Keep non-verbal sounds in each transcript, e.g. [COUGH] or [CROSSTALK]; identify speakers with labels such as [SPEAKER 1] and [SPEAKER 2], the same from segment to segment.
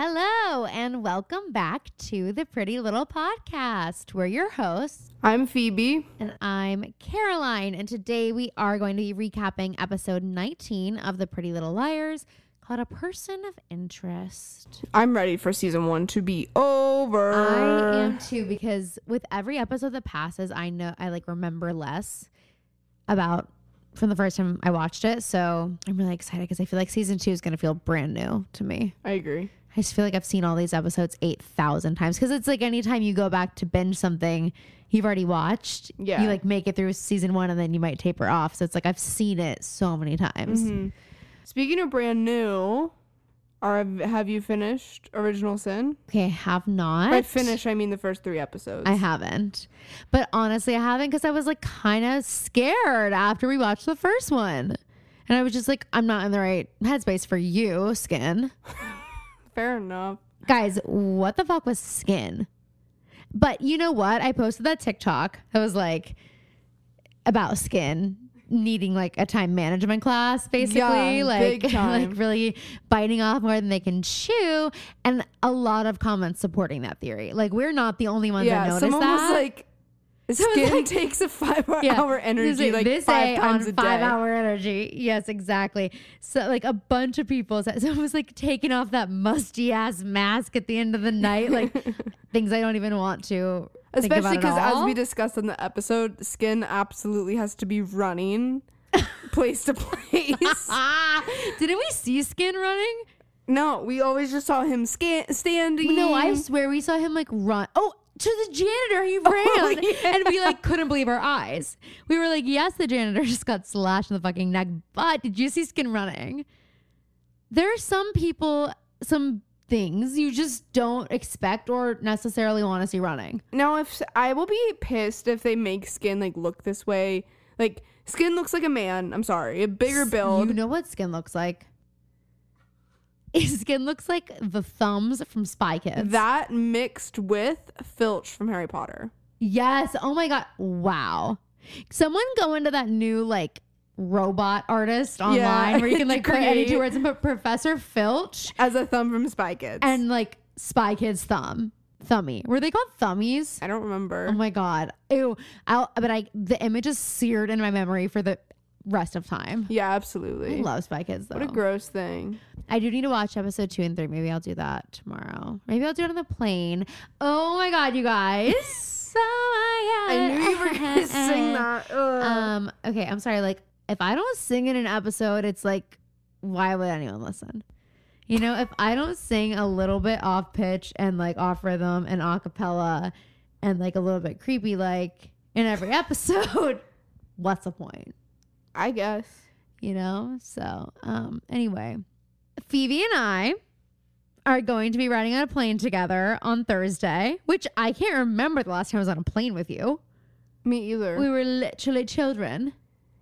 [SPEAKER 1] Hello, and welcome back to the Pretty Little Podcast. We're your hosts,
[SPEAKER 2] I'm Phoebe.
[SPEAKER 1] and I'm Caroline. And today we are going to be recapping episode 19 of The Pretty Little Liars called A Person of Interest.
[SPEAKER 2] I'm ready for season one to be over.
[SPEAKER 1] I am too, because with every episode that passes, I know I like remember less about from the first time I watched it. So I'm really excited because I feel like season two is going to feel brand new to me.
[SPEAKER 2] I agree.
[SPEAKER 1] I just feel like I've seen all these episodes 8,000 times because it's like anytime you go back to binge something you've already watched,
[SPEAKER 2] Yeah.
[SPEAKER 1] you like make it through season one and then you might taper off. So it's like I've seen it so many times.
[SPEAKER 2] Speaking of brand new, are have you finished Original Sin?
[SPEAKER 1] Okay, I have not.
[SPEAKER 2] By finish, I mean the first three episodes.
[SPEAKER 1] I haven't. But honestly, I haven't because I was like kind of scared after we watched the first one. And I was just like, I'm not in the right headspace for you, skin.
[SPEAKER 2] Fair enough.
[SPEAKER 1] Guys, what the fuck was skin? But you know what? I posted that TikTok. I was like, about skin needing like a time management class, basically,
[SPEAKER 2] Yeah,
[SPEAKER 1] like [LAUGHS]
[SPEAKER 2] big time.
[SPEAKER 1] like really biting off more than they can chew, and a lot of comments supporting that theory. Like we're not the only ones that
[SPEAKER 2] yeah,
[SPEAKER 1] noticed
[SPEAKER 2] someone
[SPEAKER 1] that. [LAUGHS]
[SPEAKER 2] was like, "Skin takes a five-hour
[SPEAKER 1] Yeah. This
[SPEAKER 2] energy
[SPEAKER 1] is-
[SPEAKER 2] like
[SPEAKER 1] this
[SPEAKER 2] five
[SPEAKER 1] A
[SPEAKER 2] times
[SPEAKER 1] on
[SPEAKER 2] a day."
[SPEAKER 1] five hour energy. Yes, exactly. So like a bunch of people said [LAUGHS] so it was like taking off that musty ass mask at the end of the night,
[SPEAKER 2] [LAUGHS]
[SPEAKER 1] like things I don't even want to.
[SPEAKER 2] Especially
[SPEAKER 1] because
[SPEAKER 2] because, as we discussed in the episode, skin absolutely has to
[SPEAKER 1] [LAUGHS]
[SPEAKER 2] be running place to place.
[SPEAKER 1] ah, didn't we see skin running?
[SPEAKER 2] no, we always just saw him scan- standing.
[SPEAKER 1] No, I swear we saw him like run. Oh, to the janitor
[SPEAKER 2] [LAUGHS]
[SPEAKER 1] he ran,
[SPEAKER 2] Oh, yeah.
[SPEAKER 1] and we like couldn't believe our eyes. We were like, yes, the janitor [LAUGHS] just got slashed in the fucking neck, but did you see skin running? There are some people, some things you just don't expect or necessarily want to see running.
[SPEAKER 2] Now, if I will be pissed if they make skin like look this way, like skin looks like a man. I'm sorry, a bigger build.
[SPEAKER 1] You know what skin looks like? [LAUGHS] His skin looks like the thumbs from Spy Kids.
[SPEAKER 2] that mixed with Filch from Harry Potter.
[SPEAKER 1] Yes. Oh my God. Wow. Someone go into that new like robot artist online where
[SPEAKER 2] [LAUGHS]
[SPEAKER 1] you can like put any two
[SPEAKER 2] create-
[SPEAKER 1] words and put Professor Filch
[SPEAKER 2] as a thumb from Spy Kids.
[SPEAKER 1] and like Spy Kids Thumb. Thummy. Were they called thummies?
[SPEAKER 2] I don't remember.
[SPEAKER 1] Oh my God. Ew. I'll, but I the image is seared in my memory for the rest of time.
[SPEAKER 2] yeah,
[SPEAKER 1] I
[SPEAKER 2] absolutely.
[SPEAKER 1] love Spy Kids though.
[SPEAKER 2] what a gross thing.
[SPEAKER 1] I do need to watch episode two and three. Maybe I'll do that tomorrow. Maybe I'll do it on the plane. Oh my god, you
[SPEAKER 2] [LAUGHS]
[SPEAKER 1] guys! oh my
[SPEAKER 2] I
[SPEAKER 1] god!
[SPEAKER 2] knew you were [LAUGHS]
[SPEAKER 1] [LAUGHS]
[SPEAKER 2] gonna sing that. Ugh.
[SPEAKER 1] Um. Okay. I'm sorry. Like, if I don't sing in an episode, it's like, why would anyone listen? You know, if I don't sing a little bit off pitch and like off rhythm and a cappella and like a little bit creepy, like in every [LAUGHS] episode, what's the point?
[SPEAKER 2] I guess.
[SPEAKER 1] you know? So, um, anyway, Phoebe and I are going to be riding on a plane together on Thursday, which I can't remember the last time I was on a plane with you.
[SPEAKER 2] Me either.
[SPEAKER 1] We were literally children.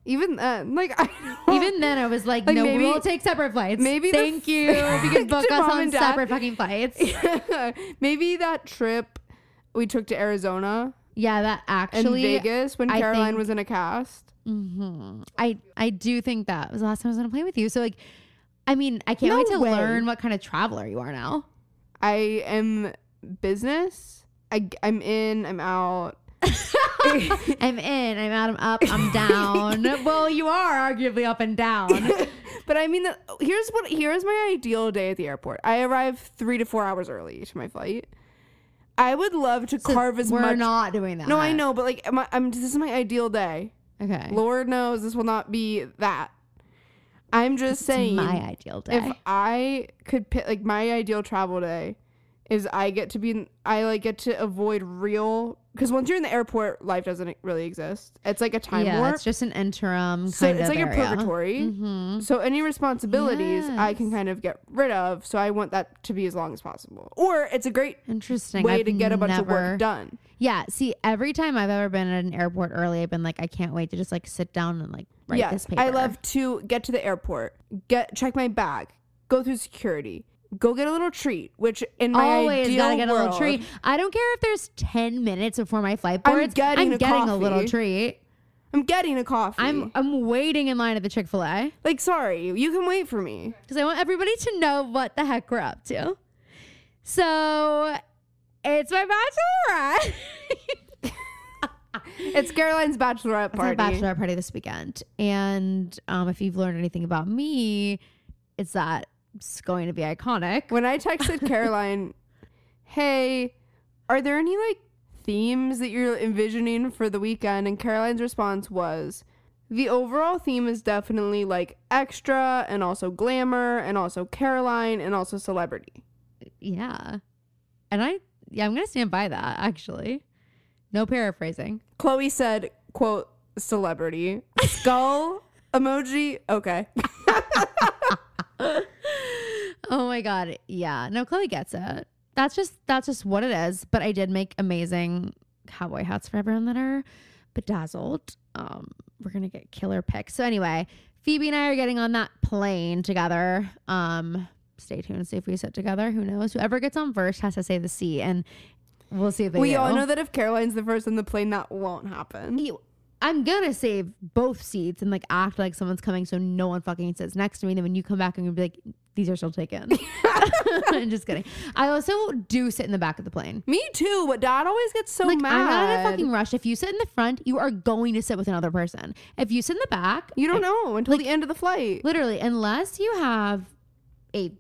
[SPEAKER 2] Even then, like [LAUGHS] I don't-
[SPEAKER 1] Even then, I was like,
[SPEAKER 2] Like,
[SPEAKER 1] no,
[SPEAKER 2] maybe-
[SPEAKER 1] we'll take separate flights.
[SPEAKER 2] maybe the
[SPEAKER 1] thank
[SPEAKER 2] [LAUGHS]
[SPEAKER 1] you. If you can book
[SPEAKER 2] to
[SPEAKER 1] us
[SPEAKER 2] mom
[SPEAKER 1] on
[SPEAKER 2] and dad.
[SPEAKER 1] separate fucking flights.
[SPEAKER 2] [LAUGHS] maybe that trip we took to Arizona
[SPEAKER 1] Yeah, that
[SPEAKER 2] and
[SPEAKER 1] actually.
[SPEAKER 2] Vegas when
[SPEAKER 1] I
[SPEAKER 2] Caroline
[SPEAKER 1] think-
[SPEAKER 2] was in a cast.
[SPEAKER 1] hmm I I do think that was the last time I was on a plane with you. So like, I mean, I can't
[SPEAKER 2] No
[SPEAKER 1] wait to
[SPEAKER 2] way.
[SPEAKER 1] learn what kind of traveler you are
[SPEAKER 2] [LAUGHS]
[SPEAKER 1] now.
[SPEAKER 2] I am business. I, am in.
[SPEAKER 1] [LAUGHS]
[SPEAKER 2] I'm out.
[SPEAKER 1] I'm in, I'm out, I'm up, I'm
[SPEAKER 2] [LAUGHS]
[SPEAKER 1] down. well, you are arguably up and down.
[SPEAKER 2] But I mean, the, here's what here's my ideal day at the airport. I arrive three to four hours early to my flight. I would love to carve as
[SPEAKER 1] We're
[SPEAKER 2] much.
[SPEAKER 1] not doing that.
[SPEAKER 2] no, I know, but like, my, I'm. This is my ideal day.
[SPEAKER 1] Okay.
[SPEAKER 2] Lord knows this will not be that. I'm just saying.
[SPEAKER 1] My ideal day.
[SPEAKER 2] if I could pick, like, my ideal travel day is I get to be, in, I like get to avoid real, because once you're in the airport, life doesn't really exist. It's like a time
[SPEAKER 1] yeah,
[SPEAKER 2] warp.
[SPEAKER 1] it's just an interim
[SPEAKER 2] so
[SPEAKER 1] kind
[SPEAKER 2] it's
[SPEAKER 1] of Mm-hmm.
[SPEAKER 2] like
[SPEAKER 1] area.
[SPEAKER 2] a purgatory. So any responsibilities I can kind of get rid of. So I want that to be as long as possible. Or it's a great
[SPEAKER 1] Interesting.
[SPEAKER 2] way
[SPEAKER 1] I've
[SPEAKER 2] to get a bunch of
[SPEAKER 1] never-
[SPEAKER 2] work done.
[SPEAKER 1] Yeah. See, every time I've ever been at an airport early, I've been like, I can't wait to just like sit down and like write this
[SPEAKER 2] yes,
[SPEAKER 1] paper.
[SPEAKER 2] I love to get to the airport, get check my bag, go through security, go get a little treat. Which in my
[SPEAKER 1] Always
[SPEAKER 2] ideal
[SPEAKER 1] gotta get a little
[SPEAKER 2] world-
[SPEAKER 1] treat. I don't care if there's ten minutes before my flight
[SPEAKER 2] I'm
[SPEAKER 1] boards.
[SPEAKER 2] getting
[SPEAKER 1] I'm
[SPEAKER 2] a
[SPEAKER 1] getting a little
[SPEAKER 2] coffee.
[SPEAKER 1] treat.
[SPEAKER 2] I'm getting a coffee.
[SPEAKER 1] I'm I'm waiting in line at the Chick Fil A.
[SPEAKER 2] Like, sorry, you can wait for me.
[SPEAKER 1] because I want everybody to know what the heck we're up to. So it's my bachelorette. [LAUGHS]
[SPEAKER 2] It's Caroline's bachelorette
[SPEAKER 1] It's my
[SPEAKER 2] party.
[SPEAKER 1] bachelorette party this weekend. And um, if you've learned anything about me, it's that it's going to be iconic.
[SPEAKER 2] When
[SPEAKER 1] [LAUGHS]
[SPEAKER 2] I texted Caroline, "Hey, are there any like themes that you're envisioning for the weekend?" and Caroline's response was, "The overall theme is definitely like extra and also glamour and also Caroline and also celebrity."
[SPEAKER 1] Yeah. And I, yeah, I'm going to stand by that actually. No
[SPEAKER 2] [LAUGHS]
[SPEAKER 1] paraphrasing.
[SPEAKER 2] Chloe said, "Quote celebrity skull emoji." Okay.
[SPEAKER 1] Oh my God. Yeah. No, Chloe gets it. That's just, that's just what it is. But I did make amazing cowboy hats for everyone that are bedazzled. Um, we're going to get killer pics. So anyway, Phoebe and I are getting on that plane together. Um, stay tuned. See if we sit together. Who knows? Whoever gets on first has to say the C and we'll see if they
[SPEAKER 2] we
[SPEAKER 1] do.
[SPEAKER 2] all know that if Caroline's the first on the plane, that won't happen.
[SPEAKER 1] you- I'm gonna save both seats and like act like someone's coming so no one fucking sits next to me. And then when you come back, I'm gonna be like, these are still
[SPEAKER 2] [LAUGHS]
[SPEAKER 1] taken. [LAUGHS] I'm just kidding. I also do sit in the back of the plane.
[SPEAKER 2] Me too, but Dad always gets so
[SPEAKER 1] Like,
[SPEAKER 2] mad.
[SPEAKER 1] I'm not in a fucking rush. If you sit in the front, you are going to sit with another person. If you sit in the back,
[SPEAKER 2] you don't know until the end of the flight.
[SPEAKER 1] literally, unless you have a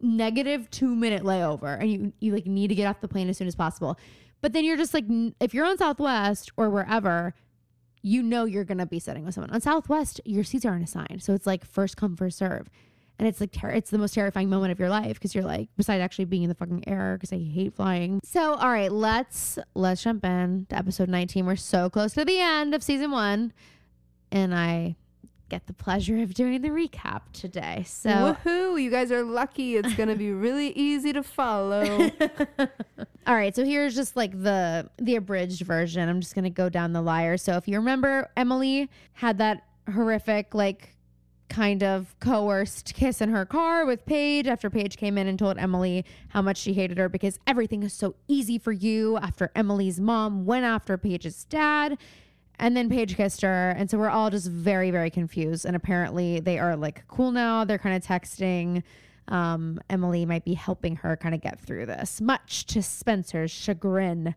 [SPEAKER 1] negative two minute layover and you, you like need to get off the plane as soon as possible. But then you're just like, n- if you're on Southwest or wherever, you know you're gonna be sitting with someone on Southwest. Your seats aren't assigned, so it's like first come first serve, and it's like ter- it's the most terrifying moment of your life because you're like, besides actually being in the fucking air, because I hate flying. So all right, let's let's jump in to episode 19. We're so close to the end of season one, and I get the pleasure of doing the recap today. So
[SPEAKER 2] Woohoo, you guys are lucky. It's going
[SPEAKER 1] [LAUGHS]
[SPEAKER 2] to be really easy to follow.
[SPEAKER 1] All right, so here's just like the the abridged version. I'm just gonna go down the liar. So if you remember, Emily had that horrific, like, kind of coerced kiss in her car with Paige after Paige came in and told Emily how much she hated her because everything is so easy for you. After Emily's mom went after Paige's dad, and then Paige kissed her, and so we're all just very, very confused. And apparently, they are like cool now. They're kind of texting um, Emily might be helping her kind of get through this, much to Spencer's chagrin.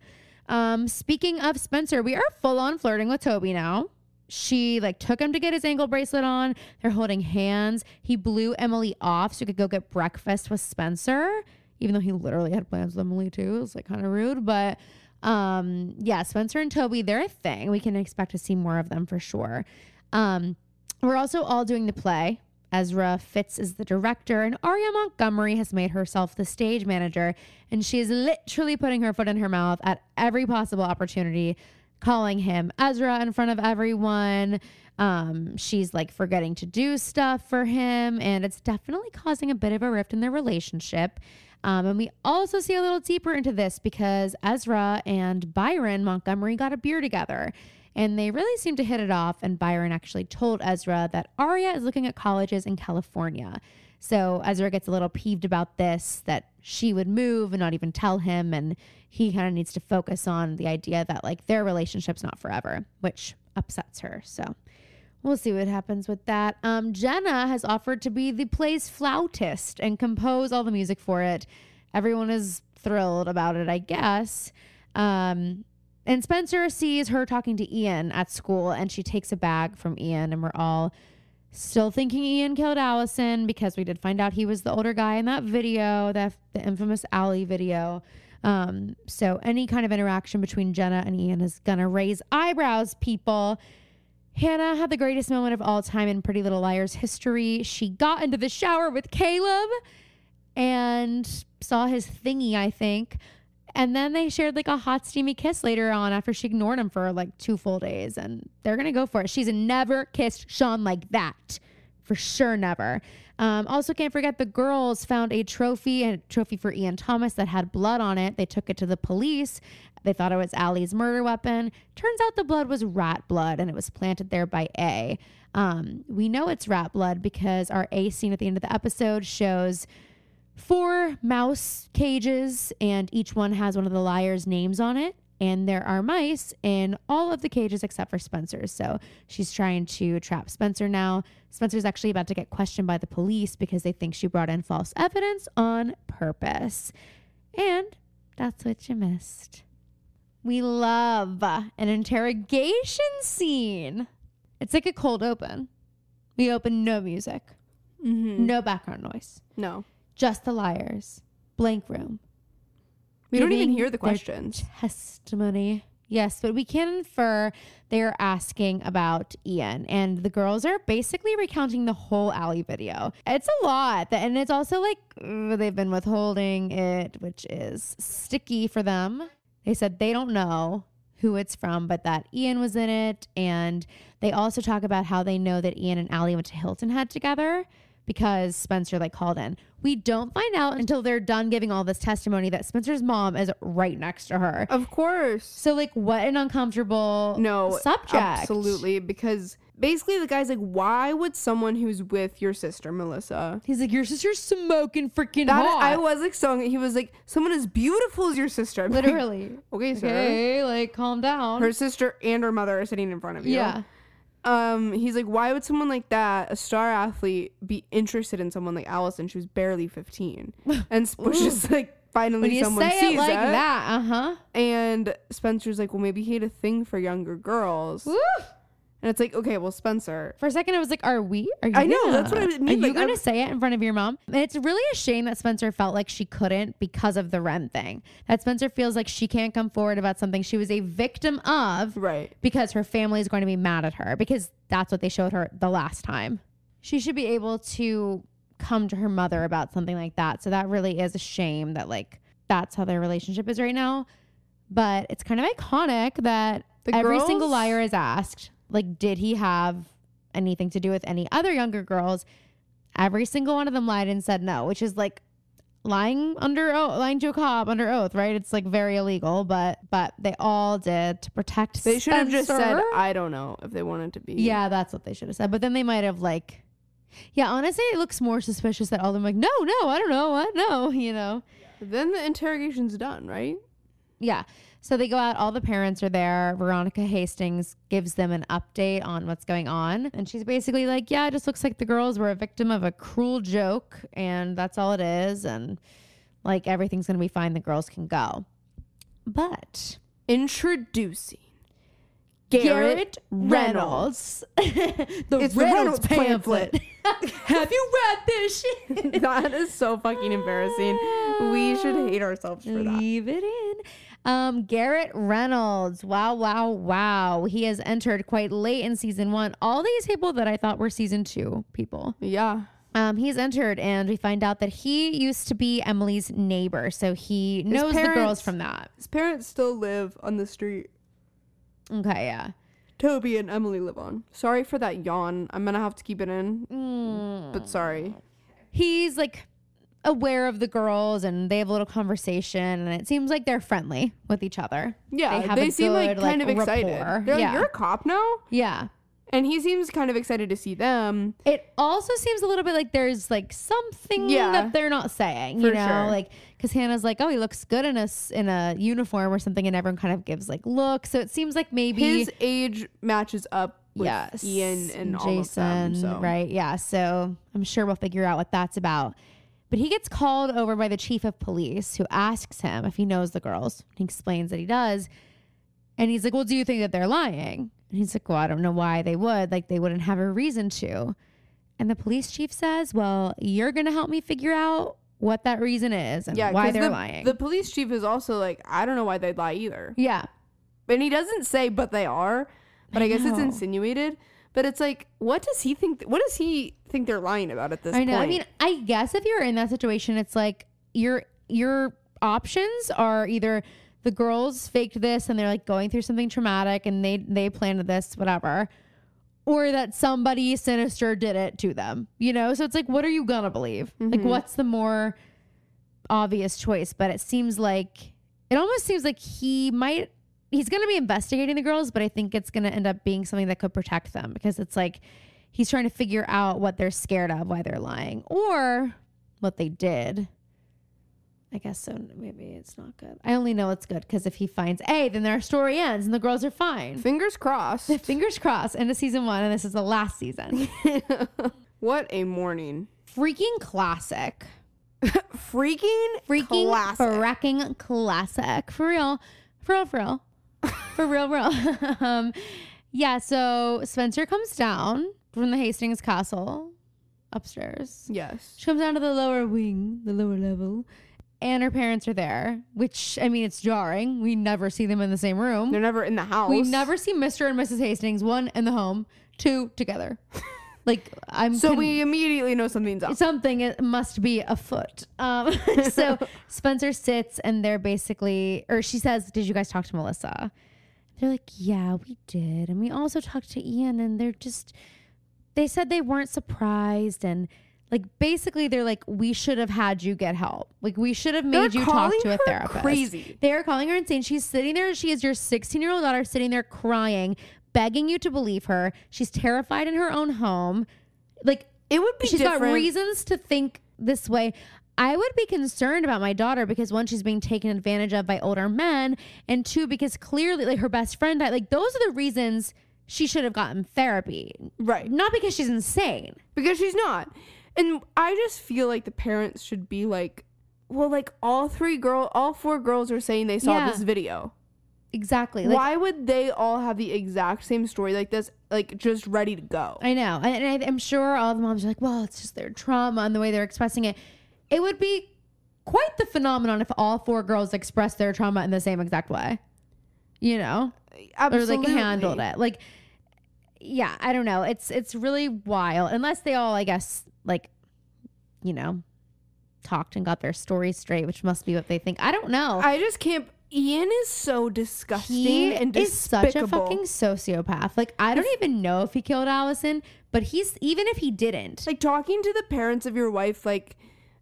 [SPEAKER 1] Um, speaking of Spencer, we are full on flirting with Toby now. She like took him to get his ankle bracelet on. They're holding hands. He blew Emily off so he could go get breakfast with Spencer, even though he literally had plans with Emily too. It was like kind of rude, but um, yeah, Spencer and Toby, they're a thing. We can expect to see more of them for sure. Um, we're also all doing the play. Ezra Fitz is the director, and Aria Montgomery has made herself the stage manager, and she is literally putting her foot in her mouth at every possible opportunity, calling him Ezra in front of everyone. Um, she's like forgetting to do stuff for him, and it's definitely causing a bit of a rift in their relationship. Um, and we also see a little deeper into this because Ezra and Byron Montgomery got a beer together. And they really seem to hit it off. And Byron actually told Ezra that Aria is looking at colleges in California. So Ezra gets a little peeved about this that she would move and not even tell him. And he kind of needs to focus on the idea that like their relationship's not forever, which upsets her. So We'll see what happens with that. Um, Jenna has offered to be the play's flautist and compose all the music for it. Everyone is thrilled about it, I guess. Um, and Spencer sees her talking to Ian at school, and she takes a bag from Ian, and we're all still thinking Ian killed Allison because we did find out he was the older guy in that video, the, the infamous Allie video. Um, so any kind of interaction between Jenna and Ian is gonna raise eyebrows, people. Hannah had the greatest moment of all time in Pretty Little Liars history. She got into the shower with Caleb and saw his thingy, I think. And then they shared like a hot, steamy kiss later on after she ignored him for like two full days. And they're going to go for it. She's never kissed Sean like that. For sure, never. Um, also, can't forget the girls found a trophy and a trophy for Ian Thomas that had blood on it. They took it to the police. They thought it was Allie's murder weapon. Turns out the blood was rat blood and it was planted there by A. Um, we know it's rat blood because our A scene at the end of the episode shows four mouse cages, and each one has one of the liars' names on it. And there are mice in all of the cages except for Spencer's. So she's trying to trap Spencer now. Spencer's actually about to get questioned by the police because they think she brought in false evidence on purpose. And that's what you missed. We love an interrogation scene. It's like a cold open. We open no music,
[SPEAKER 2] Mm-hmm.
[SPEAKER 1] no background noise,
[SPEAKER 2] No.
[SPEAKER 1] just the liars, blank room.
[SPEAKER 2] We don't even
[SPEAKER 1] Giving
[SPEAKER 2] hear the
[SPEAKER 1] their
[SPEAKER 2] questions.
[SPEAKER 1] testimony. Yes, but we can infer they are asking about Ian, and the girls are basically recounting the whole alley video. It's a lot, th- and it's also like uh, they've been withholding it, which is sticky for them. They said they don't know who it's from, but that Ian was in it, and they also talk about how they know that Ian and Allie went to Hilton Head together because Spencer like called in. We don't find out until they're done giving all this testimony that Spencer's mom is right next to her.
[SPEAKER 2] Of course.
[SPEAKER 1] So like what an uncomfortable
[SPEAKER 2] No.
[SPEAKER 1] subject.
[SPEAKER 2] Absolutely. Because basically the guy's like, why would someone who's with your sister, Melissa?
[SPEAKER 1] He's like your sister's smoking freaking
[SPEAKER 2] That
[SPEAKER 1] hot.
[SPEAKER 2] I was like song. He was like, someone as beautiful as your sister. I'm
[SPEAKER 1] [LAUGHS]
[SPEAKER 2] like,
[SPEAKER 1] literally.
[SPEAKER 2] okay, [LAUGHS] sir.
[SPEAKER 1] Okay, like calm down.
[SPEAKER 2] Her sister and her mother are sitting in front of you.
[SPEAKER 1] yeah.
[SPEAKER 2] Um, he's like, why would someone like that, a star athlete, be interested in someone like Allison? She was
[SPEAKER 1] [LAUGHS]
[SPEAKER 2] barely fifteen, and Sp- was just like, finally,
[SPEAKER 1] When you
[SPEAKER 2] someone
[SPEAKER 1] say
[SPEAKER 2] sees
[SPEAKER 1] it like
[SPEAKER 2] that.
[SPEAKER 1] that, uh huh.
[SPEAKER 2] And Spencer's like, well, maybe he had a thing for younger girls, and it's like, okay, well, Spencer,
[SPEAKER 1] For a second, I was like, "Are we? Are you?"
[SPEAKER 2] I know,
[SPEAKER 1] gonna-
[SPEAKER 2] that's what I mean,
[SPEAKER 1] Are you
[SPEAKER 2] like,
[SPEAKER 1] gonna
[SPEAKER 2] I'm-
[SPEAKER 1] say it in front of your mom? And it's really a shame that Spencer felt like she couldn't because of the Ren thing. That Spencer feels like she can't come forward about something she was a victim of
[SPEAKER 2] right?
[SPEAKER 1] because her family is going to be mad at her because that's what they showed her the last time. She should be able to come to her mother about something like that. So that really is a shame that like that's how their relationship is right now. But it's kind of iconic that
[SPEAKER 2] The
[SPEAKER 1] every single
[SPEAKER 2] girls-
[SPEAKER 1] liar is asked like did he have anything to do with any other younger girls? Every single one of them lied and said no, which is like lying under oath, lying to a cop under oath, right? It's like very illegal, but but they all did to protect.
[SPEAKER 2] They should have just said,
[SPEAKER 1] Spencer.
[SPEAKER 2] I don't know, if they wanted to be.
[SPEAKER 1] yeah, that's what they should have said. But then they might have like, yeah. Honestly, it looks more suspicious that all of them like, no, no, I don't know, what, no, you know,
[SPEAKER 2] Then the interrogation's done, right?
[SPEAKER 1] yeah. So they go out. All the parents are there. Veronica Hastings gives them an update on what's going on, and she's basically like, yeah, it just looks like the girls were a victim of a cruel joke, and that's all it is, and like everything's gonna be fine. The girls can go, but. [LAUGHS]
[SPEAKER 2] Introducing
[SPEAKER 1] Garrett Reynolds. the Reynolds, [LAUGHS]
[SPEAKER 2] It's the Reynolds
[SPEAKER 1] pamphlet. [LAUGHS] Have you read this [LAUGHS] shit?
[SPEAKER 2] [LAUGHS] that is so fucking embarrassing. We should hate ourselves for that.
[SPEAKER 1] Leave it in. Um, Garrett Reynolds. Wow, wow, wow. He has entered quite late in season one. All these people that I thought were season two people.
[SPEAKER 2] Yeah.
[SPEAKER 1] Um, he's entered, and we find out that he used to be Emily's neighbor, so he knows the girls
[SPEAKER 2] parents-
[SPEAKER 1] from that.
[SPEAKER 2] His parents still live on the street
[SPEAKER 1] Okay, yeah.
[SPEAKER 2] Toby and Emily live on. Sorry for that yawn. I'm gonna have to keep it in,
[SPEAKER 1] Mm.
[SPEAKER 2] but sorry.
[SPEAKER 1] he's like aware of the girls and they have a little conversation and it seems like they're friendly with each other.
[SPEAKER 2] Yeah,
[SPEAKER 1] They
[SPEAKER 2] they,
[SPEAKER 1] have a
[SPEAKER 2] seem like
[SPEAKER 1] good, like,
[SPEAKER 2] kind of excited.
[SPEAKER 1] rapport.
[SPEAKER 2] They're
[SPEAKER 1] Yeah.
[SPEAKER 2] like, "You're a cop now,"
[SPEAKER 1] Yeah.
[SPEAKER 2] and he seems kind of excited to see them.
[SPEAKER 1] It also seems a little bit like there's like something
[SPEAKER 2] Yeah.
[SPEAKER 1] that they're not saying, you
[SPEAKER 2] For
[SPEAKER 1] know,
[SPEAKER 2] sure.
[SPEAKER 1] like because Hannah's like, oh, he looks good in a s- in a uniform or something, and everyone kind of gives like look. So it seems like maybe
[SPEAKER 2] His age matches up with Ian and all of them. So.
[SPEAKER 1] Right. Yeah. So I'm sure we'll figure out what that's about. But he gets called over by the chief of police who asks him if he knows the girls. He explains that he does. And he's like, Well, do you think that they're lying? And he's like, Well, I don't know why they would. Like, they wouldn't have a reason to. And the police chief says, Well, you're going to help me figure out what that reason is and
[SPEAKER 2] Yeah,
[SPEAKER 1] why
[SPEAKER 2] 'cause
[SPEAKER 1] they're
[SPEAKER 2] the,
[SPEAKER 1] lying.
[SPEAKER 2] The police chief is also like, I don't know why they'd lie either.
[SPEAKER 1] yeah.
[SPEAKER 2] And he doesn't say, but they are. But I,
[SPEAKER 1] I
[SPEAKER 2] guess it's
[SPEAKER 1] know.
[SPEAKER 2] insinuated. But it's like, what does he think? What does he think they're lying about at this
[SPEAKER 1] I know.
[SPEAKER 2] point?
[SPEAKER 1] I mean, I guess if you're in that situation, it's like your your options are either the girls faked this and they're like going through something traumatic and they they planned this, whatever, or that somebody sinister did it to them. You know, so it's like, what are you gonna believe?
[SPEAKER 2] Mm-hmm.
[SPEAKER 1] Like, what's the more obvious choice? But it seems like it almost seems like he might. He's going to be investigating the girls, but I think it's going to end up being something that could protect them because it's like he's trying to figure out what they're scared of, why they're lying, or what they did. I guess so. Maybe it's not good. I only know it's good because if he finds A, then their story ends and the girls are fine.
[SPEAKER 2] Fingers crossed.
[SPEAKER 1] Fingers crossed, end of season one, and this is the last season.
[SPEAKER 2] what a morning.
[SPEAKER 1] Freaking classic.
[SPEAKER 2] Freaking,
[SPEAKER 1] freaking
[SPEAKER 2] classic.
[SPEAKER 1] fracking classic for real for real for real for
[SPEAKER 2] [LAUGHS]
[SPEAKER 1] real for real [LAUGHS] um, yeah so spencer comes down from the hastings castle upstairs
[SPEAKER 2] yes.
[SPEAKER 1] she comes down to the lower wing the lower level and her parents are there which i mean it's jarring we never see them in the same room
[SPEAKER 2] They're never in the house.
[SPEAKER 1] we never see mr and mrs hastings one in the home two
[SPEAKER 2] [LAUGHS]
[SPEAKER 1] together like i'm
[SPEAKER 2] So
[SPEAKER 1] con-
[SPEAKER 2] we immediately know something's up.
[SPEAKER 1] something it must be afoot.
[SPEAKER 2] [LAUGHS]
[SPEAKER 1] Um, so Spencer sits and they're basically, or she says, "Did you guys talk to Melissa?" They're like, "Yeah, we did," and we also talked to Ian, and they're just, they said they weren't surprised and. Like basically, they're like, we should have had you get help. Like we should have
[SPEAKER 2] They're
[SPEAKER 1] made you talk
[SPEAKER 2] calling
[SPEAKER 1] to a
[SPEAKER 2] her
[SPEAKER 1] therapist.
[SPEAKER 2] Crazy.
[SPEAKER 1] They are calling her insane. She's sitting there. She is your 16 year old daughter sitting there crying, begging you to believe her. She's terrified in her own home. Like
[SPEAKER 2] It would be
[SPEAKER 1] she's
[SPEAKER 2] different.
[SPEAKER 1] got reasons to think this way. I would be concerned about my daughter because one, she's being taken advantage of by older men, and two, because clearly, like her best friend died. Like those are the reasons she should have gotten therapy,
[SPEAKER 2] right.
[SPEAKER 1] not because she's insane.
[SPEAKER 2] Because she's not. And I just feel like the parents should be like, well, like all three girl, all four girls are saying they saw
[SPEAKER 1] Yeah.
[SPEAKER 2] this video.
[SPEAKER 1] Exactly. Like,
[SPEAKER 2] Why would they all have the exact same story like this, like just ready to go?
[SPEAKER 1] I know, and and I, I'm sure all the moms are like, "Well, it's just their trauma and the way they're expressing it." It would be quite the phenomenon if all four girls expressed their trauma in the same exact way. You know,
[SPEAKER 2] Absolutely.
[SPEAKER 1] or like handled it. Like, yeah, I don't know. It's it's really wild. Unless they all, I guess, like, you know, talked and got their story straight, which must be what they think. I don't know.
[SPEAKER 2] I just can't. Ian is so disgusting
[SPEAKER 1] he
[SPEAKER 2] and
[SPEAKER 1] is
[SPEAKER 2] despicable.
[SPEAKER 1] such a fucking sociopath. Like, I don't even know if he killed Allison, but he's even if he didn't,
[SPEAKER 2] like talking to the parents of your wife. Like,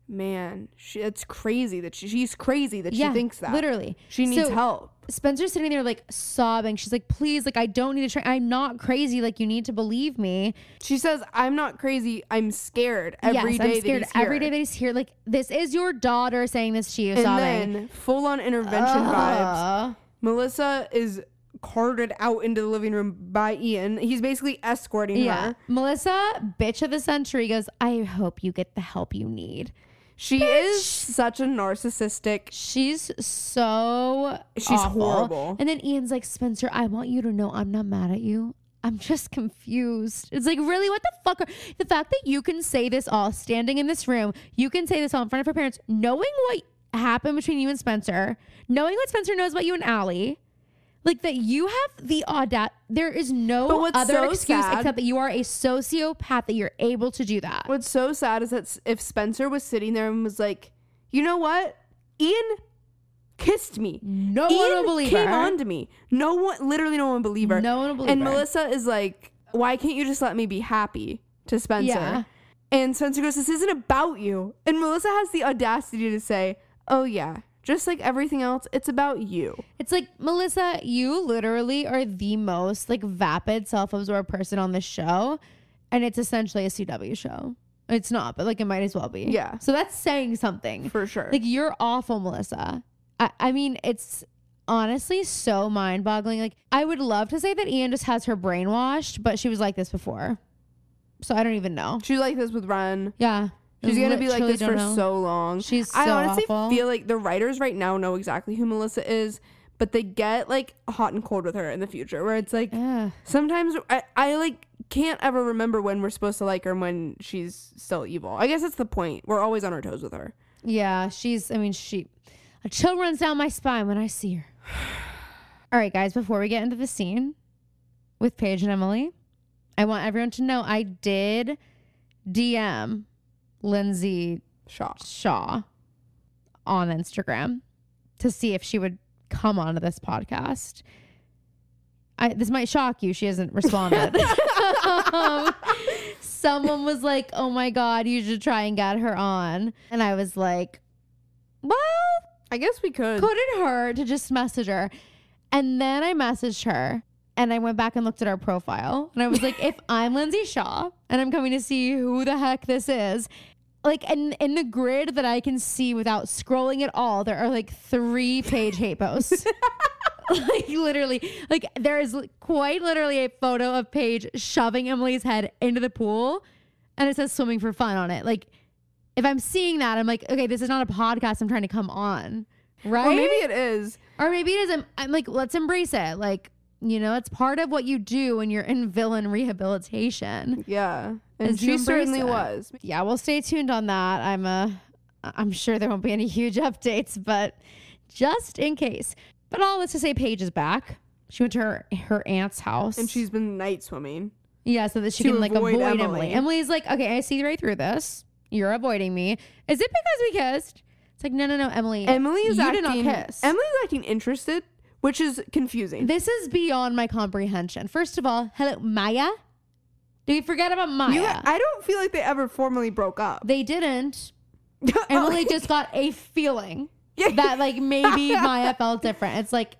[SPEAKER 2] man, she, it's crazy that she, she's crazy that
[SPEAKER 1] yeah,
[SPEAKER 2] she thinks that
[SPEAKER 1] literally,
[SPEAKER 2] she needs
[SPEAKER 1] So,
[SPEAKER 2] help.
[SPEAKER 1] Spencer's sitting there like sobbing. She's like, "Please, like, I don't need to try. I'm not crazy. Like, you need to believe me."
[SPEAKER 2] She says, "I'm not crazy. I'm scared every
[SPEAKER 1] yes,
[SPEAKER 2] day
[SPEAKER 1] I'm scared
[SPEAKER 2] that he's
[SPEAKER 1] every
[SPEAKER 2] here."
[SPEAKER 1] day that he's here. Like, this is your daughter saying this to you,
[SPEAKER 2] and
[SPEAKER 1] sobbing.
[SPEAKER 2] then full on intervention vibes.
[SPEAKER 1] Ugh.
[SPEAKER 2] Melissa is carted out into the living room by Ian. He's basically escorting
[SPEAKER 1] Yeah.
[SPEAKER 2] her.
[SPEAKER 1] Melissa, bitch of the century, goes, I hope you get the help you need.
[SPEAKER 2] She is such a narcissistic.
[SPEAKER 1] She's so
[SPEAKER 2] She's
[SPEAKER 1] awful.
[SPEAKER 2] horrible.
[SPEAKER 1] And then Ian's like, Spencer, I want you to know I'm not mad at you. I'm just confused. It's like, really, what the fuck? Are, the fact that you can say this all standing in this room, you can say this all in front of her parents, knowing what happened between you and Spencer, knowing what Spencer knows about you and Allie, like that you have the audacity. There is
[SPEAKER 2] But
[SPEAKER 1] no
[SPEAKER 2] what's
[SPEAKER 1] other
[SPEAKER 2] so
[SPEAKER 1] excuse
[SPEAKER 2] sad-
[SPEAKER 1] except that you are a sociopath that you're able to do that.
[SPEAKER 2] What's so sad is that s- if Spencer was sitting there and was like, "You know what? Ian kissed me.
[SPEAKER 1] No one will
[SPEAKER 2] Ian
[SPEAKER 1] believe
[SPEAKER 2] came
[SPEAKER 1] her.
[SPEAKER 2] on to me. No one, literally, no one believed her.
[SPEAKER 1] No one will believe
[SPEAKER 2] and
[SPEAKER 1] her.
[SPEAKER 2] Melissa is like, "Why can't you just let me be happy?" To Spencer.
[SPEAKER 1] Yeah.
[SPEAKER 2] And Spencer goes, "This isn't about you." And Melissa has the audacity to say, "Oh yeah, just like everything else, it's about you."
[SPEAKER 1] It's like, Melissa, you literally are the most like vapid, self absorbed person on this show. And it's essentially a CW show. It's not, but like it might as well be.
[SPEAKER 2] Yeah.
[SPEAKER 1] So that's saying something.
[SPEAKER 2] For sure.
[SPEAKER 1] Like you're awful, Melissa. I, I mean, it's honestly so mind boggling. Like I would love to say that Ian just has her brainwashed, but she was like this before. So I don't even know.
[SPEAKER 2] she's like this with Ren.
[SPEAKER 1] Yeah.
[SPEAKER 2] She's gonna be like
[SPEAKER 1] Literally
[SPEAKER 2] this
[SPEAKER 1] don't
[SPEAKER 2] for
[SPEAKER 1] know.
[SPEAKER 2] so long.
[SPEAKER 1] She's
[SPEAKER 2] I
[SPEAKER 1] so
[SPEAKER 2] honestly
[SPEAKER 1] awful.
[SPEAKER 2] feel like the writers right now know exactly who Melissa is, but they get like hot and cold with her in the future, where it's like
[SPEAKER 1] Yeah.
[SPEAKER 2] sometimes I, I like can't ever remember when we're supposed to like her and when she's still evil. I guess that's the point. We're always on our toes with her.
[SPEAKER 1] Yeah, she's, I mean, she, a chill runs down my spine when I see her. [SIGHS] All right, guys, before we get into the scene with Paige and Emily, I want everyone to know I did DM Lindsay
[SPEAKER 2] Shock.
[SPEAKER 1] Shaw on Instagram to see if she would come onto this podcast. I, this might shock you. She hasn't responded. Um, someone was like, "Oh my god, you should try and get her on," and I was like, "Well,
[SPEAKER 2] I guess we could.
[SPEAKER 1] couldn't hurt to just message her." And then I messaged her, and I went back and looked at our profile, and I was like, "If I'm Lindsay Shaw and I'm coming to see who the heck this is." Like and in the grid that I can see without scrolling at all, there are like three page hate posts. like literally like there is li- quite literally a photo of Paige shoving Emily's head into the pool and it says swimming for fun on it like if I'm seeing that, I'm like, okay, this is not a podcast I'm trying to come on, right?
[SPEAKER 2] Well, maybe it is.
[SPEAKER 1] or maybe it is. I'm, I'm like, let's embrace it. Like, you know, it's part of what you do when you're in villain rehabilitation.
[SPEAKER 2] Yeah. And
[SPEAKER 1] As you
[SPEAKER 2] she
[SPEAKER 1] embrace
[SPEAKER 2] certainly
[SPEAKER 1] it.
[SPEAKER 2] was.
[SPEAKER 1] Yeah, well, stay tuned on that. I'm uh, I'm sure there won't be any huge [LAUGHS] updates, but just in case. But all this to say, Paige is back. She went to her her aunt's house,
[SPEAKER 2] And she's been night swimming.
[SPEAKER 1] Yeah, so that she
[SPEAKER 2] to
[SPEAKER 1] can like
[SPEAKER 2] avoid
[SPEAKER 1] avoid, Emily.
[SPEAKER 2] Emily.
[SPEAKER 1] Emily's like, okay, I see right through this. You're avoiding me. Is it because we kissed? It's like, no, no, no, Emily.
[SPEAKER 2] Emily is
[SPEAKER 1] you
[SPEAKER 2] acting.
[SPEAKER 1] did not kiss.
[SPEAKER 2] Emily's acting interested, which is confusing.
[SPEAKER 1] this is beyond my comprehension. First of all, hello, Maya. Did we forget about Maya?
[SPEAKER 2] You- I don't feel like they ever formally broke up.
[SPEAKER 1] they didn't.
[SPEAKER 2] [LAUGHS]
[SPEAKER 1] Emily just got a feeling
[SPEAKER 2] Oh. Yeah.
[SPEAKER 1] that like maybe Maya felt different. It's like,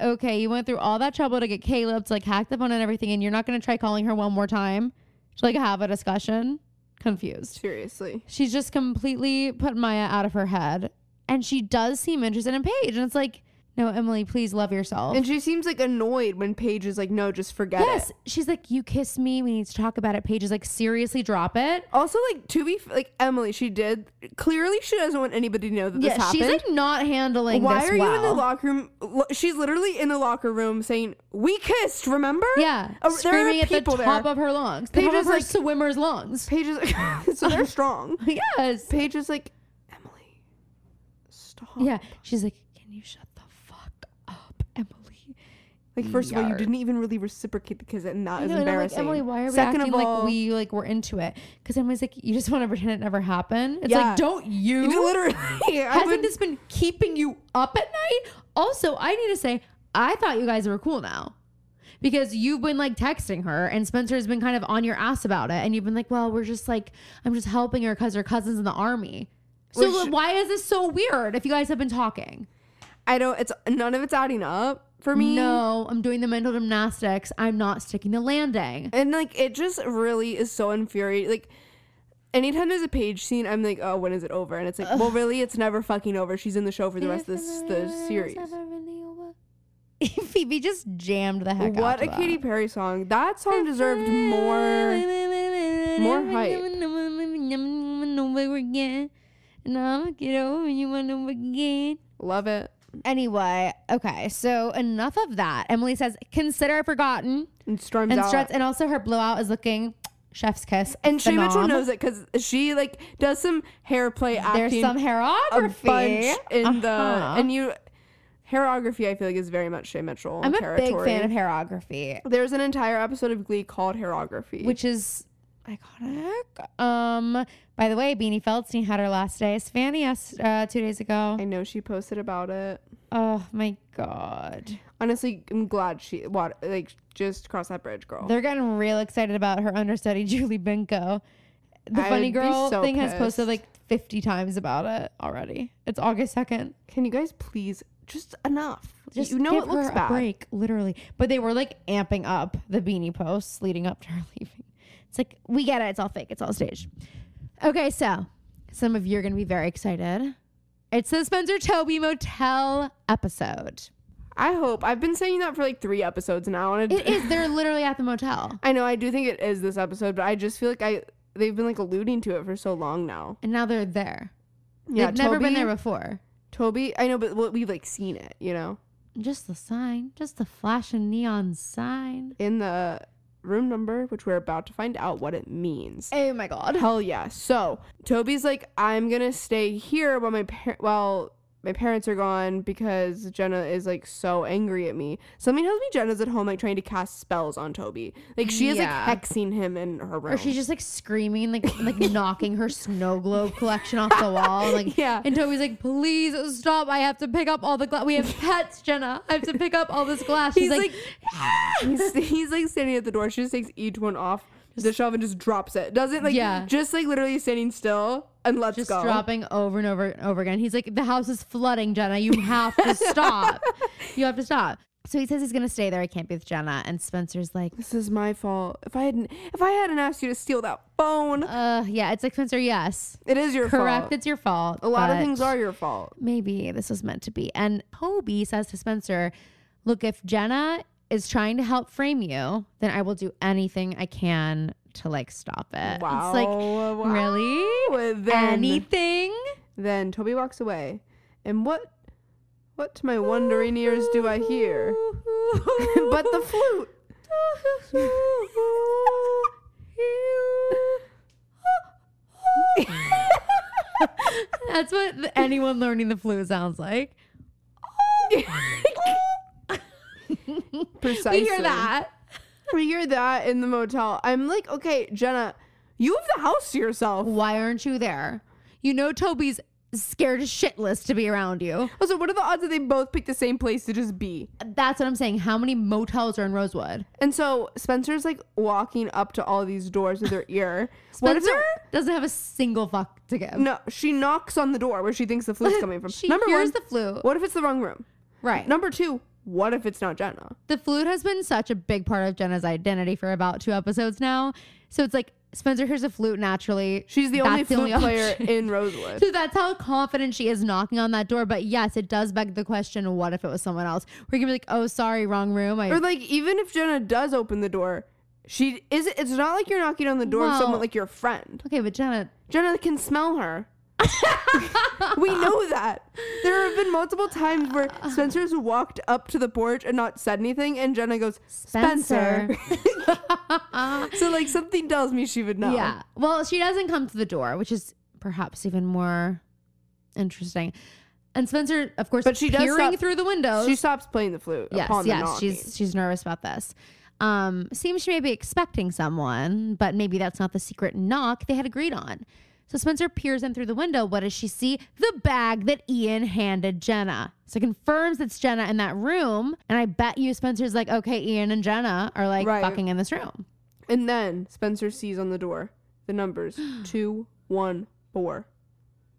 [SPEAKER 1] okay, you went through all that trouble to get Caleb to like hack the phone and everything, and you're not gonna try calling her one more time to like have a discussion. Confused.
[SPEAKER 2] Seriously.
[SPEAKER 1] She's just completely put Maya out of her head. And she does seem interested in Paige. And it's like, no, Emily, please love yourself.
[SPEAKER 2] And she seems like annoyed when Paige is like, no, just forget
[SPEAKER 1] yes.
[SPEAKER 2] it.
[SPEAKER 1] She's like, you kiss me. We need to talk about it. Paige is like, seriously, drop it.
[SPEAKER 2] Also, like, to be f- like, Emily, she did. Clearly, she doesn't want anybody to know that this
[SPEAKER 1] Yeah,
[SPEAKER 2] happened.
[SPEAKER 1] she's like not handling
[SPEAKER 2] Why
[SPEAKER 1] this
[SPEAKER 2] are you in the
[SPEAKER 1] well.
[SPEAKER 2] locker room? Lo- She's literally in the locker room saying, "We kissed." Remember?
[SPEAKER 1] Yeah,
[SPEAKER 2] Oh, there are
[SPEAKER 1] screaming at the
[SPEAKER 2] people
[SPEAKER 1] top
[SPEAKER 2] there.
[SPEAKER 1] of her lungs. The
[SPEAKER 2] Paige
[SPEAKER 1] top of
[SPEAKER 2] is
[SPEAKER 1] her
[SPEAKER 2] like-
[SPEAKER 1] swimmer's lungs.
[SPEAKER 2] Paige
[SPEAKER 1] [LAUGHS]
[SPEAKER 2] is [LAUGHS] so they're strong.
[SPEAKER 1] yes.
[SPEAKER 2] Paige is like, Emily, stop.
[SPEAKER 1] Yeah. She's like, can you shut the fuck up, Emily?
[SPEAKER 2] Like first of all, you
[SPEAKER 1] Yar.
[SPEAKER 2] didn't even really reciprocate the kiss, and that is
[SPEAKER 1] I know, and I'm like,
[SPEAKER 2] embarrassing.
[SPEAKER 1] Emily, why are we
[SPEAKER 2] Second
[SPEAKER 1] acting
[SPEAKER 2] of
[SPEAKER 1] like
[SPEAKER 2] all,
[SPEAKER 1] we like were into it? Because Emily's like, you just want to pretend it never happened. It's
[SPEAKER 2] Yeah.
[SPEAKER 1] like, don't you?
[SPEAKER 2] You [LAUGHS] literally, I
[SPEAKER 1] Hasn't
[SPEAKER 2] would,
[SPEAKER 1] this been keeping you up at night? Also, I need to say, I thought you guys were cool now. Because you've been like texting her, and Spencer's been kind of on your ass about it, and you've been like, "Well, we're just like, I'm just helping her because her cousin's in the army." So
[SPEAKER 2] Which-
[SPEAKER 1] like, why is this so weird? If you guys have been talking,
[SPEAKER 2] I don't. It's none of it's adding up for me.
[SPEAKER 1] no, I'm doing the mental gymnastics. I'm not sticking the landing.
[SPEAKER 2] and like it just really is so infuriating. Like anytime there's a page scene, I'm like, oh, when is it over? And it's like, well, really, it's never fucking over. She's in the show for the rest of this the series.
[SPEAKER 1] [LAUGHS] Phoebe just jammed the heck out
[SPEAKER 2] What
[SPEAKER 1] of
[SPEAKER 2] a
[SPEAKER 1] that.
[SPEAKER 2] Katy Perry song! That song deserved more. more hype. Love it.
[SPEAKER 1] Anyway, okay, so enough of that. Emily says, "Consider it forgotten,"
[SPEAKER 2] And storms
[SPEAKER 1] and
[SPEAKER 2] out.
[SPEAKER 1] struts, and also her blowout is looking chef's kiss.
[SPEAKER 2] And Shay Mitchell
[SPEAKER 1] phenom.
[SPEAKER 2] knows it because she like does some hair play
[SPEAKER 1] there's
[SPEAKER 2] acting
[SPEAKER 1] some
[SPEAKER 2] a
[SPEAKER 1] hairography.
[SPEAKER 2] bunch in the
[SPEAKER 1] Uh-huh.
[SPEAKER 2] and you hairography. I feel like is very much Shay Mitchell.
[SPEAKER 1] I'm a
[SPEAKER 2] territory.
[SPEAKER 1] big fan of hairography,
[SPEAKER 2] There's an entire episode of Glee called hairography.
[SPEAKER 1] which is iconic. Um, by the way, Beanie Feldstein had her last day as Fanny yes, uh, two days ago.
[SPEAKER 2] I know she posted about it.
[SPEAKER 1] Oh my god.
[SPEAKER 2] Honestly, I'm glad she wa- like just crossed that bridge, girl.
[SPEAKER 1] They're getting real excited about her understudy [LAUGHS] Julie Benko. The
[SPEAKER 2] I
[SPEAKER 1] funny
[SPEAKER 2] would be
[SPEAKER 1] girl
[SPEAKER 2] so
[SPEAKER 1] thing has posted
[SPEAKER 2] pissed.
[SPEAKER 1] like 50 times about it already. It's August 2nd.
[SPEAKER 2] Can you guys please just enough?
[SPEAKER 1] Just
[SPEAKER 2] you know
[SPEAKER 1] give
[SPEAKER 2] it looks
[SPEAKER 1] her
[SPEAKER 2] bad.
[SPEAKER 1] a break, literally. But they were like amping up the beanie posts leading up to her [LAUGHS] leaving. It's like we get it. It's all fake. It's all staged. Okay, so some of you are gonna be very excited. It's the Spencer Toby Motel episode.
[SPEAKER 2] I hope. I've been saying that for like three episodes now, and it,
[SPEAKER 1] It is. They're literally at the motel.
[SPEAKER 2] I know I do think it is this episode, but I just feel like I they've been like alluding to it for so long now.
[SPEAKER 1] and now they're there.
[SPEAKER 2] Yeah,
[SPEAKER 1] They've never been
[SPEAKER 2] Toby-
[SPEAKER 1] there before.
[SPEAKER 2] Toby, I know, but what we've like seen it, you know,
[SPEAKER 1] Just the sign, just the flashing neon sign.
[SPEAKER 2] in the room number, which we're about to find out what it means.
[SPEAKER 1] Oh my god!
[SPEAKER 2] Hell yeah! So Toby's like, I'm gonna stay here while my par- while my parents are gone because Jenna is like so angry at me. Something tells me Jenna's at home like trying to cast spells on Toby. Like she is
[SPEAKER 1] Yeah.
[SPEAKER 2] like hexing him in her room.
[SPEAKER 1] Or she's just like screaming, like like
[SPEAKER 2] [LAUGHS]
[SPEAKER 1] knocking her snow globe collection off the wall. Like
[SPEAKER 2] Yeah.
[SPEAKER 1] And Toby's like, please stop! I have to pick up all the glass. We have pets, Jenna. I have to pick up all this glass. She's
[SPEAKER 2] He's
[SPEAKER 1] like,
[SPEAKER 2] like, [LAUGHS] he's, he's like standing at the door. She just takes each one off the shelf and just drops it. Doesn't like
[SPEAKER 1] Yeah.
[SPEAKER 2] just like literally standing still and let's
[SPEAKER 1] just
[SPEAKER 2] go.
[SPEAKER 1] dropping over and over and over again. He's like, the house is flooding, Jenna. You have to stop. you have to stop. So he says he's gonna stay there. I can't be with Jenna. And Spencer's like,
[SPEAKER 2] This is my fault. If I hadn't if I hadn't asked you to steal that phone,
[SPEAKER 1] uh, yeah. It's like Spencer, yes,
[SPEAKER 2] it is your
[SPEAKER 1] correct.
[SPEAKER 2] fault.
[SPEAKER 1] It's your fault.
[SPEAKER 2] A lot of
[SPEAKER 1] but-
[SPEAKER 2] things are your fault.
[SPEAKER 1] maybe this was meant to be. And Toby says to Spencer, Look, if Jenna is trying to help frame you, then I will do anything I can to like stop it.
[SPEAKER 2] Wow.
[SPEAKER 1] It's like
[SPEAKER 2] wow.
[SPEAKER 1] really
[SPEAKER 2] Then,
[SPEAKER 1] anything.
[SPEAKER 2] then Toby walks away. And what what to my wondering ears do I hear? [LAUGHS] but the flute.
[SPEAKER 1] [LAUGHS]
[SPEAKER 2] [LAUGHS]
[SPEAKER 1] That's what th- anyone learning the flute sounds
[SPEAKER 2] [LAUGHS]
[SPEAKER 1] like. [LAUGHS]
[SPEAKER 2] Precisely.
[SPEAKER 1] We hear that.
[SPEAKER 2] We hear that in the motel. I'm like, okay, Jenna, you have the house to yourself.
[SPEAKER 1] Why aren't you there? You know Toby's scared shitless to be around you.
[SPEAKER 2] Also, what are the odds that they both pick the same place to just be?
[SPEAKER 1] That's what I'm saying. How many motels are in Rosewood?
[SPEAKER 2] And so Spencer's like walking up to all these doors with her [LAUGHS] ear. What if
[SPEAKER 1] Spencer
[SPEAKER 2] it-
[SPEAKER 1] doesn't have a single fuck to give.
[SPEAKER 2] No, she knocks on the door where she thinks the flute's coming from.
[SPEAKER 1] [LAUGHS] She
[SPEAKER 2] Number
[SPEAKER 1] hears
[SPEAKER 2] one,
[SPEAKER 1] the flute.
[SPEAKER 2] what if it's the wrong room?
[SPEAKER 1] Right.
[SPEAKER 2] Number two, what if it's not Jenna?
[SPEAKER 1] the flute has been such a big part of Jenna's identity for about two episodes now. So it's like Spencer hears a flute naturally.
[SPEAKER 2] She's the
[SPEAKER 1] That's
[SPEAKER 2] only flute player
[SPEAKER 1] option.
[SPEAKER 2] in Rosewood.
[SPEAKER 1] So that's how confident she is knocking on that door. But yes, it does beg the question: What if it was someone else? We're gonna be like, "Oh, sorry, wrong room." I
[SPEAKER 2] Or like, even if Jenna does open the door, she is. It's not like you're knocking on the door of
[SPEAKER 1] Well-
[SPEAKER 2] someone like your friend.
[SPEAKER 1] okay, but Jenna,
[SPEAKER 2] Jenna can smell
[SPEAKER 1] [LAUGHS]
[SPEAKER 2] her. we know that. There have been multiple times where Spencer's walked up to the porch and not said anything, and Jenna goes, Spencer. [LAUGHS] so, like, something tells me she would know.
[SPEAKER 1] Yeah. Well, she doesn't come to the door, which is perhaps even more interesting. And Spencer, of course,
[SPEAKER 2] But she does
[SPEAKER 1] peering
[SPEAKER 2] stop-
[SPEAKER 1] through the windows.
[SPEAKER 2] She stops playing the flute
[SPEAKER 1] yes,
[SPEAKER 2] upon the
[SPEAKER 1] yes,
[SPEAKER 2] knocking.
[SPEAKER 1] she's she's nervous about this. Um, seems she may be expecting someone, but maybe that's not the secret knock they had agreed on. So Spencer peers in through the window. What does she see? The bag that Ian handed Jenna. So confirms it's Jenna in that room. And I bet you Spencer's like, okay, Ian and Jenna are like
[SPEAKER 2] Right.
[SPEAKER 1] fucking in this room.
[SPEAKER 2] And then Spencer sees on the door
[SPEAKER 1] [GASPS]
[SPEAKER 2] the numbers two, one, four.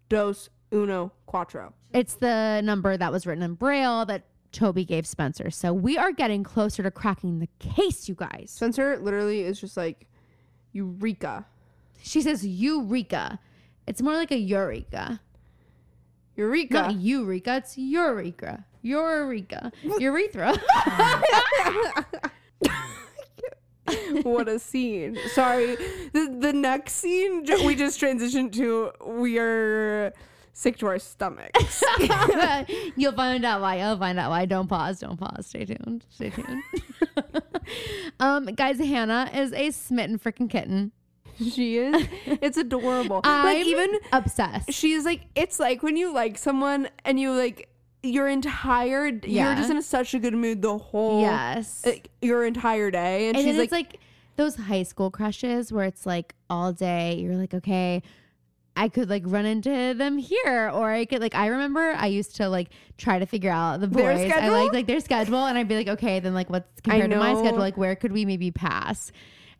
[SPEAKER 2] Dos, uno, cuatro.
[SPEAKER 1] It's the number that was written in Braille that Toby gave Spencer. So we are getting closer to cracking the case, you guys.
[SPEAKER 2] Spencer literally is just like, Eureka.
[SPEAKER 1] She says Eureka. It's more like a Eureka.
[SPEAKER 2] Eureka.
[SPEAKER 1] Not Eureka, it's Eureka. Eureka. Urethra. [LAUGHS]
[SPEAKER 2] [LAUGHS] what a scene. Sorry. The, the next scene, ju- we just transitioned to we are sick to
[SPEAKER 1] [LAUGHS]
[SPEAKER 2] our stomachs.
[SPEAKER 1] You'll find out why. You'll find out why. Don't pause. Don't pause. Stay tuned. Stay tuned. [LAUGHS] um, guys, Hannah is a smitten freaking kitten.
[SPEAKER 2] she is. It's adorable.
[SPEAKER 1] I'm
[SPEAKER 2] like, even
[SPEAKER 1] obsessed.
[SPEAKER 2] she's like, it's like when you like someone and you like, your entire, you're
[SPEAKER 1] Yeah.
[SPEAKER 2] just in such a good mood the whole,
[SPEAKER 1] yes.
[SPEAKER 2] like, your entire day. And,
[SPEAKER 1] and
[SPEAKER 2] she's
[SPEAKER 1] then
[SPEAKER 2] like,
[SPEAKER 1] it's like those high school crushes where it's like all day you're like okay i could like run into them here or i could like i remember i used to like try to figure out the
[SPEAKER 2] Their
[SPEAKER 1] boys i
[SPEAKER 2] schedule?
[SPEAKER 1] liked like their schedule and i'd be like okay then like what's compared to my
[SPEAKER 2] know.
[SPEAKER 1] schedule like where could we maybe pass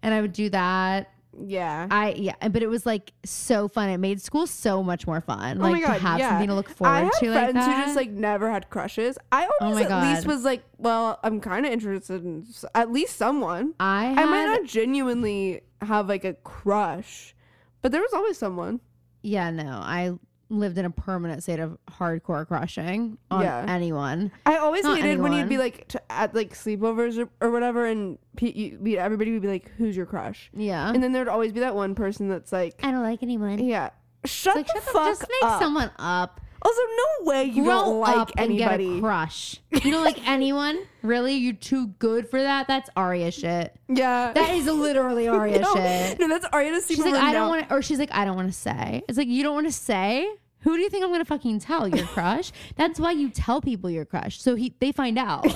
[SPEAKER 1] and i would do that
[SPEAKER 2] yeah.
[SPEAKER 1] i yeah but it was like so fun it made school so much more fun
[SPEAKER 2] Oh
[SPEAKER 1] like
[SPEAKER 2] my
[SPEAKER 1] to
[SPEAKER 2] God,
[SPEAKER 1] have
[SPEAKER 2] yeah.
[SPEAKER 1] something to look forward
[SPEAKER 2] I have
[SPEAKER 1] to
[SPEAKER 2] friends
[SPEAKER 1] like that. Oh
[SPEAKER 2] who just like never had crushes. I always
[SPEAKER 1] my
[SPEAKER 2] at least
[SPEAKER 1] God.
[SPEAKER 2] was like, well, I'm kind of interested in s- at least someone.
[SPEAKER 1] i had,
[SPEAKER 2] I might not genuinely have like a crush, but there was always someone.
[SPEAKER 1] yeah no i lived in a permanent state of hardcore crushing on
[SPEAKER 2] Yeah.
[SPEAKER 1] anyone
[SPEAKER 2] I always
[SPEAKER 1] Not
[SPEAKER 2] hated when you'd be
[SPEAKER 1] anyone.
[SPEAKER 2] like to, at like sleepovers or, or whatever, and pe- you, be- everybody would be like, "Who's your crush?"
[SPEAKER 1] yeah
[SPEAKER 2] And then there'd always be that one person that's like,
[SPEAKER 1] I don't like anyone.
[SPEAKER 2] "Yeah, shut
[SPEAKER 1] like,
[SPEAKER 2] the
[SPEAKER 1] shut the,
[SPEAKER 2] fuck
[SPEAKER 1] just make
[SPEAKER 2] up."
[SPEAKER 1] someone up.
[SPEAKER 2] also, no way you
[SPEAKER 1] Grow
[SPEAKER 2] don't like
[SPEAKER 1] up
[SPEAKER 2] anybody.
[SPEAKER 1] and get a
[SPEAKER 2] [LAUGHS]
[SPEAKER 1] crush. You don't like anyone? Really? You too good for that? That's Aria shit.
[SPEAKER 2] yeah,
[SPEAKER 1] That is literally Aria
[SPEAKER 2] [LAUGHS] no,
[SPEAKER 1] shit.
[SPEAKER 2] no, that's Ariana.
[SPEAKER 1] She's like, I don't want to, or she's like, I don't want to say. It's like, you don't want to say? Who do you think I'm gonna fucking tell? Your crush? That's why you tell people your crush, so he they find out.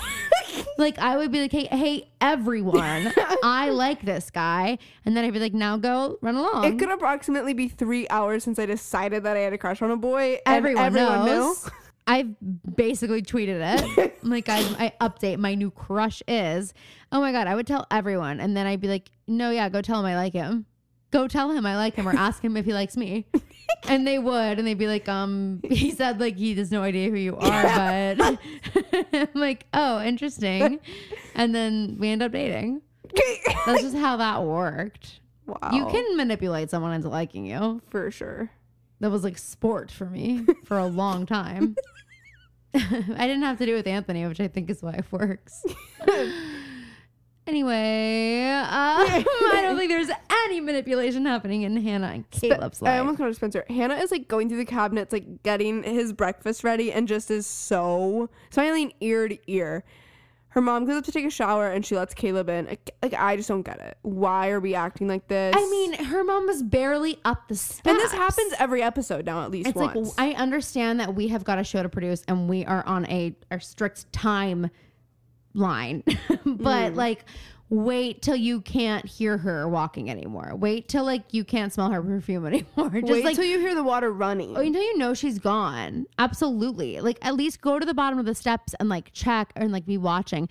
[SPEAKER 1] like I would be like, hey, hey, everyone, I like this guy, and then I'd be like, now go run along.
[SPEAKER 2] It could approximately be three hours since I decided that I had a crush on a boy. and
[SPEAKER 1] everyone,
[SPEAKER 2] everyone knew. [LAUGHS]
[SPEAKER 1] knows. [LAUGHS] I've basically tweeted it. I'm like I, I update my new crush is. Oh my god, I would tell everyone, and then I'd be like, no, yeah, go tell him I like him. Go tell him I like him, or ask him if he likes me. and they would, and they'd be like, um, [LAUGHS] he said like he has no idea who you are, but [LAUGHS] I'm like, oh, interesting. And then we end up dating. That's just how that worked.
[SPEAKER 2] wow.
[SPEAKER 1] You can manipulate someone into liking you
[SPEAKER 2] for sure.
[SPEAKER 1] that was like sport for
[SPEAKER 2] [LAUGHS]
[SPEAKER 1] me for a long time. [LAUGHS]
[SPEAKER 2] [LAUGHS]
[SPEAKER 1] I didn't have to do it with Anthony, which I think is why it works. Anyway, um, [LAUGHS] I don't think there's any manipulation happening in Hannah and Caleb's
[SPEAKER 2] I
[SPEAKER 1] life.
[SPEAKER 2] almost called her Spencer. Hannah is like going through the cabinets, like getting his breakfast ready, and just is so smiling ear to ear. Her mom goes up to take a shower, and she lets Caleb in. Like, like, I just don't get it. Why are we acting like this?
[SPEAKER 1] I mean, her mom was barely up the steps.
[SPEAKER 2] and this happens every episode now, at least
[SPEAKER 1] It's
[SPEAKER 2] once.
[SPEAKER 1] like I understand that we have got a show to produce and we are on a, a strict time line, [LAUGHS] but
[SPEAKER 2] Mm.
[SPEAKER 1] like wait till you can't hear her walking anymore. Wait till like you can't smell her perfume anymore. [LAUGHS] Just
[SPEAKER 2] Wait
[SPEAKER 1] like
[SPEAKER 2] till you hear the water running.
[SPEAKER 1] until you know she's gone. Absolutely. Like at least go to the bottom of the steps and like check and like be watching.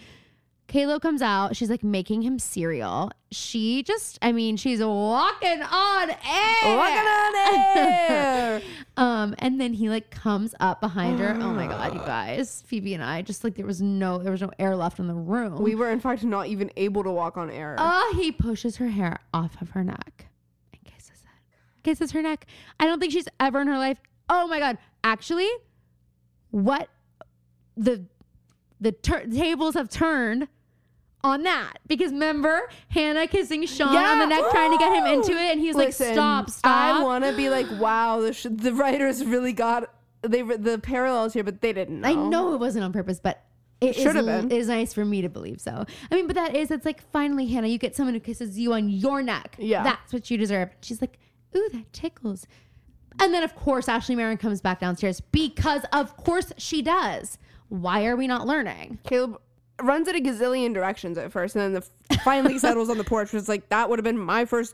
[SPEAKER 1] Kaylo comes out. She's like making him cereal. She just, I mean, she's walking on air. [LAUGHS]
[SPEAKER 2] Walking on air.
[SPEAKER 1] Um, and then he like comes up behind her. Oh my
[SPEAKER 2] [GASPS]
[SPEAKER 1] god, you guys, Phoebe and I just like there was no there was no air left in the room.
[SPEAKER 2] we were in fact not even able to walk on air.
[SPEAKER 1] oh, he pushes her hair off of her neck and kisses it. Kisses her neck. I don't think she's ever in her life. Oh my god, actually, what the the tur- tables have turned on that because remember Hannah kissing Sean on the
[SPEAKER 2] Yeah.
[SPEAKER 1] neck trying to get him into it and he's like
[SPEAKER 2] Listen,
[SPEAKER 1] stop stop
[SPEAKER 2] I want to be like, wow, the, sh- the writers really got they re- the parallels here, but they didn't. Know.
[SPEAKER 1] I know it wasn't on purpose, but it
[SPEAKER 2] Should have
[SPEAKER 1] is-
[SPEAKER 2] Oh. been.
[SPEAKER 1] is nice for me to believe so. I mean, but that is, it's like finally, Hannah, you get someone who kisses you on your neck.
[SPEAKER 2] Yeah.
[SPEAKER 1] That's what you deserve. She's like, ooh, that tickles. And then, of course, Ashley Marin comes back downstairs because, of course, she does. Why are we not learning?
[SPEAKER 2] Caleb runs it a gazillion directions at first, and then the,
[SPEAKER 1] [LAUGHS]
[SPEAKER 2] finally settles on the porch. Was like that would have been my first,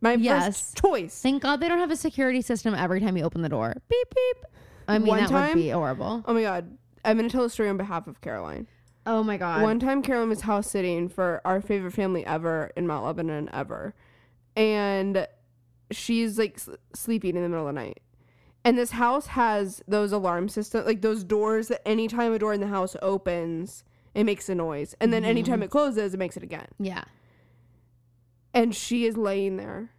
[SPEAKER 2] my
[SPEAKER 1] Yes.
[SPEAKER 2] first choice.
[SPEAKER 1] Thank God they don't have a security system every time you open the door. Beep, beep. I mean,
[SPEAKER 2] One
[SPEAKER 1] that
[SPEAKER 2] time-
[SPEAKER 1] would be horrible.
[SPEAKER 2] Oh my god, I'm gonna tell a story on behalf of Caroline.
[SPEAKER 1] Oh my God.
[SPEAKER 2] One time, Carolyn was house sitting for our favorite family ever in Mount Lebanon ever, and she's like s- sleeping in the middle of the night. And this house has those alarm system, like those doors that anytime a door in the house opens, it makes a noise, and then
[SPEAKER 1] Mm-hmm.
[SPEAKER 2] anytime it closes, it makes it again.
[SPEAKER 1] yeah.
[SPEAKER 2] And she is laying there,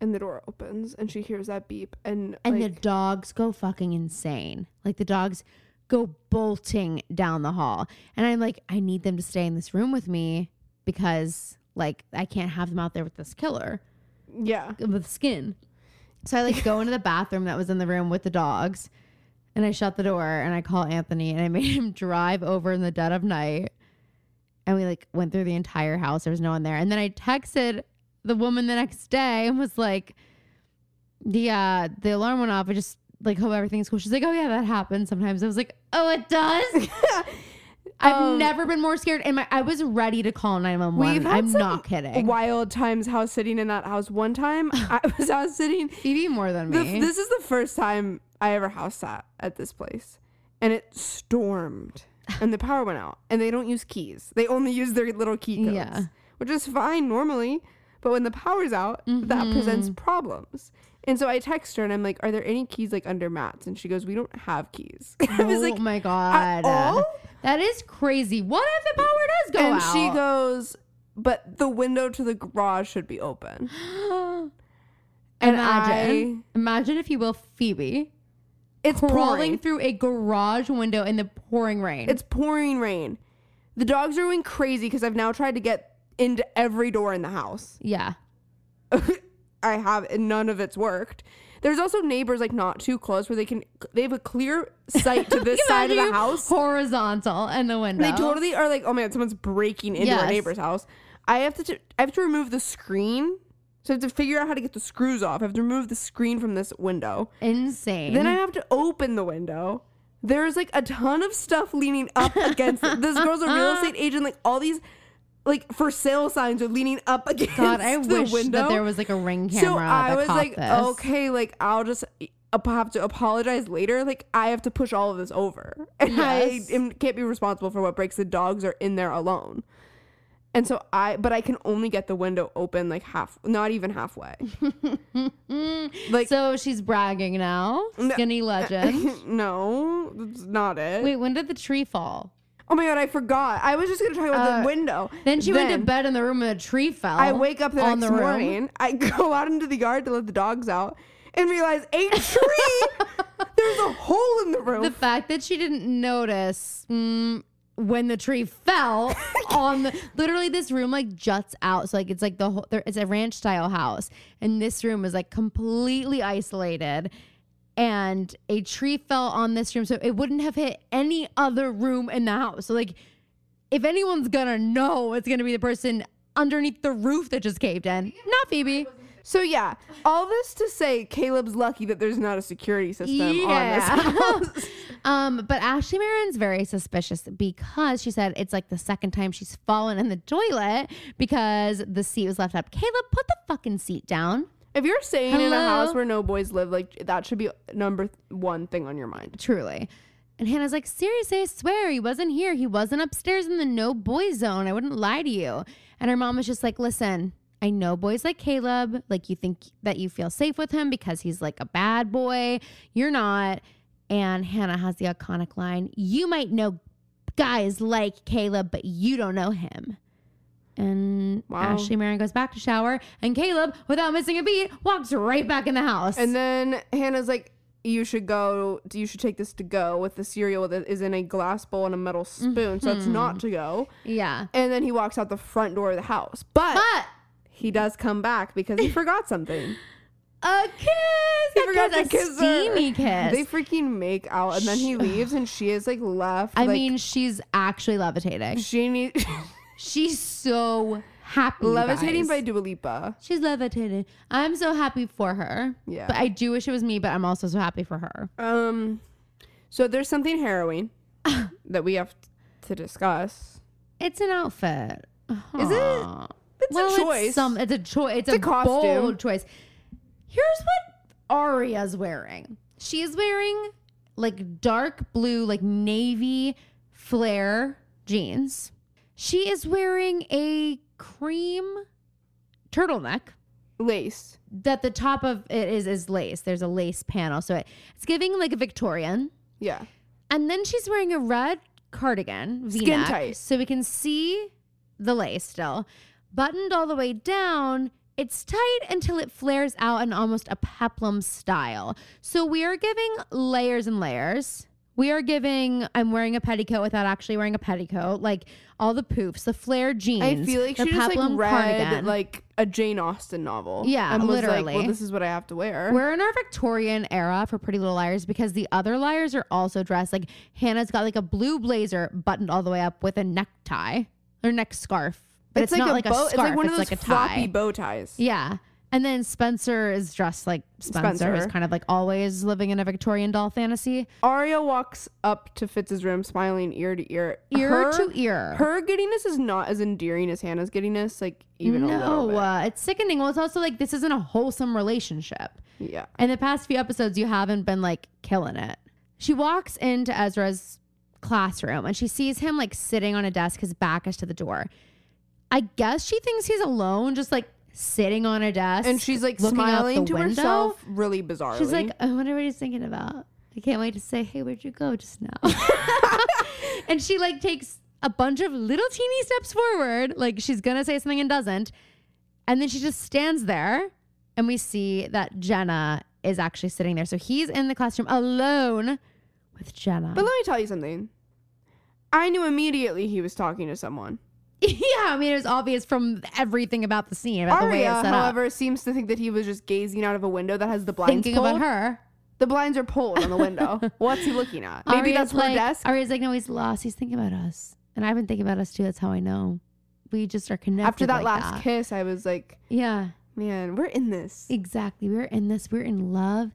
[SPEAKER 2] and the door opens, and she hears that beep, and
[SPEAKER 1] And
[SPEAKER 2] like,
[SPEAKER 1] the dogs go fucking insane. Like the dogs go bolting down the hall. And I'm like, I need them to stay in this room with me because like I can't have them out there with this killer
[SPEAKER 2] yeah,
[SPEAKER 1] with skin. So I like go into the bathroom that was in the room with the dogs and I shut the door and I call Anthony and I made him [LAUGHS] drive over in the dead of night. And we like went through the entire house. There was no one there. And then I texted the woman the next day and was like, the uh the alarm went off. I just like hope everything's cool. She's like, Oh yeah, that happens sometimes. I was like, Oh, it
[SPEAKER 2] [LAUGHS]
[SPEAKER 1] does? I've
[SPEAKER 2] Um,
[SPEAKER 1] never been more scared. And my I was ready to call nine one
[SPEAKER 2] We've
[SPEAKER 1] one.
[SPEAKER 2] had
[SPEAKER 1] I'm
[SPEAKER 2] some
[SPEAKER 1] not kidding.
[SPEAKER 2] wild times house sitting in that house.
[SPEAKER 1] [LAUGHS]
[SPEAKER 2] One time, I was house sitting.
[SPEAKER 1] Phoebe more than
[SPEAKER 2] The-
[SPEAKER 1] me.
[SPEAKER 2] this is the first time I ever house sat at this place, and
[SPEAKER 1] [LAUGHS]
[SPEAKER 2] it stormed, and the power went out, and they don't use keys; they only use their little key codes,
[SPEAKER 1] Yeah.
[SPEAKER 2] which is fine normally. But when the power's out,
[SPEAKER 1] Mm-hmm.
[SPEAKER 2] that presents problems. And so I text her, and I'm like, "Are there any keys like under mats?" And she goes, "We don't have keys." [LAUGHS] I was
[SPEAKER 1] oh
[SPEAKER 2] like,
[SPEAKER 1] my god,
[SPEAKER 2] all?
[SPEAKER 1] that is crazy. What if the power does go
[SPEAKER 2] and
[SPEAKER 1] out?
[SPEAKER 2] she goes, "But the window to the garage should be open." And
[SPEAKER 1] imagine, imagine if you will, Phoebe
[SPEAKER 2] I, it's pouring.
[SPEAKER 1] crawling through a garage window in the pouring rain.
[SPEAKER 2] It's pouring rain. The dogs are going crazy because I've now tried to get into every door in the house. [LAUGHS]
[SPEAKER 1] yeah,
[SPEAKER 2] I have, and none of it's worked. There's also neighbors like not too close where they can they have a clear
[SPEAKER 1] [LAUGHS]
[SPEAKER 2] sight to this side of
[SPEAKER 1] Imagine
[SPEAKER 2] the
[SPEAKER 1] you
[SPEAKER 2] house.
[SPEAKER 1] horizontal in the window.
[SPEAKER 2] They totally are like, oh man, someone's breaking into our
[SPEAKER 1] Yes.
[SPEAKER 2] neighbor's house. I have to t- I have to remove the screen. So I have to figure out how to get the screws off. I have to remove the screen from this window.
[SPEAKER 1] insane.
[SPEAKER 2] Then I have to open the window. There's like a ton of stuff leaning up against it. This girl's
[SPEAKER 1] [LAUGHS]
[SPEAKER 2] a real estate agent. Like all these, like for sale signs are leaning up against
[SPEAKER 1] God, I
[SPEAKER 2] the
[SPEAKER 1] wish
[SPEAKER 2] window.
[SPEAKER 1] that there was like a ring camera.
[SPEAKER 2] so I
[SPEAKER 1] that
[SPEAKER 2] was
[SPEAKER 1] caught
[SPEAKER 2] like,
[SPEAKER 1] this.
[SPEAKER 2] okay, like I'll just e, ap- have to apologize later. Like I have to push all of this over, [LAUGHS] and
[SPEAKER 1] Yes.
[SPEAKER 2] I am, can't be responsible for what breaks. The dogs are in there alone, and so I. But I can only get the window open like half, not
[SPEAKER 1] [LAUGHS]
[SPEAKER 2] even halfway. [LAUGHS] like-
[SPEAKER 1] Mm. so she's bragging now, skinny
[SPEAKER 2] [LAUGHS]
[SPEAKER 1] legend.
[SPEAKER 2] no, that's not it.
[SPEAKER 1] Wait, when did the tree fall?
[SPEAKER 2] Oh my god, I forgot. I was just gonna talk about
[SPEAKER 1] Uh,
[SPEAKER 2] the window.
[SPEAKER 1] Then she went to bed in the room and a tree fell.
[SPEAKER 2] I wake up the
[SPEAKER 1] on
[SPEAKER 2] next
[SPEAKER 1] the room.
[SPEAKER 2] morning. I [LAUGHS] go out into the yard to let the dogs out and realize
[SPEAKER 1] [LAUGHS]
[SPEAKER 2] a tree. There's a hole in the roof.
[SPEAKER 1] The fact that she didn't notice, mm, when the tree fell on the literally this room like juts out so like it's like the whole there, it's a ranch style house and this room is like completely isolated and a tree fell on this room so it wouldn't have hit any other room in the house so like if anyone's gonna know it's gonna be the person underneath the roof that just caved in not phoebe
[SPEAKER 2] So yeah, all this to say, Caleb's lucky that there's not a security
[SPEAKER 1] [LAUGHS]
[SPEAKER 2] system on this [LAUGHS] house.
[SPEAKER 1] um, but Ashley Marin's very suspicious because she said it's like the second time she's fallen in the toilet because the seat was left up. Caleb, put the fucking seat down.
[SPEAKER 2] If you're staying in a
[SPEAKER 1] Hello?
[SPEAKER 2] house where no boys live, like that should be number th- one thing on your mind.
[SPEAKER 1] Truly. And Hannah's like, seriously, I swear he wasn't here. He wasn't upstairs in the no boy zone. I wouldn't lie to you. And her mom was just like, listen, I know boys like Caleb. Like, you think that you feel safe with him because he's like a bad boy. You're not. And Hannah has the iconic line, you might know guys like Caleb, but you don't know him. And
[SPEAKER 2] Wow.
[SPEAKER 1] Ashley Marin goes back to shower, and Caleb, without missing a beat, walks right back in the house.
[SPEAKER 2] And then Hannah's like, "You should go. You should take this to go with the cereal that is in a glass bowl and a metal spoon, so it's
[SPEAKER 1] Mm-hmm.
[SPEAKER 2] not to go."
[SPEAKER 1] yeah.
[SPEAKER 2] And then he walks out the front door of the house, but,
[SPEAKER 1] But
[SPEAKER 2] he does come back because
[SPEAKER 1] [LAUGHS]
[SPEAKER 2] he forgot something.
[SPEAKER 1] A kiss.
[SPEAKER 2] He
[SPEAKER 1] A
[SPEAKER 2] forgot
[SPEAKER 1] kiss,
[SPEAKER 2] to kiss
[SPEAKER 1] a steamy
[SPEAKER 2] her.
[SPEAKER 1] kiss.
[SPEAKER 2] [LAUGHS] They freaking make out, and then he leaves, and she is like left.
[SPEAKER 1] I
[SPEAKER 2] like,
[SPEAKER 1] mean, she's actually levitating.
[SPEAKER 2] she [LAUGHS] needs
[SPEAKER 1] She's so happy. you
[SPEAKER 2] levitating by
[SPEAKER 1] guys.
[SPEAKER 2] Dua Lipa.
[SPEAKER 1] She's levitating. I'm so happy for her.
[SPEAKER 2] Yeah.
[SPEAKER 1] But I do wish it was me, but I'm also so happy for her.
[SPEAKER 2] Um, so there's something
[SPEAKER 1] [LAUGHS]
[SPEAKER 2] harrowing that we have to discuss.
[SPEAKER 1] It's an outfit.
[SPEAKER 2] Is it?
[SPEAKER 1] Aw.
[SPEAKER 2] It's a
[SPEAKER 1] well,
[SPEAKER 2] choice.
[SPEAKER 1] It's, some, it's a choice. It's,
[SPEAKER 2] It's
[SPEAKER 1] a
[SPEAKER 2] a costume.
[SPEAKER 1] bold choice. Here's what Aria's wearing. She's wearing like dark blue, like navy flare jeans. She is wearing a cream turtleneck
[SPEAKER 2] Lace.
[SPEAKER 1] that the top of it is is lace. There's a lace panel, so it, it's giving like a Victorian.
[SPEAKER 2] Yeah.
[SPEAKER 1] And then she's wearing a red cardigan,
[SPEAKER 2] Skin
[SPEAKER 1] V-neck,
[SPEAKER 2] tight.
[SPEAKER 1] so we can see the lace still, buttoned all the way down. It's tight until it flares out in almost a peplum style. So we are giving layers and layers. We are giving. I'm wearing a petticoat without actually wearing a petticoat. Like all the poofs, the flare jeans.
[SPEAKER 2] I feel like
[SPEAKER 1] the
[SPEAKER 2] she just like
[SPEAKER 1] peplum
[SPEAKER 2] read
[SPEAKER 1] cardigan.
[SPEAKER 2] like a Jane Austen novel.
[SPEAKER 1] Yeah,
[SPEAKER 2] and was Like,
[SPEAKER 1] literally.
[SPEAKER 2] well, this is what I have to wear.
[SPEAKER 1] We're in our Victorian era for Pretty Little Liars because the other liars are also dressed like Hannah's got like a blue blazer buttoned all the way up with a necktie or neck scarf, but it's, not like a
[SPEAKER 2] bow.
[SPEAKER 1] scarf.
[SPEAKER 2] It's like one of those
[SPEAKER 1] like a tie.
[SPEAKER 2] floppy bow ties.
[SPEAKER 1] Yeah. And then Spencer is dressed like Spencer,
[SPEAKER 2] Spencer.
[SPEAKER 1] is kind of like always living in a Victorian doll fantasy,
[SPEAKER 2] Aria walks up to Fitz's room, smiling ear to ear.
[SPEAKER 1] ear
[SPEAKER 2] her,
[SPEAKER 1] to ear.
[SPEAKER 2] Her giddiness is not as endearing as Hannah's giddiness. Like even a little
[SPEAKER 1] no,
[SPEAKER 2] bit.
[SPEAKER 1] uh, it's sickening. Well, it's also like this isn't a wholesome relationship.
[SPEAKER 2] yeah.
[SPEAKER 1] In the past few episodes, you haven't been like killing it. She walks into Ezra's classroom and she sees him like sitting on a desk, his back is to the door. I guess she thinks he's alone, just like sitting on a desk.
[SPEAKER 2] And she's like
[SPEAKER 1] looking out the
[SPEAKER 2] smiling to
[SPEAKER 1] window.
[SPEAKER 2] herself, really bizarrely.
[SPEAKER 1] She's like, I wonder what he's thinking about. I can't wait to say, hey, where'd you go just now?
[SPEAKER 2] [LAUGHS]
[SPEAKER 1] and she like takes a bunch of little teeny steps forward, like she's gonna say something and doesn't. And then she just stands there, and we see that Jenna is actually sitting there. So he's in the classroom alone with Jenna.
[SPEAKER 2] But let me tell you something. I knew immediately he was talking to someone.
[SPEAKER 1] [LAUGHS] yeah, I mean, it was obvious from everything about the scene, about the way
[SPEAKER 2] Aria,
[SPEAKER 1] it's set up.
[SPEAKER 2] however, seems to think that he was just gazing out of a window that has the blinds
[SPEAKER 1] Thinking
[SPEAKER 2] pulled.
[SPEAKER 1] about her,
[SPEAKER 2] The blinds are pulled on
[SPEAKER 1] [LAUGHS]
[SPEAKER 2] the window. What's he looking at? Maybe
[SPEAKER 1] Aria's
[SPEAKER 2] that's her
[SPEAKER 1] like,
[SPEAKER 2] desk.
[SPEAKER 1] Aria's like, no, he's lost. He's thinking about us, and I've been thinking about us too. That's how I know. We just are connected.
[SPEAKER 2] After that
[SPEAKER 1] like
[SPEAKER 2] last kiss, I was like,
[SPEAKER 1] yeah,
[SPEAKER 2] man, we're in this.
[SPEAKER 1] exactly. We're in this. We're in love.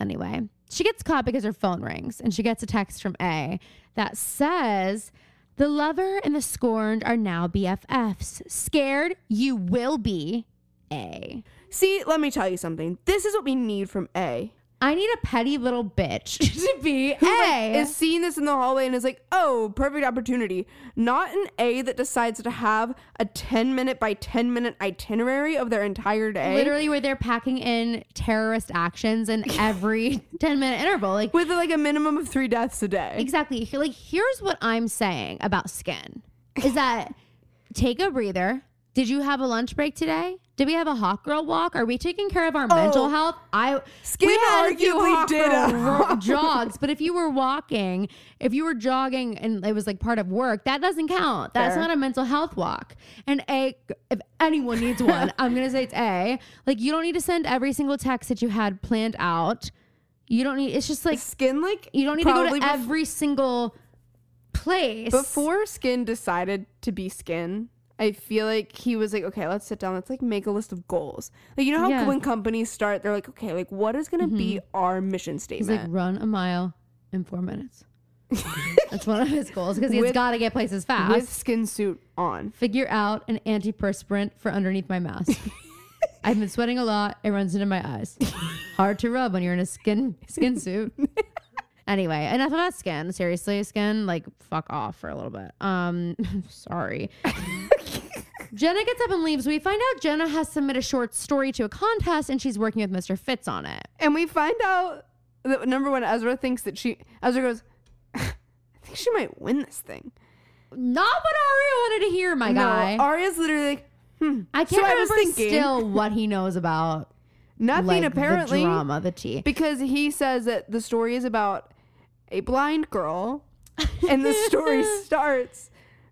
[SPEAKER 1] Anyway, she gets caught because her phone rings, and she gets a text from A that says. The lover and the scorned are now BFFs. Scared, you will be. A.
[SPEAKER 2] See, let me tell you something. This is what we need from A.
[SPEAKER 1] I need a petty little bitch [LAUGHS]
[SPEAKER 2] [LAUGHS]
[SPEAKER 1] to be A.
[SPEAKER 2] Who, like, is seeing this in the hallway and is like, oh, perfect opportunity. Not an A that decides to have a 10 minute by 10 minute itinerary of their entire day.
[SPEAKER 1] literally where they're packing in terrorist actions
[SPEAKER 2] [LAUGHS]
[SPEAKER 1] in every 10 minute interval like
[SPEAKER 2] With like a minimum of three deaths a day.
[SPEAKER 1] exactly
[SPEAKER 2] [LAUGHS]
[SPEAKER 1] Here- like here's what i'm saying about skin is that take a breather Did you have a lunch break today? Did we have a hot girl walk? Are we taking care of our mental
[SPEAKER 2] Oh.
[SPEAKER 1] health? I
[SPEAKER 2] Skin
[SPEAKER 1] we had a few
[SPEAKER 2] arguably
[SPEAKER 1] hot
[SPEAKER 2] did uh,
[SPEAKER 1] girl
[SPEAKER 2] a- [LAUGHS]
[SPEAKER 1] ro- jogs, but if you were walking, if you were jogging and it was like part of work, that doesn't count. That's
[SPEAKER 2] Fair.
[SPEAKER 1] not a mental health walk. And a, if anyone needs
[SPEAKER 2] [LAUGHS]
[SPEAKER 1] one, I'm gonna say it's a. Like you don't need to send every single text that you had planned out. You don't need. It's just like
[SPEAKER 2] Skin like
[SPEAKER 1] you don't need to go to
[SPEAKER 2] probably bef-
[SPEAKER 1] every single place
[SPEAKER 2] Before Skin decided to be Skin, I feel like he was like, okay, let's sit down. Let's like make a list of goals. Like, you know how
[SPEAKER 1] Yeah. Mm-hmm.
[SPEAKER 2] when companies start, they're like, okay, like what is going to be our mission
[SPEAKER 1] He's like,
[SPEAKER 2] statement?
[SPEAKER 1] run a mile in four
[SPEAKER 2] [LAUGHS]
[SPEAKER 1] minutes. That's one of his goals because he's
[SPEAKER 2] With-
[SPEAKER 1] got to get places fast.
[SPEAKER 2] With Skin suit on.
[SPEAKER 1] Figure out an antiperspirant for underneath my mask.
[SPEAKER 2] [LAUGHS]
[SPEAKER 1] I've been sweating a lot. It runs into my eyes. Hard to rub when you're in a skin skin
[SPEAKER 2] [LAUGHS]
[SPEAKER 1] suit. anyway, enough about skin. Seriously, skin like fuck off for a little bit. Um, [LAUGHS]
[SPEAKER 2] [LAUGHS]
[SPEAKER 1] sorry. Jenna gets up and leaves. We find out Jenna has submitted a short story to a contest and she's working with Mr. Fitz on it.
[SPEAKER 2] And we find out that number one, Ezra thinks that she, Ezra goes, [LAUGHS] I think she might win this thing.
[SPEAKER 1] Not what Aria wanted to hear, my guy.
[SPEAKER 2] No, Arya's literally like, hmm,
[SPEAKER 1] I can't
[SPEAKER 2] So I was
[SPEAKER 1] remember
[SPEAKER 2] thinking-
[SPEAKER 1] still what he knows about
[SPEAKER 2] nothing
[SPEAKER 1] like
[SPEAKER 2] apparently.
[SPEAKER 1] the drama, the tea.
[SPEAKER 2] Because he says that the story is about a blind girl, [LAUGHS] and the story
[SPEAKER 1] [LAUGHS]
[SPEAKER 2] starts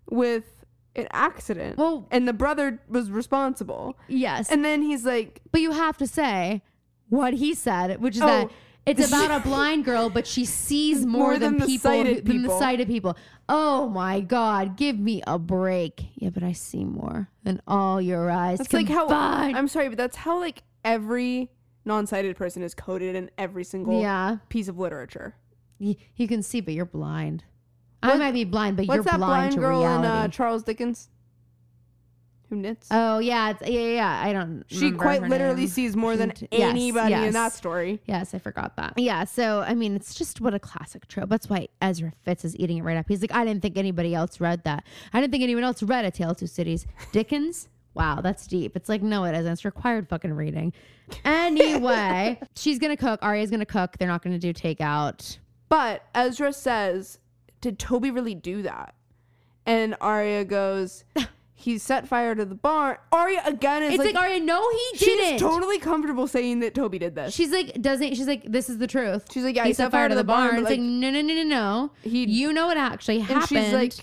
[SPEAKER 2] with an accident.
[SPEAKER 1] Well-
[SPEAKER 2] and the brother was responsible.
[SPEAKER 1] yes,
[SPEAKER 2] And then he's like,
[SPEAKER 1] but you have to say what he said, which is
[SPEAKER 2] Oh.
[SPEAKER 1] that
[SPEAKER 2] [LAUGHS]
[SPEAKER 1] it's about a blind girl, but she sees more,
[SPEAKER 2] More
[SPEAKER 1] than,
[SPEAKER 2] than the
[SPEAKER 1] people
[SPEAKER 2] sighted
[SPEAKER 1] who- than the
[SPEAKER 2] people.
[SPEAKER 1] sighted people. Oh my God, give me a break. Yeah, but I see more than all your eyes.
[SPEAKER 2] that's like how
[SPEAKER 1] combined.
[SPEAKER 2] I'm sorry, but that's how like every non-sighted person is coded in every single
[SPEAKER 1] yeah,
[SPEAKER 2] piece of literature.
[SPEAKER 1] you, you can see, but you're blind. I
[SPEAKER 2] What-
[SPEAKER 1] might be blind, but
[SPEAKER 2] What's
[SPEAKER 1] you're
[SPEAKER 2] that
[SPEAKER 1] blind,
[SPEAKER 2] blind
[SPEAKER 1] to
[SPEAKER 2] girl
[SPEAKER 1] reality.
[SPEAKER 2] in uh, Charles Dickens? Who knits?
[SPEAKER 1] oh yeah, it's, yeah, yeah, yeah. I don't.
[SPEAKER 2] she
[SPEAKER 1] remember
[SPEAKER 2] quite
[SPEAKER 1] her
[SPEAKER 2] literally
[SPEAKER 1] name.
[SPEAKER 2] sees more than
[SPEAKER 1] She- yes,
[SPEAKER 2] anybody in that
[SPEAKER 1] yes.
[SPEAKER 2] story.
[SPEAKER 1] Yes, I forgot that. Yeah, so I mean, it's just what a classic trope. That's why Ezra Fitz is eating it right up. He's like, I didn't think anybody else read that. I didn't think anyone else read A Tale of Two Cities. Dickens? Wow, that's deep. It's like, no, it isn't. It's required fucking reading.
[SPEAKER 2] [LAUGHS]
[SPEAKER 1] Anyway, she's gonna cook. Arya's gonna cook. They're not gonna do takeout.
[SPEAKER 2] But Ezra says, Did Toby really do that? And
[SPEAKER 1] [LAUGHS]
[SPEAKER 2] Arya goes, He set fire to the barn. Arya again is
[SPEAKER 1] It's like,
[SPEAKER 2] like,
[SPEAKER 1] Arya, no, he
[SPEAKER 2] she's
[SPEAKER 1] didn't.
[SPEAKER 2] totally comfortable saying that Toby did this.
[SPEAKER 1] She's like, doesn't she's like, this is the truth.
[SPEAKER 2] She's like, Yeah, he, set, fire to the barn.
[SPEAKER 1] It's
[SPEAKER 2] but,
[SPEAKER 1] like,
[SPEAKER 2] like,
[SPEAKER 1] no, no, no, no, no.
[SPEAKER 2] He-
[SPEAKER 1] you know what actually
[SPEAKER 2] and
[SPEAKER 1] happened.
[SPEAKER 2] she's like,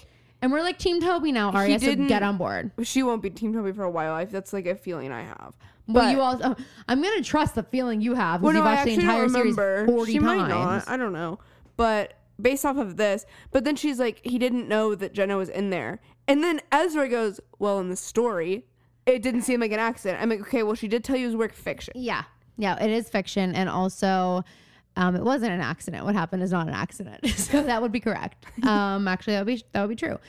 [SPEAKER 1] and we're like Team Toby now, Arya. So
[SPEAKER 2] didn't-
[SPEAKER 1] get on board.
[SPEAKER 2] She won't be Team Toby for a while. I- That's like a feeling I have. But
[SPEAKER 1] Well, you also, oh, I'm gonna trust the feeling you have because
[SPEAKER 2] Well,
[SPEAKER 1] you've
[SPEAKER 2] no, I
[SPEAKER 1] watched the
[SPEAKER 2] actually
[SPEAKER 1] entire
[SPEAKER 2] don't
[SPEAKER 1] series
[SPEAKER 2] remember.
[SPEAKER 1] 40
[SPEAKER 2] she
[SPEAKER 1] times.
[SPEAKER 2] might not. I don't know. But based off of this, but then she's like, he didn't know that Jenna was in there. And then Ezra goes, well, in the story, it didn't seem like an accident. I'm like, okay, well, she did tell you it was work fiction.
[SPEAKER 1] Yeah, yeah, it is fiction, and also, um, it wasn't an accident. What happened is not an accident, [LAUGHS] so that would be correct. Um, actually, that would be that would be
[SPEAKER 2] [LAUGHS]
[SPEAKER 1] true.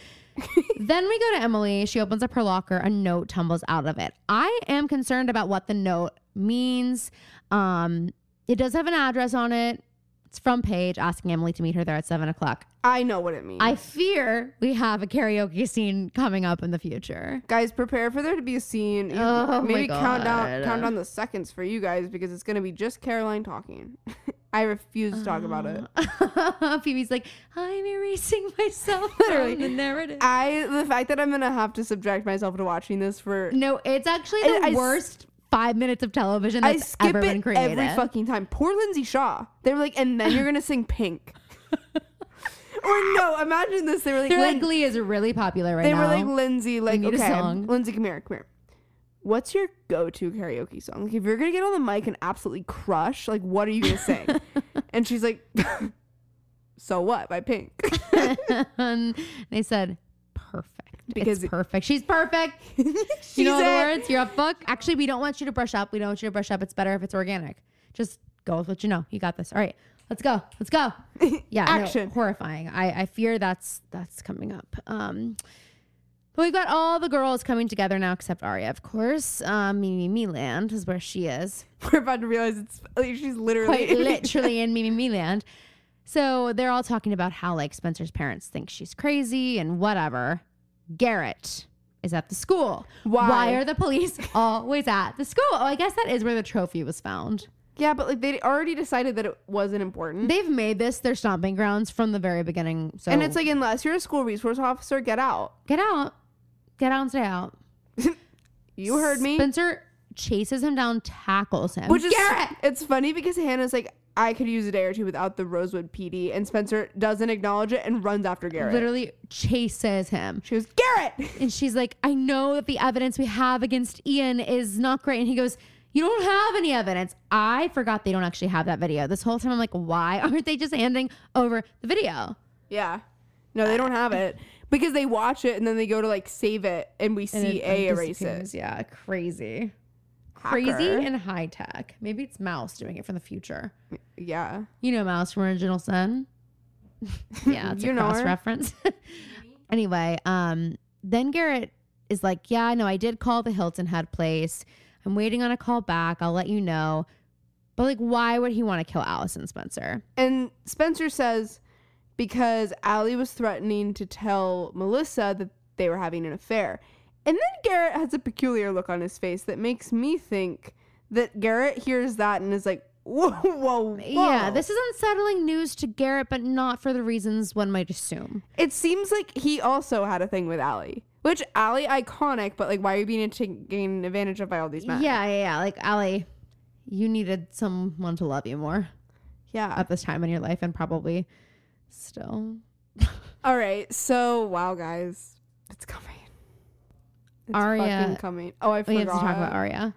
[SPEAKER 1] then we go to Emily. She opens up her locker. A note tumbles out of it. I am concerned about what the note means. Um, it does have an address on it. It's from Paige asking Emily to meet her there at seven o'clock.
[SPEAKER 2] I know what it means.
[SPEAKER 1] I fear we have a karaoke scene coming up in the future. [LAUGHS]
[SPEAKER 2] guys, prepare for there to be a scene. You-
[SPEAKER 1] Oh my
[SPEAKER 2] maybe count down
[SPEAKER 1] God.
[SPEAKER 2] count down the seconds for you guys because it's gonna be just Caroline talking. [LAUGHS] I refuse to talk about
[SPEAKER 1] Uh.
[SPEAKER 2] it.
[SPEAKER 1] Phoebe's like, I'm erasing myself
[SPEAKER 2] [LAUGHS] Literally.
[SPEAKER 1] from the narrative.
[SPEAKER 2] I the fact that I'm gonna have to subject myself to watching this for
[SPEAKER 1] No, it's actually
[SPEAKER 2] I-
[SPEAKER 1] the
[SPEAKER 2] I s-
[SPEAKER 1] worst five minutes of television
[SPEAKER 2] I
[SPEAKER 1] that's
[SPEAKER 2] skip
[SPEAKER 1] ever been
[SPEAKER 2] it
[SPEAKER 1] created.
[SPEAKER 2] every fucking time. Poor Lindsay Shaw. They were like, and then you're gonna sing
[SPEAKER 1] [LAUGHS]
[SPEAKER 2] Pink. or no, imagine this. They were like,
[SPEAKER 1] They're
[SPEAKER 2] Lin-
[SPEAKER 1] like, Glee is really popular right
[SPEAKER 2] they
[SPEAKER 1] now.
[SPEAKER 2] were like Lindsay, like
[SPEAKER 1] need a
[SPEAKER 2] okay,
[SPEAKER 1] song."
[SPEAKER 2] Lindsay, come here, come here. What's your go-to karaoke song? Like, if you're gonna get on the mic and absolutely crush, like, what are you
[SPEAKER 1] [LAUGHS]
[SPEAKER 2] gonna sing? and she's like, [LAUGHS] "So what?"
[SPEAKER 1] [LAUGHS]
[SPEAKER 2] By Pink.
[SPEAKER 1] and they said, perfect. Because
[SPEAKER 2] Because-
[SPEAKER 1] it's perfect. She's perfect.
[SPEAKER 2] she's
[SPEAKER 1] you know the
[SPEAKER 2] a-
[SPEAKER 1] words? You're a fuck. Actually, we don't want you to brush up. We don't want you to brush up. It's better if it's organic. Just go with what you know. You got this. All right. Let's go. Let's
[SPEAKER 2] [LAUGHS]
[SPEAKER 1] go. Yeah. no,
[SPEAKER 2] Action.
[SPEAKER 1] horrifying. I, I fear that's that's coming up. Um but we've got all the girls coming together now except Arya, of course. Um Mimi Miland is where she is.
[SPEAKER 2] We're about to realize it's like, she's literally [LAUGHS]
[SPEAKER 1] Quite literally in Mimi Miland. So they're all talking about how like Spencer's parents think she's crazy and whatever. Garrett is at the school.
[SPEAKER 2] Why?
[SPEAKER 1] Why are the police [LAUGHS] always at the school? Oh, I guess that is where the trophy was found.
[SPEAKER 2] yeah, but like they already decided that it wasn't important.
[SPEAKER 1] They've made this their stomping grounds from the very beginning. So
[SPEAKER 2] and it's like, unless you're a school resource officer, get out.
[SPEAKER 1] get out, get out and stay out.
[SPEAKER 2] You heard me.
[SPEAKER 1] Spencer chases him down, tackles him.
[SPEAKER 2] Which is it's funny because Hannah's like, I could use a day or two without the Rosewood PD, and Spencer doesn't acknowledge it and runs after Garrett.
[SPEAKER 1] literally chases him.
[SPEAKER 2] She goes, Garrett. [LAUGHS]
[SPEAKER 1] And she's like, I know that the evidence we have against Ian is not great. And he goes, You don't have any evidence. I forgot they don't actually have that video. This whole time, I'm like, Why [LAUGHS] aren't they just handing over the video?
[SPEAKER 2] Yeah. No, they don't have it because they watch it and then they go to like save it, and we
[SPEAKER 1] And
[SPEAKER 2] see
[SPEAKER 1] it, like,
[SPEAKER 2] a erase
[SPEAKER 1] disappears.
[SPEAKER 2] it.
[SPEAKER 1] Yeah, crazy. Crazy
[SPEAKER 2] Hacker.
[SPEAKER 1] and high tech. Maybe it's Mouse doing it from the future.
[SPEAKER 2] Yeah.
[SPEAKER 1] You know Mouse from Original [LAUGHS] Sin. yeah, it's
[SPEAKER 2] You
[SPEAKER 1] a
[SPEAKER 2] know her.
[SPEAKER 1] cross reference. [LAUGHS] anyway, um, then Garrett is like, "Yeah, no, I did call the Hilton Head place. I'm waiting on a call back. I'll let you know." But like, why would he want to kill Allison Spencer?
[SPEAKER 2] And Spencer says because Allie was threatening to tell Melissa that they were having an affair. And then Garrett has a peculiar look on his face that makes me think that Garrett hears that and is like, [LAUGHS] whoa, whoa, whoa.
[SPEAKER 1] Yeah, this is unsettling news to Garrett, but not for the reasons one might assume.
[SPEAKER 2] It seems like he also had a thing with Allie, which Allie, iconic, but like, why are you being taken advantage of by all these men?
[SPEAKER 1] Yeah, yeah, yeah. Like Allie, you needed someone to love you more
[SPEAKER 2] Yeah.
[SPEAKER 1] at this time in your life, and probably still.
[SPEAKER 2] All right. So, wow, guys, it's coming. It's
[SPEAKER 1] Arya-
[SPEAKER 2] fucking coming. Oh, I forgot.
[SPEAKER 1] We have to talk about Arya.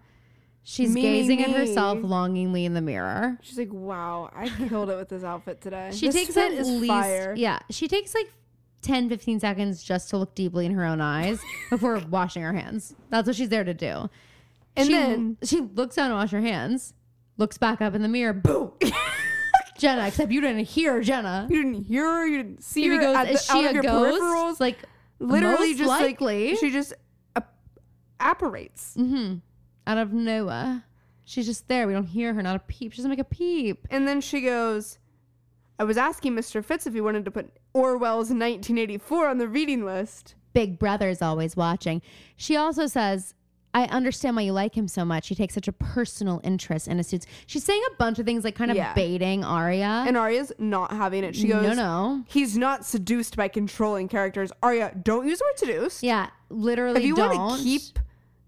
[SPEAKER 1] She's
[SPEAKER 2] Me, me,
[SPEAKER 1] gazing at herself
[SPEAKER 2] me.
[SPEAKER 1] longingly in the mirror.
[SPEAKER 2] She's like, wow, I killed it with this outfit today.
[SPEAKER 1] She
[SPEAKER 2] this
[SPEAKER 1] takes
[SPEAKER 2] fit
[SPEAKER 1] at least yeah, she takes like 10 15 seconds just to look deeply in her own
[SPEAKER 2] [LAUGHS]
[SPEAKER 1] eyes before washing her hands. That's what she's there to do.
[SPEAKER 2] And
[SPEAKER 1] she,
[SPEAKER 2] then-
[SPEAKER 1] she looks down to wash her hands, looks back up in the mirror, boom. [LAUGHS] Jenna, except you didn't hear Jenna.
[SPEAKER 2] You didn't hear her. You didn't see
[SPEAKER 1] Here
[SPEAKER 2] her.
[SPEAKER 1] he goes,
[SPEAKER 2] at the,
[SPEAKER 1] is
[SPEAKER 2] out
[SPEAKER 1] she
[SPEAKER 2] of
[SPEAKER 1] a
[SPEAKER 2] your
[SPEAKER 1] ghost?
[SPEAKER 2] peripherals.
[SPEAKER 1] Like
[SPEAKER 2] Literally,
[SPEAKER 1] most
[SPEAKER 2] just
[SPEAKER 1] likely.
[SPEAKER 2] like she just ap- apparates.
[SPEAKER 1] mhm, out of nowhere. She's just there. We don't hear her, not a peep. She doesn't make a peep.
[SPEAKER 2] And then she goes, "I was asking Mr. Fitz if he wanted to put Orwell's 1984 on the reading list."
[SPEAKER 1] Big Brother is always watching. She also says, I understand why you like him so much. He takes such a personal interest in his suits. She's saying a bunch of things, like kind of
[SPEAKER 2] Yeah.
[SPEAKER 1] baiting Arya.
[SPEAKER 2] And Arya's not having it. She goes,
[SPEAKER 1] no, no.
[SPEAKER 2] He's not seduced by controlling characters. Arya, don't use the word seduced.
[SPEAKER 1] Yeah, literally
[SPEAKER 2] if you
[SPEAKER 1] don't.
[SPEAKER 2] want to keep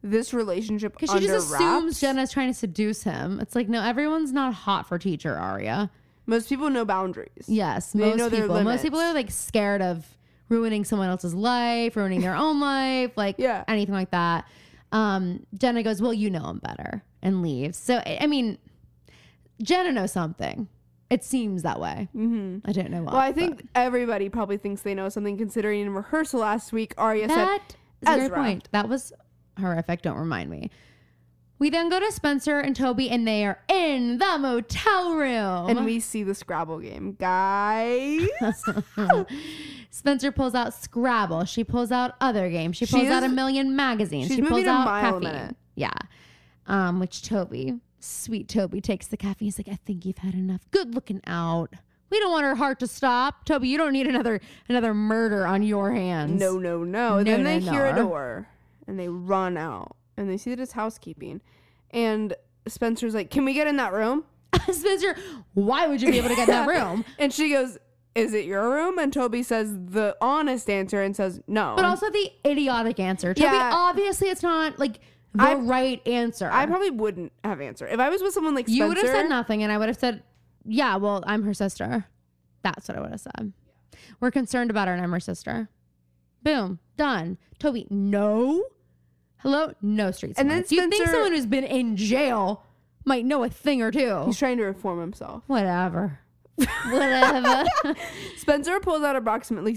[SPEAKER 2] this relationship
[SPEAKER 1] because
[SPEAKER 2] under
[SPEAKER 1] she just
[SPEAKER 2] wraps,
[SPEAKER 1] assumes Jenna's trying to seduce him. It's like, no, everyone's not hot for teacher Arya.
[SPEAKER 2] most people know boundaries.
[SPEAKER 1] Yes,
[SPEAKER 2] They
[SPEAKER 1] most
[SPEAKER 2] know their
[SPEAKER 1] people. Most
[SPEAKER 2] limits.
[SPEAKER 1] people are like scared of ruining someone else's life, ruining their own life, like
[SPEAKER 2] Yeah.
[SPEAKER 1] anything like that. Um, Jenna goes, "Well, you know him better," and leaves. So I I mean, Jenna knows something. It seems that way. Mm-hmm. I don't know why.
[SPEAKER 2] Well, I think everybody probably thinks they know something, considering in rehearsal last week, Arya
[SPEAKER 1] that
[SPEAKER 2] said,
[SPEAKER 1] is a great
[SPEAKER 2] Ezra.
[SPEAKER 1] point. That was horrific. Don't remind me. We then go to Spencer and Toby, and they are in the motel room.
[SPEAKER 2] and we see the Scrabble game,
[SPEAKER 1] [LAUGHS]
[SPEAKER 2] guys.
[SPEAKER 1] Spencer pulls out Scrabble. She pulls out other games. She
[SPEAKER 2] She
[SPEAKER 1] pulls out a
[SPEAKER 2] is-
[SPEAKER 1] million magazines.
[SPEAKER 2] she's
[SPEAKER 1] She pulls
[SPEAKER 2] moving a
[SPEAKER 1] out
[SPEAKER 2] mile a
[SPEAKER 1] caffeine.
[SPEAKER 2] minute.
[SPEAKER 1] Yeah. Um, which Toby, sweet Toby, takes the caffeine. He's like, I think you've had enough. Good looking out. We don't want her heart to stop. Toby, you don't need another another murder on your hands.
[SPEAKER 2] no, no, no.
[SPEAKER 1] No,
[SPEAKER 2] then
[SPEAKER 1] no,
[SPEAKER 2] they hear
[SPEAKER 1] no.
[SPEAKER 2] a door, and they run out, and they see that it's housekeeping, and Spencer's like, "Can we get in that room?"
[SPEAKER 1] [LAUGHS] Spencer, why would you be able to get in
[SPEAKER 2] [LAUGHS]
[SPEAKER 1] that room?
[SPEAKER 2] And she goes, "Is it your room?" And Toby says the honest answer and says, "No."
[SPEAKER 1] But also the idiotic answer. Toby,
[SPEAKER 2] Yeah.
[SPEAKER 1] obviously it's not like the
[SPEAKER 2] I-
[SPEAKER 1] right answer.
[SPEAKER 2] I probably wouldn't have answered if I was with someone like Spencer.
[SPEAKER 1] You would have said nothing, and I would have said, "Yeah, well, I'm her sister." That's what I would have said. We're concerned about her, and I'm her sister. Boom, done. Toby, no. Hello, no street.
[SPEAKER 2] And then
[SPEAKER 1] smarts. you think
[SPEAKER 2] Spencer-
[SPEAKER 1] someone who's been in jail might know a thing or two?
[SPEAKER 2] He's trying to reform
[SPEAKER 1] [LAUGHS]
[SPEAKER 2] himself. [LAUGHS]
[SPEAKER 1] Whatever. Whatever.
[SPEAKER 2] Spencer pulls out approximately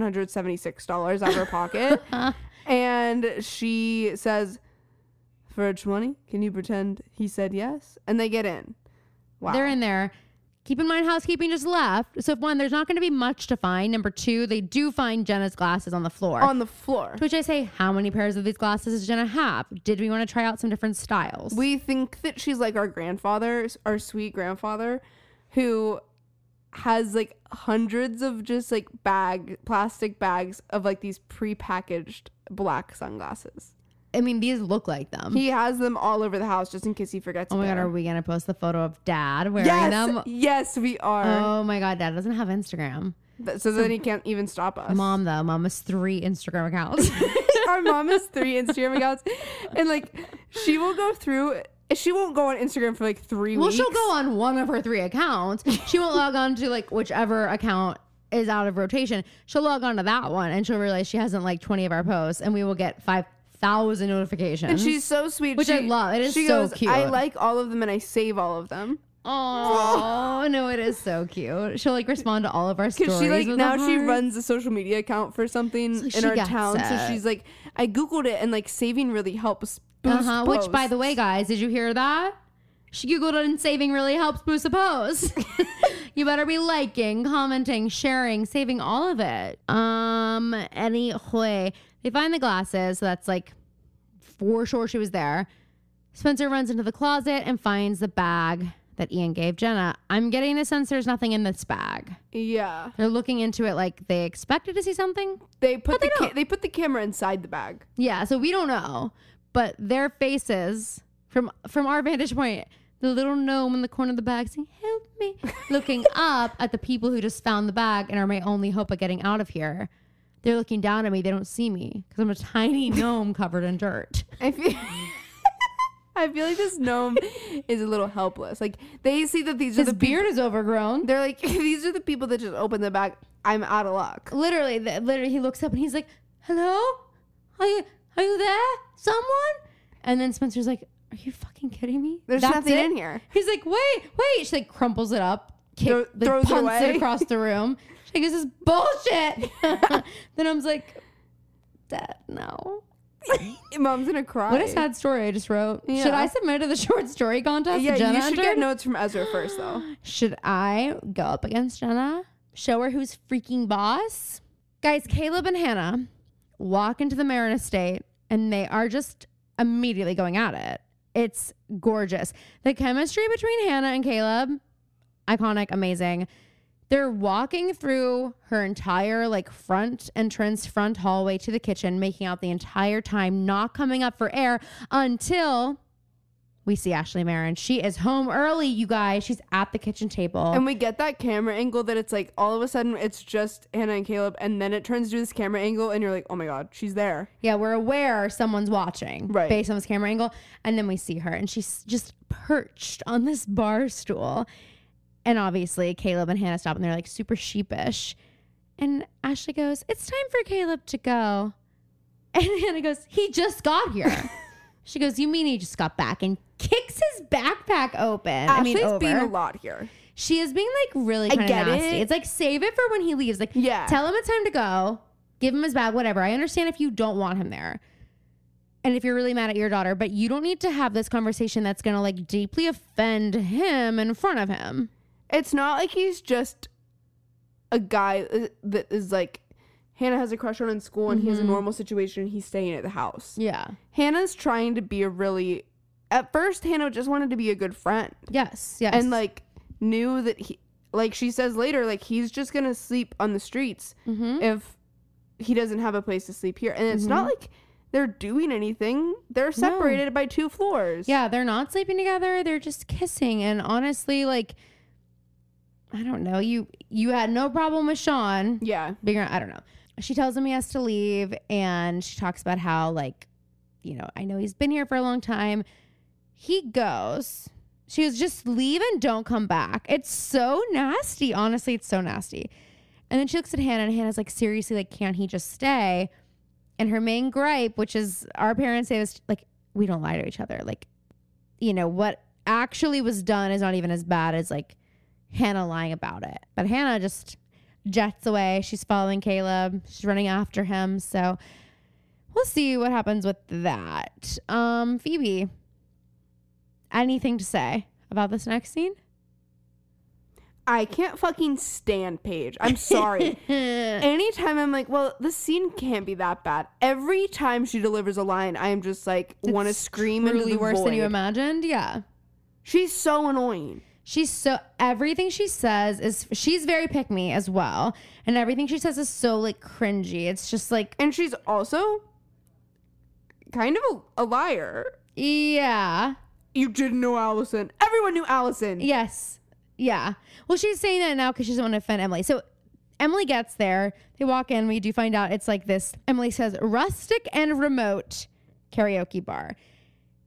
[SPEAKER 2] $776 out of
[SPEAKER 1] [LAUGHS]
[SPEAKER 2] her pocket and she says, For a 20, can you pretend he said yes? And they get in. Wow.
[SPEAKER 1] They're in there. Keep in mind, housekeeping just left. So, if one, there's not going to be much to find. Number two, they do find Jenna's glasses on the floor.
[SPEAKER 2] on the floor.
[SPEAKER 1] To which I say, how many pairs of these glasses does Jenna have? Did we want to try out some different styles?
[SPEAKER 2] We think that she's like our grandfather, our sweet grandfather, who has like hundreds of just like bag, plastic bags of like these prepackaged black sunglasses.
[SPEAKER 1] I mean, these look like them.
[SPEAKER 2] He has them all over the house just in case he forgets.
[SPEAKER 1] oh my
[SPEAKER 2] a
[SPEAKER 1] god,
[SPEAKER 2] pair.
[SPEAKER 1] are we gonna post the photo of Dad wearing
[SPEAKER 2] yes,
[SPEAKER 1] them?
[SPEAKER 2] yes, we are.
[SPEAKER 1] Oh my god, Dad doesn't have Instagram.
[SPEAKER 2] That, so, then he can't even stop us.
[SPEAKER 1] [LAUGHS] Mom though, Mom has three Instagram accounts.
[SPEAKER 2] [LAUGHS] Our mom has three Instagram accounts, and like she will go through. She won't go on Instagram for like three
[SPEAKER 1] Well,
[SPEAKER 2] weeks.
[SPEAKER 1] she'll go on one of her three accounts. She won't log on to like whichever account is out of rotation. She'll log on to that one and she'll realize she hasn't liked 20 of our posts and we will get 5,000 notifications.
[SPEAKER 2] And she's so sweet,
[SPEAKER 1] Which I love. It is
[SPEAKER 2] she
[SPEAKER 1] so
[SPEAKER 2] goes,
[SPEAKER 1] cute.
[SPEAKER 2] I like all of them, and I save all of them
[SPEAKER 1] oh, no, it is so cute. She'll like respond to all of our stories.
[SPEAKER 2] because she like
[SPEAKER 1] with
[SPEAKER 2] now
[SPEAKER 1] a
[SPEAKER 2] she
[SPEAKER 1] heart.
[SPEAKER 2] runs a social media account for something
[SPEAKER 1] like
[SPEAKER 2] in
[SPEAKER 1] she
[SPEAKER 2] our
[SPEAKER 1] gets
[SPEAKER 2] town.
[SPEAKER 1] it.
[SPEAKER 2] So she's like, I googled it, and like saving really helps. Boost
[SPEAKER 1] Uh-huh. Which, by the way, guys, did you hear that? She Googled it and saving really helps boost a
[SPEAKER 2] [LAUGHS]
[SPEAKER 1] post. you better be liking, commenting, sharing, saving all of it. Um, anyway, they find the glasses. So that's like for sure she was there. Spencer runs into the closet and finds the bag that Ian gave Jenna. I'm getting the sense there's nothing in this bag.
[SPEAKER 2] yeah,
[SPEAKER 1] They're looking into it like they expected to see something.
[SPEAKER 2] they put
[SPEAKER 1] they
[SPEAKER 2] the ca-
[SPEAKER 1] don't.
[SPEAKER 2] they put the camera inside the bag.
[SPEAKER 1] Yeah, so we don't know, but their faces from from our vantage point, the little gnome in the corner of the bag saying "Help [LAUGHS] me," looking up at the people who just found the bag and are my only hope of getting out of here. They're looking down at me. They don't see me because I'm a [LAUGHS] tiny gnome covered in [LAUGHS] dirt.
[SPEAKER 2] I feel, [LAUGHS] I feel like
[SPEAKER 1] [LAUGHS]
[SPEAKER 2] this gnome is a little helpless. Like they see that these are
[SPEAKER 1] His
[SPEAKER 2] the people.
[SPEAKER 1] beard is overgrown.
[SPEAKER 2] They're like, [LAUGHS] these are the people that just open the bag. I'm out of luck.
[SPEAKER 1] Literally, th- literally, he looks up and he's like, "Hello, are you are you there? Someone?" And then Spencer's like, "Are you fucking kidding me?
[SPEAKER 2] There's
[SPEAKER 1] That's
[SPEAKER 2] nothing
[SPEAKER 1] it?
[SPEAKER 2] in here. [LAUGHS]
[SPEAKER 1] He's like, wait, wait. She like crumples it up, kick,
[SPEAKER 2] Thro-
[SPEAKER 1] like,
[SPEAKER 2] throws it
[SPEAKER 1] punts it,
[SPEAKER 2] away.
[SPEAKER 1] across the
[SPEAKER 2] [LAUGHS]
[SPEAKER 1] room. She goes, this is bullshit. [LAUGHS] then I'm like, Dad, no.
[SPEAKER 2] Mom's gonna cry.
[SPEAKER 1] What a sad story I just wrote. Should
[SPEAKER 2] Yeah.
[SPEAKER 1] I submit to the [LAUGHS] short story contest? that
[SPEAKER 2] Yeah,
[SPEAKER 1] Jenna
[SPEAKER 2] you should
[SPEAKER 1] entered?
[SPEAKER 2] get notes from Ezra first, though.
[SPEAKER 1] [GASPS] Should I go up against Jenna? Show her who's freaking boss? Guys, Caleb and Hannah walk into the Marin estate and they are just immediately going at it. It's gorgeous. The chemistry between Hannah and Caleb, iconic, amazing. They're walking through her entire like front entrance, front hallway to the kitchen, making out the entire time, not coming up for air until we see Ashley Marin. She is home early, you guys. She's at the kitchen table.
[SPEAKER 2] And we get that camera angle that it's like all of a sudden it's just Hannah and Caleb, and then it turns to this camera angle, and you're like, oh my god, she's there.
[SPEAKER 1] Yeah, we're aware someone's watching
[SPEAKER 2] Right.
[SPEAKER 1] based on this camera angle. And then we see her, and she's just perched on this bar stool. And obviously, Caleb and Hannah stop, and they're like super sheepish. And Ashley goes, It's time for Caleb to go. [LAUGHS] And Hannah goes, He just got here. she goes, You mean he just got back? And kicks his backpack open. I mean,
[SPEAKER 2] Ashley's
[SPEAKER 1] over.
[SPEAKER 2] being a lot here.
[SPEAKER 1] She is being like really kind of
[SPEAKER 2] get
[SPEAKER 1] nasty.
[SPEAKER 2] it.
[SPEAKER 1] It's like save it for when he leaves. Like
[SPEAKER 2] Yeah.
[SPEAKER 1] tell him it's time to go. Give him his bag, whatever. I understand if you don't want him there. And if you're really mad at your daughter, but you don't need to have this conversation that's gonna like deeply offend him in front of him.
[SPEAKER 2] It's not like he's just a guy uh, that is like Hannah has a crush on in school, and he
[SPEAKER 1] Mm-hmm.
[SPEAKER 2] has a normal situation, and he's staying at the house.
[SPEAKER 1] Yeah.
[SPEAKER 2] Hannah's trying to be a really. At first, Hannah just wanted to be a good friend.
[SPEAKER 1] Yes. Yes.
[SPEAKER 2] and like knew that he like she says later like he's just gonna sleep on the streets
[SPEAKER 1] Mhm.
[SPEAKER 2] if he doesn't have a place to sleep here and it's not like they're doing anything they're separated by two floors
[SPEAKER 1] Yeah, they're not sleeping together. They're just kissing. And honestly, like I don't know. You you had no problem with Sean.
[SPEAKER 2] yeah
[SPEAKER 1] bigger i don't know she tells him he has to leave and she talks about how like you know i know he's been here for a long time he goes she goes just leave and don't come back it's so nasty honestly it's so nasty and then she looks at hannah and hannah's like seriously like can't he just stay and her main gripe which is our parents say this like we don't lie to each other like you know what actually was done is not even as bad as like hannah lying about it but hannah just jets away. She's following Caleb. She's running after him. So we'll see what happens with that. Um, Phoebe, anything to say about this next [LAUGHS] scene?
[SPEAKER 2] i can't fucking stand paige [LAUGHS] i'm sorry anytime i'm like well this scene can't be that bad every time she delivers a line i am just like want to
[SPEAKER 1] It's
[SPEAKER 2] scream into
[SPEAKER 1] truly
[SPEAKER 2] the
[SPEAKER 1] worse than you
[SPEAKER 2] void.
[SPEAKER 1] imagined. Yeah.
[SPEAKER 2] she's so annoying
[SPEAKER 1] She's so everything she says is she's very pick me as well, and everything she says is so like cringy. It's just like
[SPEAKER 2] and she's also kind of a, a liar
[SPEAKER 1] yeah,
[SPEAKER 2] You didn't know Allison. Everyone knew Allison.
[SPEAKER 1] Yes. Yeah. Well, she's saying that now because she doesn't want to offend Emily. So Emily gets there. They walk in. We do find out it's like this. Emily says, rustic and remote karaoke bar.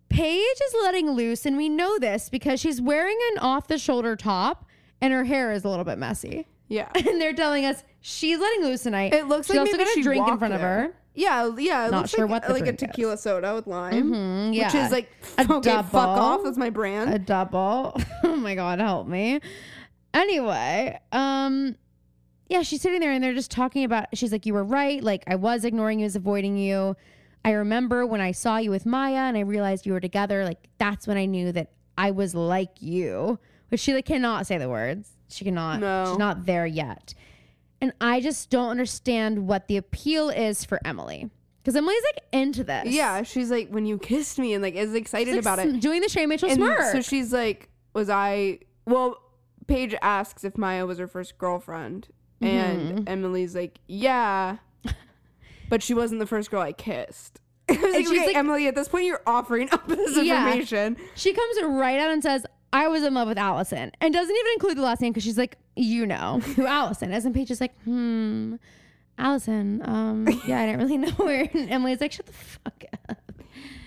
[SPEAKER 1] Paige is letting loose, and we know this because she's wearing an off the shoulder top and her hair is a little bit messy. [LAUGHS]
[SPEAKER 2] Yeah.
[SPEAKER 1] And they're telling us she's letting loose tonight.
[SPEAKER 2] It looks
[SPEAKER 1] she's
[SPEAKER 2] like
[SPEAKER 1] also
[SPEAKER 2] maybe
[SPEAKER 1] got
[SPEAKER 2] she
[SPEAKER 1] a drink in
[SPEAKER 2] walked
[SPEAKER 1] front of
[SPEAKER 2] there.
[SPEAKER 1] her.
[SPEAKER 2] Yeah, yeah. It
[SPEAKER 1] Not
[SPEAKER 2] looks
[SPEAKER 1] sure
[SPEAKER 2] like,
[SPEAKER 1] what the
[SPEAKER 2] like
[SPEAKER 1] drink
[SPEAKER 2] a
[SPEAKER 1] is.
[SPEAKER 2] tequila soda with lime,
[SPEAKER 1] Mm,
[SPEAKER 2] which
[SPEAKER 1] yeah.
[SPEAKER 2] is like
[SPEAKER 1] A
[SPEAKER 2] okay, fuck
[SPEAKER 1] double.
[SPEAKER 2] off. That's my brand.
[SPEAKER 1] a double. [LAUGHS] oh my god, help me. Anyway, um yeah, she's sitting there and they're just talking about she's like you were right, like I was ignoring you, I was avoiding you. I remember when I saw you with Maya and I realized you were together, like that's when I knew that I was like you. But she like cannot say the words. She cannot.
[SPEAKER 2] No.
[SPEAKER 1] She's not there yet. And I just don't understand what the appeal is for Emily. Because Emily's like into this.
[SPEAKER 2] yeah, she's like when you kissed me and like is excited
[SPEAKER 1] She's, like,
[SPEAKER 2] about it.
[SPEAKER 1] sm- Doing the Shay Mitchell
[SPEAKER 2] And
[SPEAKER 1] smirk.
[SPEAKER 2] So she's like, was I? Well, Paige asks if Maya was her first girlfriend,
[SPEAKER 1] Mm-hmm.
[SPEAKER 2] and Emily's like,
[SPEAKER 1] [LAUGHS]
[SPEAKER 2] yeah, but she wasn't the first girl I kissed. [LAUGHS] I was like,
[SPEAKER 1] she's
[SPEAKER 2] okay,
[SPEAKER 1] like-
[SPEAKER 2] Emily, at this point, you're offering up this
[SPEAKER 1] Yeah.
[SPEAKER 2] information.
[SPEAKER 1] She comes right out and says, I was in love with Allison and doesn't even include the last name because she's like, you know who [LAUGHS] Allison is. And Paige is like, hmm, Allison.
[SPEAKER 2] [LAUGHS]
[SPEAKER 1] Um, yeah, I didn't really know her. And Emily's like, shut the fuck up.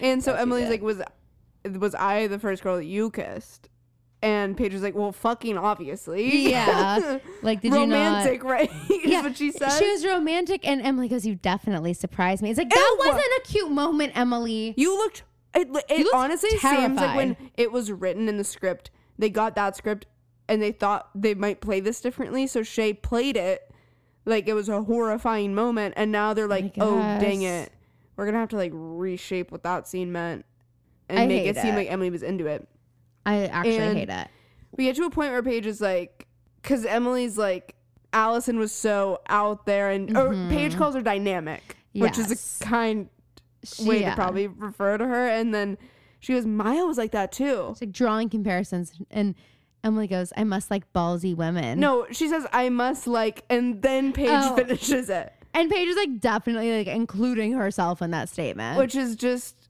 [SPEAKER 2] And so
[SPEAKER 1] Yes, you
[SPEAKER 2] Emily's
[SPEAKER 1] did.
[SPEAKER 2] like, was was I the first girl that you kissed? And Paige was like, well, fucking obviously.
[SPEAKER 1] Yeah. [LAUGHS] Like, did you
[SPEAKER 2] Romantic, [LAUGHS] right? Is
[SPEAKER 1] Yeah,
[SPEAKER 2] what she
[SPEAKER 1] not?
[SPEAKER 2] said.
[SPEAKER 1] She was romantic, and Emily goes, You definitely surprised me. It's like, that
[SPEAKER 2] Ew.
[SPEAKER 1] wasn't a cute moment, Emily.
[SPEAKER 2] You looked. It, it
[SPEAKER 1] looked
[SPEAKER 2] honestly seems like when
[SPEAKER 1] terrified.
[SPEAKER 2] it was written in the script, they got that script and they thought they might play this differently. So Shay played it like it was a horrifying moment, and now they're like, "Oh dang
[SPEAKER 1] guess.
[SPEAKER 2] it, we're gonna have to like reshape what that scene meant and
[SPEAKER 1] I
[SPEAKER 2] make it,
[SPEAKER 1] hate
[SPEAKER 2] seem
[SPEAKER 1] it.
[SPEAKER 2] like Emily was into it."
[SPEAKER 1] I actually
[SPEAKER 2] And-
[SPEAKER 1] hate it.
[SPEAKER 2] We get to a point where Paige is like, because Emily's like, Allison was so out there, and or Paige calls her dynamic, which
[SPEAKER 1] Mm-hmm. Yes.
[SPEAKER 2] is a kind
[SPEAKER 1] She,
[SPEAKER 2] way
[SPEAKER 1] yeah.
[SPEAKER 2] to probably refer to her. And then she goes, Maya was like that too.
[SPEAKER 1] It's like drawing comparisons. And Emily goes, I must like ballsy women.
[SPEAKER 2] No, she says, I must like, and then Paige
[SPEAKER 1] Oh.
[SPEAKER 2] finishes it,
[SPEAKER 1] And Paige is like definitely like including herself in that statement.
[SPEAKER 2] which is just,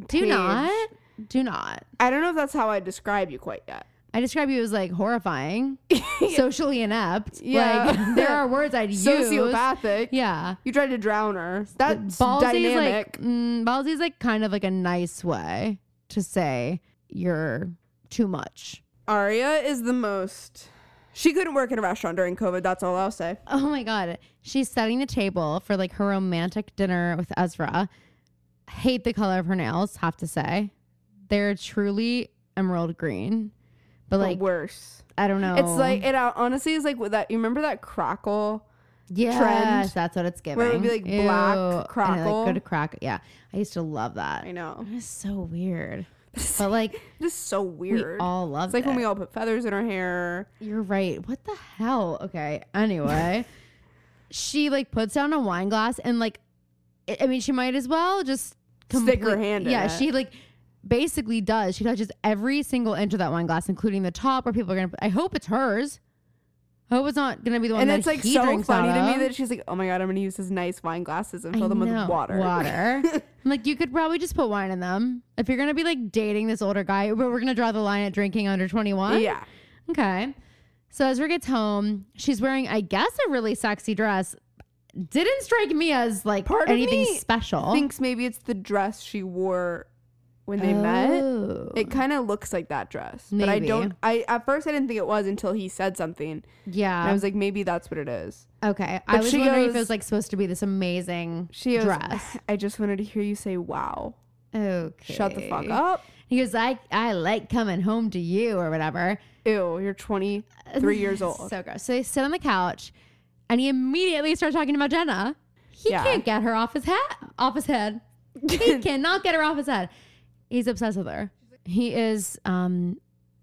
[SPEAKER 1] Uh, do
[SPEAKER 2] Paige.
[SPEAKER 1] not, do not.
[SPEAKER 2] I don't know if that's how I describe you quite yet.
[SPEAKER 1] I describe you as like
[SPEAKER 2] [LAUGHS]
[SPEAKER 1] horrifying, socially inept.
[SPEAKER 2] Yeah.
[SPEAKER 1] Like there are words
[SPEAKER 2] [LAUGHS]
[SPEAKER 1] I'd use.
[SPEAKER 2] Sociopathic.
[SPEAKER 1] Yeah.
[SPEAKER 2] You tried to drown her. That's
[SPEAKER 1] Ballsy is
[SPEAKER 2] dynamic.
[SPEAKER 1] like mm, ballsy is like kind of like a nice way to say you're too much.
[SPEAKER 2] Aria is the most. She couldn't work in a restaurant during COVID. That's all I'll say.
[SPEAKER 1] Oh my god. She's setting the table for like her romantic dinner with Ezra. Hate the color of her nails, have to say. They're truly emerald green. But
[SPEAKER 2] But
[SPEAKER 1] like oh.
[SPEAKER 2] worse.
[SPEAKER 1] I don't know.
[SPEAKER 2] It's like it uh, honestly is like with that. You remember that crackle?
[SPEAKER 1] yes,
[SPEAKER 2] trend
[SPEAKER 1] That's what it's giving.
[SPEAKER 2] where it would be, like, black
[SPEAKER 1] And it, like,
[SPEAKER 2] crackle.
[SPEAKER 1] go to crack. Yeah, I used to love that.
[SPEAKER 2] I know.
[SPEAKER 1] It's so weird, but like
[SPEAKER 2] This is so
[SPEAKER 1] we
[SPEAKER 2] weird.
[SPEAKER 1] all love.
[SPEAKER 2] it's like
[SPEAKER 1] it.
[SPEAKER 2] when we all put feathers in our hair.
[SPEAKER 1] You're right. What the hell? Okay.
[SPEAKER 2] [LAUGHS]
[SPEAKER 1] Anyway, she like puts down a wine glass and like, I- I mean, she might as well just
[SPEAKER 2] Stick her
[SPEAKER 1] complete-
[SPEAKER 2] hand in
[SPEAKER 1] Yeah,
[SPEAKER 2] it.
[SPEAKER 1] she like basically does. She touches every single inch of that wine glass, including the top where people are gonna. I hope it's hers. I hope it's not gonna be the one
[SPEAKER 2] and
[SPEAKER 1] that
[SPEAKER 2] it's like
[SPEAKER 1] he
[SPEAKER 2] so
[SPEAKER 1] drinks
[SPEAKER 2] funny
[SPEAKER 1] out
[SPEAKER 2] to me
[SPEAKER 1] of.
[SPEAKER 2] that she's like, "Oh my god, I'm gonna use his nice wine glasses and
[SPEAKER 1] I
[SPEAKER 2] fill them
[SPEAKER 1] know.
[SPEAKER 2] with water."
[SPEAKER 1] Water. I'm like, you could probably just put wine in them. If you're going to be like dating this older guy, but we're going to draw the line at drinking under 21.
[SPEAKER 2] [LAUGHS] Yeah,
[SPEAKER 1] Okay. So Ezra gets home. She's wearing, I guess, a really sexy dress. Didn't strike me as like
[SPEAKER 2] Part of
[SPEAKER 1] anything
[SPEAKER 2] me
[SPEAKER 1] special.
[SPEAKER 2] thinks maybe it's the dress she wore when they met.
[SPEAKER 1] Oh.
[SPEAKER 2] It kind of looks like that dress, but I
[SPEAKER 1] Maybe.
[SPEAKER 2] don't. I at first I didn't think it was until he said something,
[SPEAKER 1] yeah.
[SPEAKER 2] and I was like, maybe that's what it is.
[SPEAKER 1] okay. I
[SPEAKER 2] but
[SPEAKER 1] was
[SPEAKER 2] she
[SPEAKER 1] wondering if
[SPEAKER 2] goes-
[SPEAKER 1] it was like supposed to be this amazing
[SPEAKER 2] She goes,
[SPEAKER 1] dress.
[SPEAKER 2] I just wanted to hear you say, "Wow."
[SPEAKER 1] Okay.
[SPEAKER 2] Shut the fuck up.
[SPEAKER 1] He goes, I, I like coming home to you or whatever.
[SPEAKER 2] Ew,
[SPEAKER 1] [LAUGHS]
[SPEAKER 2] you're 23 years old.
[SPEAKER 1] So gross. So they sit on the couch, and he immediately starts talking about Jenna. He
[SPEAKER 2] Yeah.
[SPEAKER 1] can't get her off his hat, off his head.
[SPEAKER 2] [LAUGHS]
[SPEAKER 1] He cannot get her off his head. He's obsessed with her. He is um,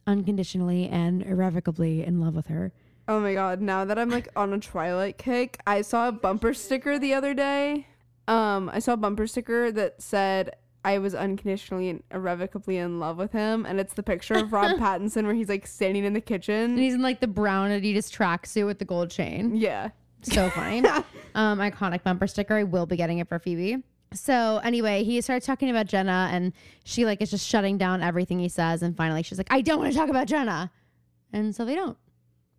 [SPEAKER 1] unconditionally and irrevocably in love with her.
[SPEAKER 2] Oh my god, now that I'm like on a Twilight kick, I saw a bumper sticker the other day. Um, I saw a bumper sticker that said I was unconditionally and irrevocably in love with him, and it's the picture
[SPEAKER 1] [LAUGHS]
[SPEAKER 2] of Rob Pattinson where he's like standing in the
[SPEAKER 1] And
[SPEAKER 2] kitchen.
[SPEAKER 1] he's in like the brown Adidas tracksuit with the gold chain.
[SPEAKER 2] Yeah.
[SPEAKER 1] So funny. um, iconic bumper sticker. I will be getting it for Phoebe. So anyway, he starts talking about Jenna and she like is just shutting down everything he says and finally she's like, I don't want to talk about Jenna. And so they don't.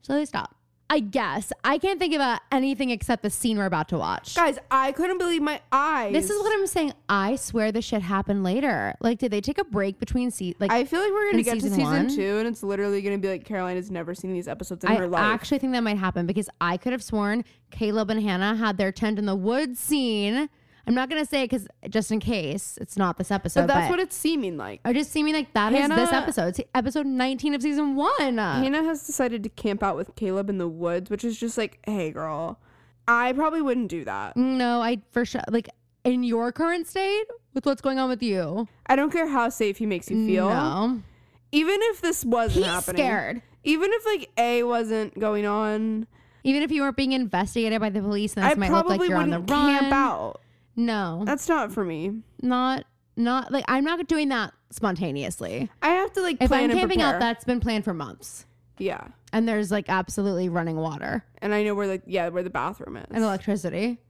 [SPEAKER 1] So they stop. I guess I can't think about anything except the scene we're about to watch.
[SPEAKER 2] Guys, I couldn't believe my eyes.
[SPEAKER 1] This is what I'm saying. I swear this shit happened later. Like, did they take a break between seasons? Like,
[SPEAKER 2] I feel like we're gonna
[SPEAKER 1] in
[SPEAKER 2] get to
[SPEAKER 1] season
[SPEAKER 2] season
[SPEAKER 1] one?
[SPEAKER 2] two, and it's literally gonna be like Caroline has never seen these episodes in
[SPEAKER 1] I
[SPEAKER 2] her life.
[SPEAKER 1] actually think that might happen because I could have sworn Caleb and Hannah had their tent in the woods scene. I'm not gonna say it because just in case it's not this episode.
[SPEAKER 2] but that's what it's seeming like.
[SPEAKER 1] I just seeming like that is this
[SPEAKER 2] Hannah-
[SPEAKER 1] episode. It's episode 19 of season one.
[SPEAKER 2] Hannah has decided to camp out with Caleb in the woods, which is just like, hey, girl, I probably wouldn't do that.
[SPEAKER 1] no, I for sure like in your current state with what's going on with you.
[SPEAKER 2] I don't care how safe he makes you feel.
[SPEAKER 1] no,
[SPEAKER 2] Even if this
[SPEAKER 1] he's
[SPEAKER 2] wasn't happening,
[SPEAKER 1] scared.
[SPEAKER 2] even if like A wasn't going on,
[SPEAKER 1] Even if you weren't being investigated by the police, and this
[SPEAKER 2] I
[SPEAKER 1] might look
[SPEAKER 2] probably
[SPEAKER 1] like you're on
[SPEAKER 2] wouldn't
[SPEAKER 1] the run.
[SPEAKER 2] camp out.
[SPEAKER 1] No,
[SPEAKER 2] That's not for me.
[SPEAKER 1] not not like I'm not doing that spontaneously.
[SPEAKER 2] I have to like
[SPEAKER 1] If
[SPEAKER 2] plan
[SPEAKER 1] I'm
[SPEAKER 2] and
[SPEAKER 1] camping out,
[SPEAKER 2] prepare.
[SPEAKER 1] that's been planned for months.
[SPEAKER 2] yeah,
[SPEAKER 1] And there's like absolutely running water
[SPEAKER 2] and I know where like yeah where the bathroom is,
[SPEAKER 1] and electricity.
[SPEAKER 2] [LAUGHS]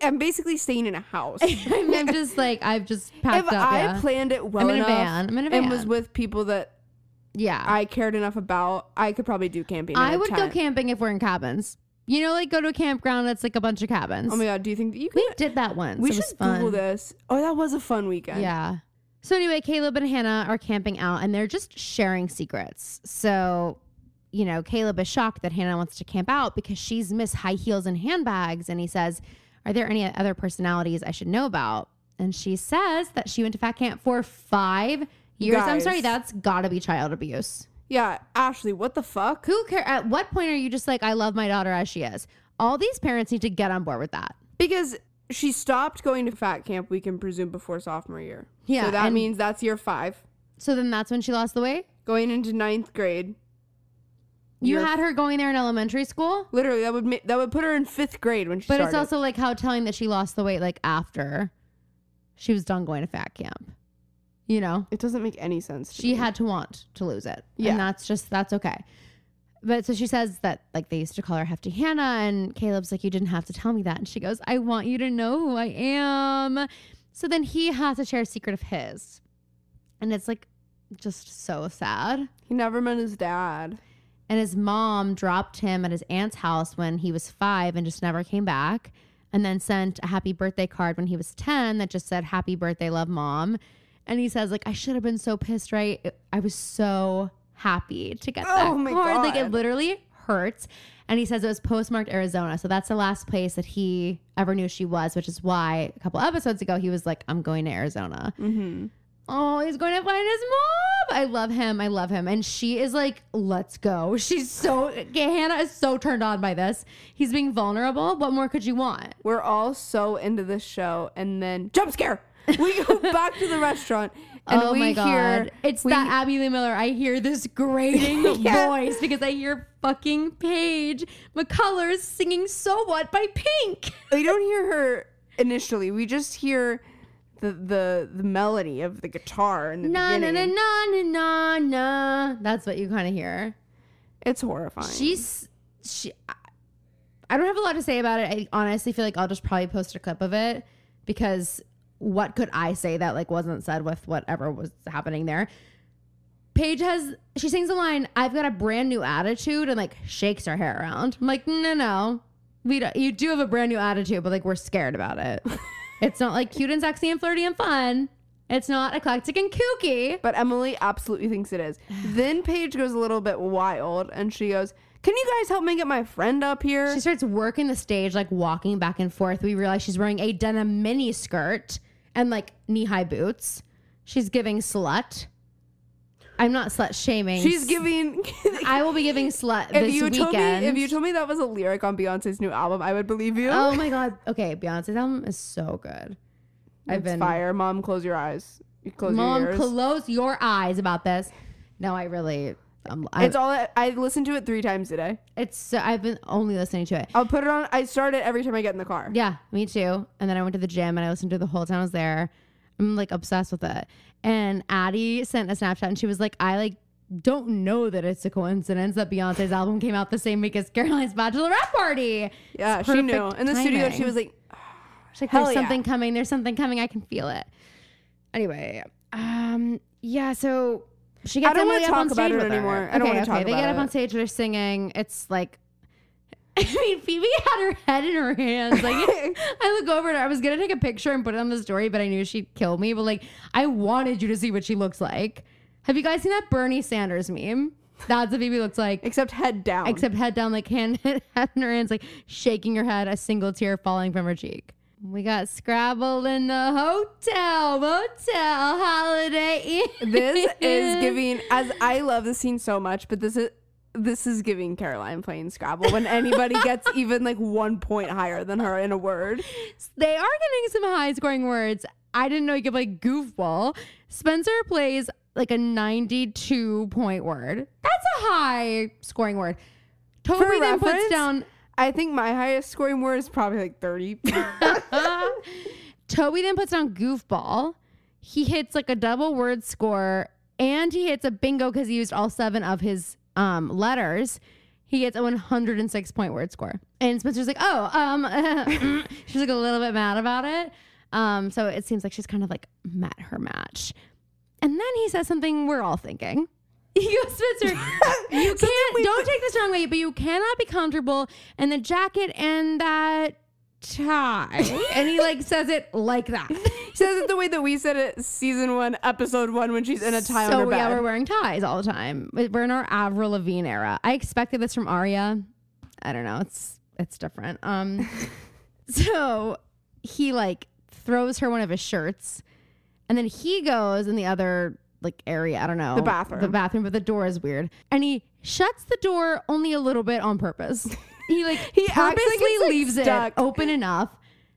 [SPEAKER 2] I'm basically staying in a house.
[SPEAKER 1] [LAUGHS] I'm I'm just like I've just packed
[SPEAKER 2] if
[SPEAKER 1] up.
[SPEAKER 2] I
[SPEAKER 1] yeah.
[SPEAKER 2] planned it well
[SPEAKER 1] I'm in a
[SPEAKER 2] enough
[SPEAKER 1] van. I'm in a
[SPEAKER 2] and was
[SPEAKER 1] van.
[SPEAKER 2] with people that
[SPEAKER 1] yeah.
[SPEAKER 2] I cared enough about, I could probably do camping. in
[SPEAKER 1] I
[SPEAKER 2] a
[SPEAKER 1] would go
[SPEAKER 2] tent.
[SPEAKER 1] camping if we're in cabins. You know, like go to a campground that's like a bunch of cabins.
[SPEAKER 2] Oh my god, do you think that you could?
[SPEAKER 1] we did that once.
[SPEAKER 2] We
[SPEAKER 1] it
[SPEAKER 2] should
[SPEAKER 1] was fun.
[SPEAKER 2] Google this. Oh, that was a fun weekend.
[SPEAKER 1] Yeah. So anyway, Caleb and Hannah are camping out and they're just sharing secrets. So, you know, Caleb is shocked that Hannah wants to camp out because she's Miss High Heels and Handbags. And he says, Are there any other personalities I should know about? And she says that she went to Fat Camp for five years. I'm
[SPEAKER 2] Guys.
[SPEAKER 1] sorry, that's gotta be child abuse.
[SPEAKER 2] Yeah, Ashley, what the fuck?
[SPEAKER 1] Who care at what point are you just like, I love my daughter as she is? All these parents need to get on board with that.
[SPEAKER 2] Because she stopped going to fat camp, we can presume before sophomore year.
[SPEAKER 1] Yeah,
[SPEAKER 2] So that
[SPEAKER 1] and-
[SPEAKER 2] means that's year five.
[SPEAKER 1] So then that's when she lost the weight?
[SPEAKER 2] Going into ninth grade.
[SPEAKER 1] You
[SPEAKER 2] You're-
[SPEAKER 1] had her going there in elementary school?
[SPEAKER 2] Literally, that would ma- that would put her in fifth grade when she
[SPEAKER 1] But
[SPEAKER 2] started.
[SPEAKER 1] it's also like how telling that she lost the weight like after she was done going to fat camp. You know,
[SPEAKER 2] it doesn't make any sense. To
[SPEAKER 1] she
[SPEAKER 2] me.
[SPEAKER 1] had to want to lose it.
[SPEAKER 2] Yeah.
[SPEAKER 1] And that's just, that's okay. But so she says that like they used to call her Hefty Hannah, and Caleb's like, You didn't have to tell me that. And she goes, I want you to know who I am. So then he has to share a secret of his. And it's like just so sad.
[SPEAKER 2] he never met his dad.
[SPEAKER 1] And his mom dropped him at his aunt's house when he was five and just never came back. And then sent a happy birthday card when he was 10 that just said, Happy birthday, love mom. And he says, like, I should have been so pissed, right? It- I was so happy to get that
[SPEAKER 2] Oh my
[SPEAKER 1] card. Like, it
[SPEAKER 2] God.
[SPEAKER 1] literally hurts. And he says it was postmarked Arizona. So that's the last place that he ever knew she was, which is why a couple episodes ago he was like, I'm going to Arizona.
[SPEAKER 2] Mm-hmm.
[SPEAKER 1] Oh, he's going to find his mom. I love him. I love him. And she is like, let's go. [LAUGHS] She's so, Hannah is so turned on by this. He's being vulnerable. What more could you want?
[SPEAKER 2] We're all so into this show, and then jump scare.
[SPEAKER 1] [LAUGHS]
[SPEAKER 2] We go back to the restaurant, and
[SPEAKER 1] oh
[SPEAKER 2] we
[SPEAKER 1] my God.
[SPEAKER 2] hear
[SPEAKER 1] it's
[SPEAKER 2] we-
[SPEAKER 1] that Abby Lee Miller. I hear this grating
[SPEAKER 2] Yeah.
[SPEAKER 1] voice because I hear fucking Paige McCullers singing So What by Pink.
[SPEAKER 2] we don't hear her initially. We just hear the the the melody of the guitar in the
[SPEAKER 1] Na na
[SPEAKER 2] beginning.
[SPEAKER 1] na na na na na. That's what you kind of hear.
[SPEAKER 2] It's horrifying.
[SPEAKER 1] She's she. I- I don't have a lot to say about it. I honestly feel like I'll just probably post a clip of it because what could I say that like wasn't said with whatever was happening there? Paige has she sings a line. I've got a brand new attitude and like shakes her hair around. I'm like, no, no, we don't, you do have a brand new attitude, but like we're scared about it. it's not like cute and sexy and flirty and fun. It's not eclectic and kooky.
[SPEAKER 2] but Emily absolutely thinks
[SPEAKER 1] [SIGHS]
[SPEAKER 2] it is. then Paige goes a little bit wild, and she goes, "Can you guys help me get my friend up here?"
[SPEAKER 1] She starts working the stage, like walking back and forth. We realize she's wearing a denim mini skirt and like knee high boots. She's giving slut. I'm not slut shaming.
[SPEAKER 2] She's giving. [LAUGHS]
[SPEAKER 1] I will be giving slut
[SPEAKER 2] if
[SPEAKER 1] this
[SPEAKER 2] you
[SPEAKER 1] weekend.
[SPEAKER 2] told me if you told me that was a lyric on Beyonce's new album, I would believe you.
[SPEAKER 1] oh my god. Okay, Beyonce's album is so good. I've
[SPEAKER 2] it's
[SPEAKER 1] been
[SPEAKER 2] fire. Mom, close your eyes. You close your
[SPEAKER 1] mom.
[SPEAKER 2] ears.
[SPEAKER 1] Close your eyes about this. No, I really. Um, I,
[SPEAKER 2] it's
[SPEAKER 1] it's
[SPEAKER 2] all I, I listen to it three times today.
[SPEAKER 1] it's. So, I've been only listening to it.
[SPEAKER 2] I'll put it on. I start it every time I get in the car.
[SPEAKER 1] Yeah, me too. And then I went to the gym and I listened to it the whole time I was there. I'm like obsessed with it. And Addie sent a Snapchat and she was like, I like don't know that it's a coincidence that Beyonce's album came out the same week as Caroline's Bachelorette Party.
[SPEAKER 2] Yeah,
[SPEAKER 1] It's
[SPEAKER 2] she knew.
[SPEAKER 1] perfect
[SPEAKER 2] In the studio, she
[SPEAKER 1] timing.
[SPEAKER 2] was like,
[SPEAKER 1] She's like,
[SPEAKER 2] Hell
[SPEAKER 1] there's
[SPEAKER 2] yeah.
[SPEAKER 1] something coming. There's something coming. I can feel it. Anyway, um, yeah. So She
[SPEAKER 2] I
[SPEAKER 1] gets
[SPEAKER 2] don't wanna
[SPEAKER 1] Emily up on
[SPEAKER 2] talk about
[SPEAKER 1] stage
[SPEAKER 2] it
[SPEAKER 1] with her.
[SPEAKER 2] anymore. I don't
[SPEAKER 1] okay,
[SPEAKER 2] wanna
[SPEAKER 1] okay.
[SPEAKER 2] talk
[SPEAKER 1] they
[SPEAKER 2] about
[SPEAKER 1] get up
[SPEAKER 2] it.
[SPEAKER 1] on stage. They're singing. It's like, [LAUGHS] I mean, Phoebe had her head in her hands.
[SPEAKER 2] [LAUGHS]
[SPEAKER 1] Like, I look over at her. I was gonna take a picture and put it on the story, but I knew she'd kill me. But like, I wanted you to see what she looks like. Have you guys seen that Bernie Sanders meme? That's what Phoebe looks like.
[SPEAKER 2] Except head down.
[SPEAKER 1] Except head down, like hand, [LAUGHS] head in her hands, like shaking her head, a single tear falling from her cheek. We got Scrabble in the hotel, motel, holiday Inn.
[SPEAKER 2] [LAUGHS] this
[SPEAKER 1] [LAUGHS]
[SPEAKER 2] is giving as I love this scene so much, but this is this is giving Caroline playing Scrabble when anybody [LAUGHS] gets even like one point higher than her in a word.
[SPEAKER 1] They are getting some high scoring words. I didn't know you could play goofball. Spencer plays like a 92 point word. That's a high scoring word. Toby
[SPEAKER 2] For
[SPEAKER 1] then puts
[SPEAKER 2] reference,
[SPEAKER 1] down.
[SPEAKER 2] I think my highest scoring word is probably like [LAUGHS] thirty.
[SPEAKER 1] [LAUGHS] Toby then puts down goofball. He hits like a double word score and he hits a bingo because he used all seven of his um, letters. He gets a 106 point word score. And Spencer's like, oh, um, [LAUGHS] she's like a little bit mad about it. Um, so it seems like she's kind of like met her match. And then he says something we're all thinking. [LAUGHS] You go, Spencer, you can't, don't take this the wrong way, but you cannot be comfortable in the jacket and that tie. and he like says it like that.
[SPEAKER 2] Says it the way that we said it, season one, episode one, when she's in a tie on her
[SPEAKER 1] so yeah, we're
[SPEAKER 2] bed.
[SPEAKER 1] wearing ties all the time. We're in our Avril Lavigne era. I expected this from Arya. I don't know. It's it's different.
[SPEAKER 2] [LAUGHS]
[SPEAKER 1] Um, so he like throws her one of his shirts, and then he goes in the other like area. I don't know
[SPEAKER 2] The bathroom.
[SPEAKER 1] The bathroom, but the door is weird, and he shuts the door only a little bit on
[SPEAKER 2] [LAUGHS]
[SPEAKER 1] purpose. He like he
[SPEAKER 2] He acts like
[SPEAKER 1] purposely
[SPEAKER 2] it's, like,
[SPEAKER 1] leaves
[SPEAKER 2] stuck.
[SPEAKER 1] it open enough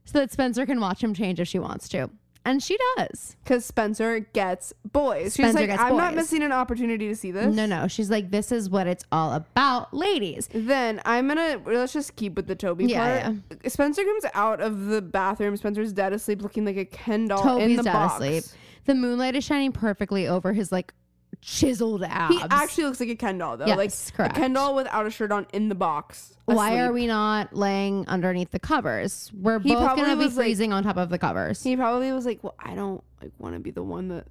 [SPEAKER 1] so that Spencer can watch him change if she wants to, and she does.
[SPEAKER 2] Because Spencer gets boys. She's
[SPEAKER 1] Spencer
[SPEAKER 2] like,
[SPEAKER 1] gets
[SPEAKER 2] I'm not
[SPEAKER 1] boys."
[SPEAKER 2] missing an opportunity to see this.
[SPEAKER 1] No, no. She's like, this is what it's all about, ladies.
[SPEAKER 2] Then I'm gonna let's just keep with the Toby
[SPEAKER 1] Yeah,
[SPEAKER 2] part. Spencer comes out of the bathroom. Spencer's dead asleep, looking like a Ken doll in
[SPEAKER 1] Toby's
[SPEAKER 2] the
[SPEAKER 1] dead
[SPEAKER 2] box.
[SPEAKER 1] asleep. The moonlight is shining perfectly over his like chiseled abs.
[SPEAKER 2] He actually looks like a Ken doll though, like
[SPEAKER 1] Yes,
[SPEAKER 2] a Ken
[SPEAKER 1] correct.
[SPEAKER 2] doll without a shirt on in the box.
[SPEAKER 1] Why
[SPEAKER 2] asleep.
[SPEAKER 1] are we not laying underneath the covers? We're
[SPEAKER 2] He
[SPEAKER 1] both
[SPEAKER 2] probably
[SPEAKER 1] gonna be
[SPEAKER 2] was, like-
[SPEAKER 1] freezing on top of the covers.
[SPEAKER 2] He probably was like, well, I don't like want to be the one that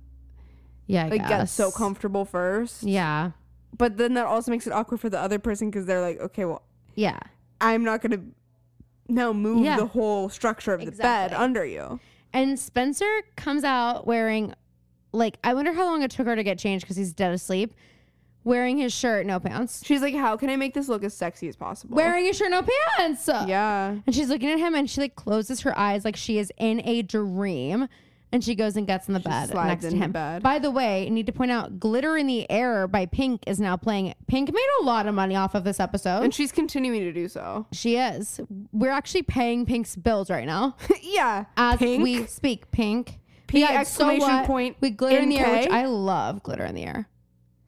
[SPEAKER 1] yeah, I
[SPEAKER 2] like gets so
[SPEAKER 1] guess.
[SPEAKER 2] comfortable first.
[SPEAKER 1] Yeah,
[SPEAKER 2] But then that also makes it awkward for the other person because they're like, okay, well,
[SPEAKER 1] yeah.
[SPEAKER 2] I'm not gonna now move
[SPEAKER 1] Yeah.
[SPEAKER 2] the whole structure of the
[SPEAKER 1] Exactly.
[SPEAKER 2] bed under you.
[SPEAKER 1] And Spencer comes out wearing, like, I wonder how long it took her to get changed because he's dead asleep, wearing his shirt, no pants,
[SPEAKER 2] She's like, how can I make this look as sexy as possible?
[SPEAKER 1] wearing his shirt, no pants.
[SPEAKER 2] Yeah.
[SPEAKER 1] And she's looking at him and she like closes her eyes like she is in a dream. And she goes and gets in the bed
[SPEAKER 2] slides
[SPEAKER 1] next to
[SPEAKER 2] into
[SPEAKER 1] him.
[SPEAKER 2] bed.
[SPEAKER 1] By the way, I need to point out Glitter in the Air by Pink is now playing. Pink made a lot of money off of this episode.
[SPEAKER 2] And she's continuing to do
[SPEAKER 1] [LAUGHS]
[SPEAKER 2] so.
[SPEAKER 1] she is. We're actually paying Pink's bills right now
[SPEAKER 2] yeah.
[SPEAKER 1] as
[SPEAKER 2] [LAUGHS] Pink?
[SPEAKER 1] we speak. Pink.
[SPEAKER 2] P
[SPEAKER 1] Yeah, it's
[SPEAKER 2] exclamation
[SPEAKER 1] what?
[SPEAKER 2] point
[SPEAKER 1] We Glitter in the Air, which
[SPEAKER 2] NK.
[SPEAKER 1] I love Glitter in the Air.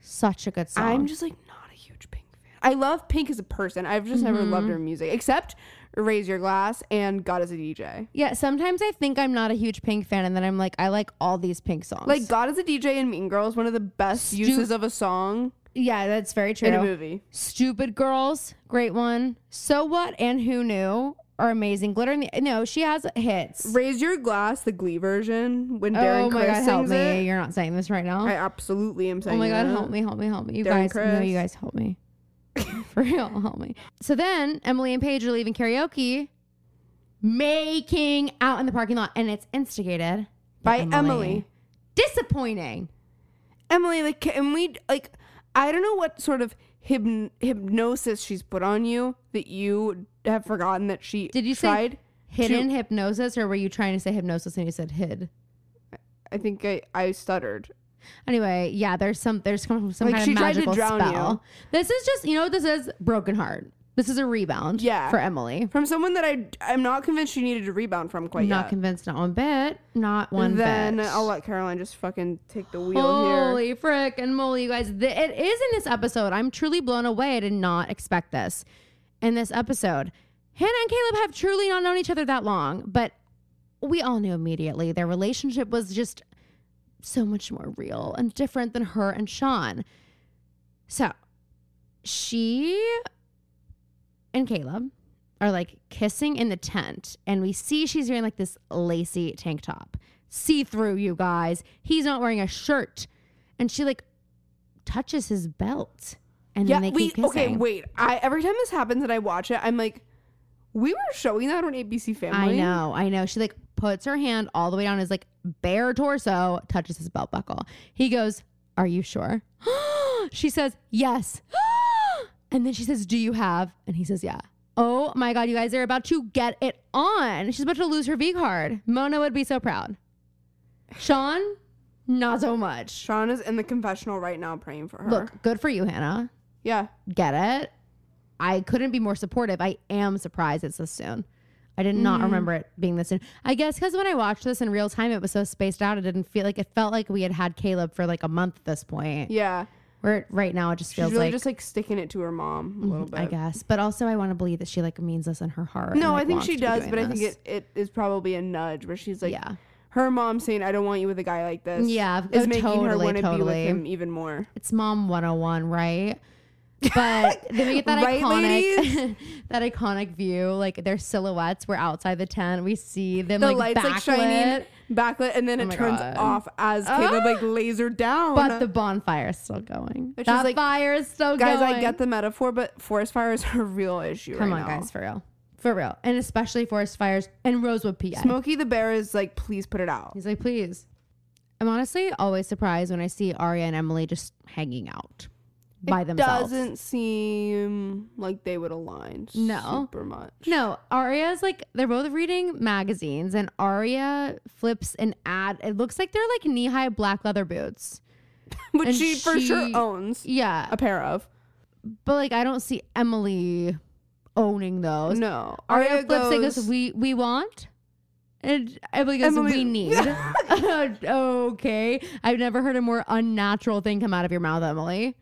[SPEAKER 1] Such a good song.
[SPEAKER 2] I'm just like not a huge Pink fan. I love Pink as a person. I've just never loved
[SPEAKER 1] Mm-hmm.
[SPEAKER 2] her music except Raise Your Glass and God as a DJ.
[SPEAKER 1] yeah, sometimes I think I'm not a huge Pink fan and then I'm like, I like all these Pink songs.
[SPEAKER 2] Like God as a DJ and Mean Girls, one of the best uses of a song
[SPEAKER 1] yeah, that's very true.
[SPEAKER 2] in a movie.
[SPEAKER 1] Stupid Girls, great one. So What and Who Knew are amazing. Glitter in the No, she has hits.
[SPEAKER 2] Raise Your Glass, the Glee version, when Darren
[SPEAKER 1] oh my
[SPEAKER 2] Criss
[SPEAKER 1] god,
[SPEAKER 2] sings
[SPEAKER 1] help me.
[SPEAKER 2] it.
[SPEAKER 1] You're not saying this right now.
[SPEAKER 2] I absolutely am saying.
[SPEAKER 1] oh my god,
[SPEAKER 2] that.
[SPEAKER 1] help me, help me, help me. You
[SPEAKER 2] Darren
[SPEAKER 1] guys, no,
[SPEAKER 2] Criss.
[SPEAKER 1] you guys help
[SPEAKER 2] [LAUGHS]
[SPEAKER 1] me. For real, help me. So then Emily and Paige are leaving karaoke, making out in the parking lot, and it's instigated
[SPEAKER 2] By Emily.
[SPEAKER 1] Disappointing.
[SPEAKER 2] Emily, like, can we, like, I don't know what sort of hyp- hypnosis she's put on you that you have forgotten that she
[SPEAKER 1] Did you say-
[SPEAKER 2] tried.
[SPEAKER 1] Hidden hypnosis, or were you trying to say hypnosis and you said hid?
[SPEAKER 2] I think I, I stuttered.
[SPEAKER 1] Anyway, yeah, there's some there's some, some
[SPEAKER 2] Like,
[SPEAKER 1] kind
[SPEAKER 2] she
[SPEAKER 1] of
[SPEAKER 2] tried to
[SPEAKER 1] magical
[SPEAKER 2] drown you.
[SPEAKER 1] spell. This is just you know what this is broken heart. This is a rebound.
[SPEAKER 2] Yeah.
[SPEAKER 1] for Emily.
[SPEAKER 2] From someone that I, I'm not convinced she needed to rebound from quite
[SPEAKER 1] Not
[SPEAKER 2] yet.
[SPEAKER 1] convinced, not one bit, not one
[SPEAKER 2] then
[SPEAKER 1] bit.
[SPEAKER 2] I'll let Caroline just fucking take the wheel here.
[SPEAKER 1] Holy frick and moly, you guys! Th- it is in this episode. I'm truly blown away. I did not expect this in this episode. Hannah and Caleb have truly not known each other that long, but we all knew immediately their relationship was just so much more real and different than her and Sean. So she and Caleb are like kissing in the tent, and we see she's wearing like this lacy tank top, see through, you guys. He's not wearing a shirt. And she like touches his belt, and
[SPEAKER 2] yeah,
[SPEAKER 1] then they
[SPEAKER 2] wait,
[SPEAKER 1] keep kissing.
[SPEAKER 2] okay, wait. I every time this happens and I watch it, I'm like, we were showing that on ABC
[SPEAKER 1] I
[SPEAKER 2] Family.
[SPEAKER 1] know, I know. She like puts her hand all the way down his like bare torso, touches his belt buckle. He goes, "Are you sure?" [GASPS] she says, "Yes." [GASPS] and then she says, "Do you have?" And he says, "Yeah." Oh my god, you guys are about to get it on. She's about to lose her V card. Mona would be so proud. Sean, not so much.
[SPEAKER 2] Sean is in the confessional right now praying for her.
[SPEAKER 1] Look, good for you, Hannah.
[SPEAKER 2] Yeah.
[SPEAKER 1] get it. I couldn't be more supportive. I am surprised it's this soon. I did
[SPEAKER 2] Mm-hmm.
[SPEAKER 1] not remember it being this soon. I guess because when I watched this in real time, it was so spaced out. It didn't feel like it felt like we had had Caleb for like a month at this point.
[SPEAKER 2] Yeah.
[SPEAKER 1] Where right now it just
[SPEAKER 2] She's
[SPEAKER 1] feels
[SPEAKER 2] really
[SPEAKER 1] like, Mm-hmm,
[SPEAKER 2] just like sticking it to her mom a little bit.
[SPEAKER 1] I guess. But also, I want to believe that she like means this in her heart. and,
[SPEAKER 2] No,
[SPEAKER 1] like,
[SPEAKER 2] I think
[SPEAKER 1] wants
[SPEAKER 2] she
[SPEAKER 1] to be
[SPEAKER 2] does,
[SPEAKER 1] doing
[SPEAKER 2] but I think
[SPEAKER 1] this.
[SPEAKER 2] it, it is probably a nudge where she's like,
[SPEAKER 1] yeah,
[SPEAKER 2] her mom saying, I don't want you with a guy like this.
[SPEAKER 1] Yeah,
[SPEAKER 2] Is
[SPEAKER 1] oh,
[SPEAKER 2] making her
[SPEAKER 1] totally,
[SPEAKER 2] want to be with
[SPEAKER 1] totally.
[SPEAKER 2] him even more.
[SPEAKER 1] it's mom 101,
[SPEAKER 2] [LAUGHS]
[SPEAKER 1] right? But then we get that
[SPEAKER 2] Right,
[SPEAKER 1] iconic, [LAUGHS] that iconic view. Like their silhouettes were outside the tent. We see them
[SPEAKER 2] The
[SPEAKER 1] like
[SPEAKER 2] lights like
[SPEAKER 1] backlit.
[SPEAKER 2] shining backlit, and then
[SPEAKER 1] Oh
[SPEAKER 2] it
[SPEAKER 1] my
[SPEAKER 2] turns
[SPEAKER 1] God. Ah.
[SPEAKER 2] off as Caleb like laser down.
[SPEAKER 1] But the bonfire is still going.
[SPEAKER 2] Which is
[SPEAKER 1] that
[SPEAKER 2] like-
[SPEAKER 1] fire is still
[SPEAKER 2] guys,
[SPEAKER 1] going.
[SPEAKER 2] I get the metaphor, but forest fire [LAUGHS] is a real issue.
[SPEAKER 1] Come
[SPEAKER 2] right
[SPEAKER 1] on,
[SPEAKER 2] now.
[SPEAKER 1] guys, for real, for real, and especially forest fires and Rosewood PI.
[SPEAKER 2] Smokey the Bear is like, please put it out.
[SPEAKER 1] He's like, please. I'm honestly always surprised when I see Arya and Emily just hanging out by
[SPEAKER 2] it
[SPEAKER 1] themselves.
[SPEAKER 2] Doesn't seem like they would align.
[SPEAKER 1] No.
[SPEAKER 2] super much. [LAUGHS]
[SPEAKER 1] No, Arya's like they're both reading magazines, and Arya flips an ad. It looks like they're like knee high black leather boots.
[SPEAKER 2] which
[SPEAKER 1] And
[SPEAKER 2] she, for sure
[SPEAKER 1] she-
[SPEAKER 2] owns
[SPEAKER 1] Yeah,
[SPEAKER 2] a pair of.
[SPEAKER 1] but like I don't see Emily owning those.
[SPEAKER 2] No,
[SPEAKER 1] Aria flips it goes, we we want. And Emily goes,
[SPEAKER 2] Emily-
[SPEAKER 1] we
[SPEAKER 2] [LAUGHS]
[SPEAKER 1] need. [LAUGHS] okay. I've never heard a more unnatural thing come out of your mouth, Emily.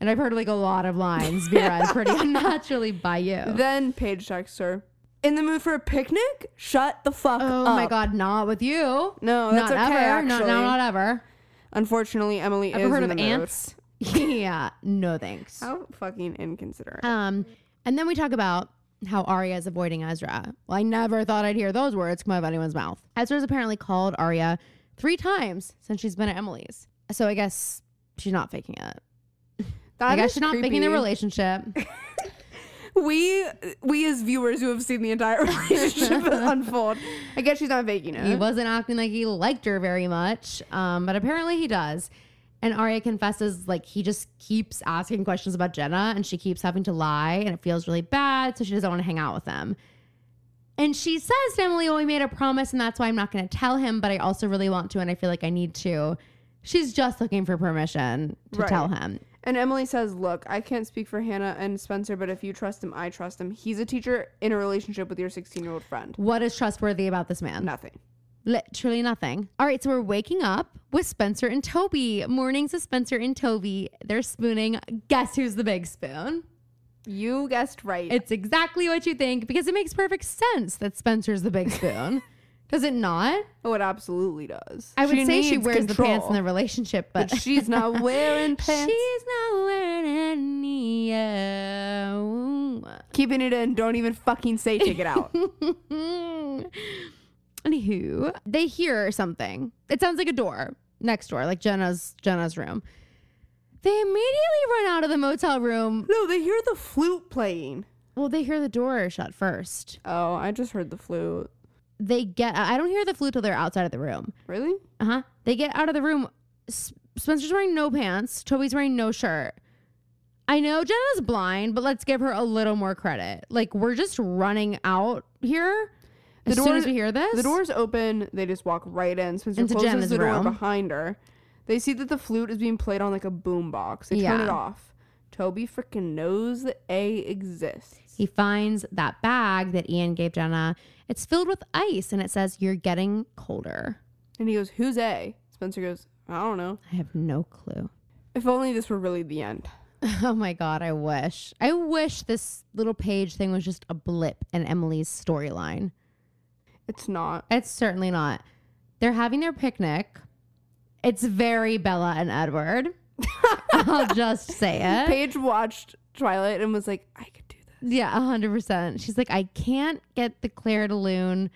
[SPEAKER 1] And I've heard like a lot of lines be read
[SPEAKER 2] [LAUGHS]
[SPEAKER 1] pretty unnaturally by you.
[SPEAKER 2] Then Paige texts her, "In the mood for a picnic? Shut the fuck
[SPEAKER 1] oh
[SPEAKER 2] up."
[SPEAKER 1] my god, not with you.
[SPEAKER 2] No, that's
[SPEAKER 1] not
[SPEAKER 2] okay.
[SPEAKER 1] ever.
[SPEAKER 2] Actually,
[SPEAKER 1] Not, no, not ever.
[SPEAKER 2] unfortunately, Emily
[SPEAKER 1] Ever
[SPEAKER 2] is
[SPEAKER 1] heard
[SPEAKER 2] in
[SPEAKER 1] of
[SPEAKER 2] the mood.
[SPEAKER 1] ants? [LAUGHS] yeah. No thanks.
[SPEAKER 2] How fucking inconsiderate.
[SPEAKER 1] Um, and then we talk about how Arya is avoiding Ezra. Well, I never thought I'd hear those words come out of anyone's mouth. Ezra's apparently called Arya three times since she's been at Emily's. So I guess she's not faking it.
[SPEAKER 2] That
[SPEAKER 1] I guess
[SPEAKER 2] is
[SPEAKER 1] she's not faking
[SPEAKER 2] creepy.
[SPEAKER 1] the relationship.
[SPEAKER 2] We we as viewers who have seen the entire [LAUGHS]
[SPEAKER 1] [LAUGHS]
[SPEAKER 2] relationship unfold. I guess she's not faking
[SPEAKER 1] he
[SPEAKER 2] it.
[SPEAKER 1] wasn't acting like he liked her very much, um, but apparently he does. And Arya confesses, like, he just keeps asking questions about Jenna and she keeps having to lie and it feels really bad. So she doesn't want to hang out with him. And she says to Emily, Well, we made a promise and that's why I'm not going to tell him, but I also really want to and I feel like I need to. She's just looking for permission to
[SPEAKER 2] Right.
[SPEAKER 1] tell him.
[SPEAKER 2] And Emily says, "Look, I can't speak for Hannah and Spencer, but if you trust him, I trust him. He's a teacher in a relationship with your 16-year-old friend.
[SPEAKER 1] What is trustworthy about this man?
[SPEAKER 2] Nothing.
[SPEAKER 1] Literally nothing. All right, so we're waking up with Spencer and Toby. Mornings with Spencer and Toby. They're spooning. Guess who's the big spoon?
[SPEAKER 2] You guessed right.
[SPEAKER 1] It's exactly what you think because it makes perfect sense that Spencer's the big
[SPEAKER 2] [LAUGHS]
[SPEAKER 1] spoon. Does it not?
[SPEAKER 2] oh, it absolutely does.
[SPEAKER 1] I would say she
[SPEAKER 2] needs
[SPEAKER 1] wears the pants in
[SPEAKER 2] control,
[SPEAKER 1] the [LAUGHS] relationship, but,
[SPEAKER 2] but she's not wearing pants.
[SPEAKER 1] she's not wearing any. uh,
[SPEAKER 2] Keeping it in. Don't even fucking say take
[SPEAKER 1] [LAUGHS]
[SPEAKER 2] it out.
[SPEAKER 1] Mm. Anywho, they hear something. It sounds like a door next door, like Jenna's Jenna's room. They immediately run out of the motel room.
[SPEAKER 2] no, they hear the flute playing.
[SPEAKER 1] Well, they hear the door shut first.
[SPEAKER 2] Oh, I just heard the flute.
[SPEAKER 1] They get. I don't hear the flute till they're outside of the room.
[SPEAKER 2] Really?
[SPEAKER 1] Uh huh. They get out of the room. S- Spencer's wearing no pants. Toby's wearing no shirt. I know Jenna's blind, but let's give her a little more credit. Like we're just running out here.
[SPEAKER 2] The
[SPEAKER 1] as
[SPEAKER 2] door-
[SPEAKER 1] soon as we hear this,
[SPEAKER 2] The door's open. They just walk right in. Spencer
[SPEAKER 1] Into
[SPEAKER 2] closes
[SPEAKER 1] Jenna's
[SPEAKER 2] the door
[SPEAKER 1] room.
[SPEAKER 2] behind her. They see that the flute is being played on like a boom box. They turn
[SPEAKER 1] Yeah.
[SPEAKER 2] it off. Toby freaking knows that A exists.
[SPEAKER 1] He finds that bag that Ian gave Jenna. It's filled with ice and it says, You're getting colder.
[SPEAKER 2] And he goes, Who's A? Spencer goes, I don't know.
[SPEAKER 1] I have no clue. [LAUGHS]
[SPEAKER 2] If only this were really the end.
[SPEAKER 1] Oh my God, I wish. I wish this little page thing was just a blip in Emily's storyline.
[SPEAKER 2] It's not.
[SPEAKER 1] It's certainly not. They're having their picnic. It's very Bella and Edward. I'll just say it.
[SPEAKER 2] Paige watched Twilight and was like, I could do this.
[SPEAKER 1] Yeah, 100%. She's like, I can't get the Claire de Lune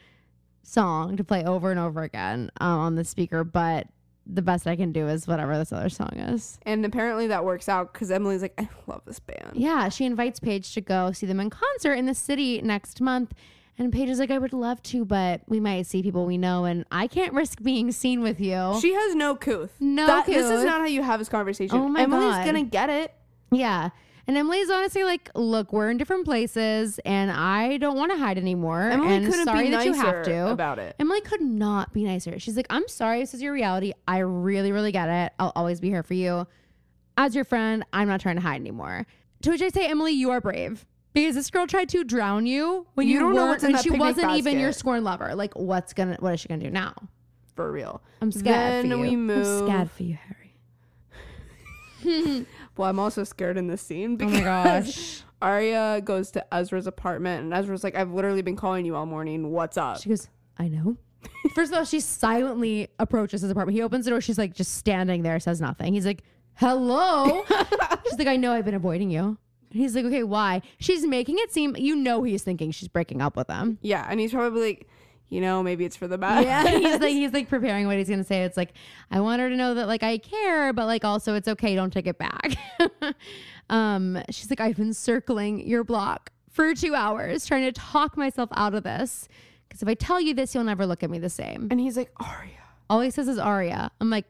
[SPEAKER 1] song to play over and over again um, on the speaker, but the best I can do is whatever this other song is.
[SPEAKER 2] And apparently that works out because Emily's like, I love this band.
[SPEAKER 1] Yeah, she invites Paige to go see them in concert in the city next month. And Paige is like, I would love to, but we might see people we know, and I can't risk being seen with you.
[SPEAKER 2] She has no couth.
[SPEAKER 1] No
[SPEAKER 2] That- This is
[SPEAKER 1] couth.
[SPEAKER 2] not how you have this conversation.
[SPEAKER 1] Oh my
[SPEAKER 2] Emily's
[SPEAKER 1] God.
[SPEAKER 2] gonna get it.
[SPEAKER 1] yeah. And Emily's honestly like, look, we're in different places, and I don't want to hide anymore.
[SPEAKER 2] Emily
[SPEAKER 1] and
[SPEAKER 2] couldn't
[SPEAKER 1] sorry
[SPEAKER 2] be
[SPEAKER 1] that
[SPEAKER 2] nicer
[SPEAKER 1] you have to.
[SPEAKER 2] about it.
[SPEAKER 1] Emily could not be nicer. She's like, I'm sorry, this is your reality. I really, really get it. I'll always be here for you. As your friend, I'm not trying to hide anymore. To which I say, Emily, you are brave. Because this girl tried to drown you when
[SPEAKER 2] You
[SPEAKER 1] you,
[SPEAKER 2] don't know
[SPEAKER 1] weren't-
[SPEAKER 2] what's in
[SPEAKER 1] when
[SPEAKER 2] that
[SPEAKER 1] she
[SPEAKER 2] picnic
[SPEAKER 1] wasn't even your
[SPEAKER 2] basket.
[SPEAKER 1] scorn lover. Like, what's gonna what is she gonna do now?
[SPEAKER 2] For real.
[SPEAKER 1] I'm scared
[SPEAKER 2] Then
[SPEAKER 1] for you.
[SPEAKER 2] we move-
[SPEAKER 1] I'm scared for you, Harry.
[SPEAKER 2] Well, I'm also scared in this scene
[SPEAKER 1] Oh
[SPEAKER 2] because
[SPEAKER 1] my gosh.
[SPEAKER 2] [LAUGHS] Arya goes to Ezra's apartment and Ezra's like, I've literally been calling you all morning. What's up?
[SPEAKER 1] She goes, I know. [LAUGHS] First of all, she silently approaches his apartment. He opens the door. She's like, just standing there, says nothing. He's like, hello. she's like, I know I've been avoiding you. And he's like, okay, why? She's making it seem, you know, he's thinking she's breaking up with him.
[SPEAKER 2] yeah, and he's probably like, you know, maybe it's for the best.
[SPEAKER 1] Yeah, [LAUGHS] he's like he's like preparing what he's gonna say. It's like I want her to know that like I care, but like also it's okay. Don't take it back. [LAUGHS] um, she's like I've been circling your block for two hours trying to talk myself out of this because if I tell you this, you'll never look at me the same.
[SPEAKER 2] [LAUGHS] and he's like, Arya.
[SPEAKER 1] All he says is Aria. I'm like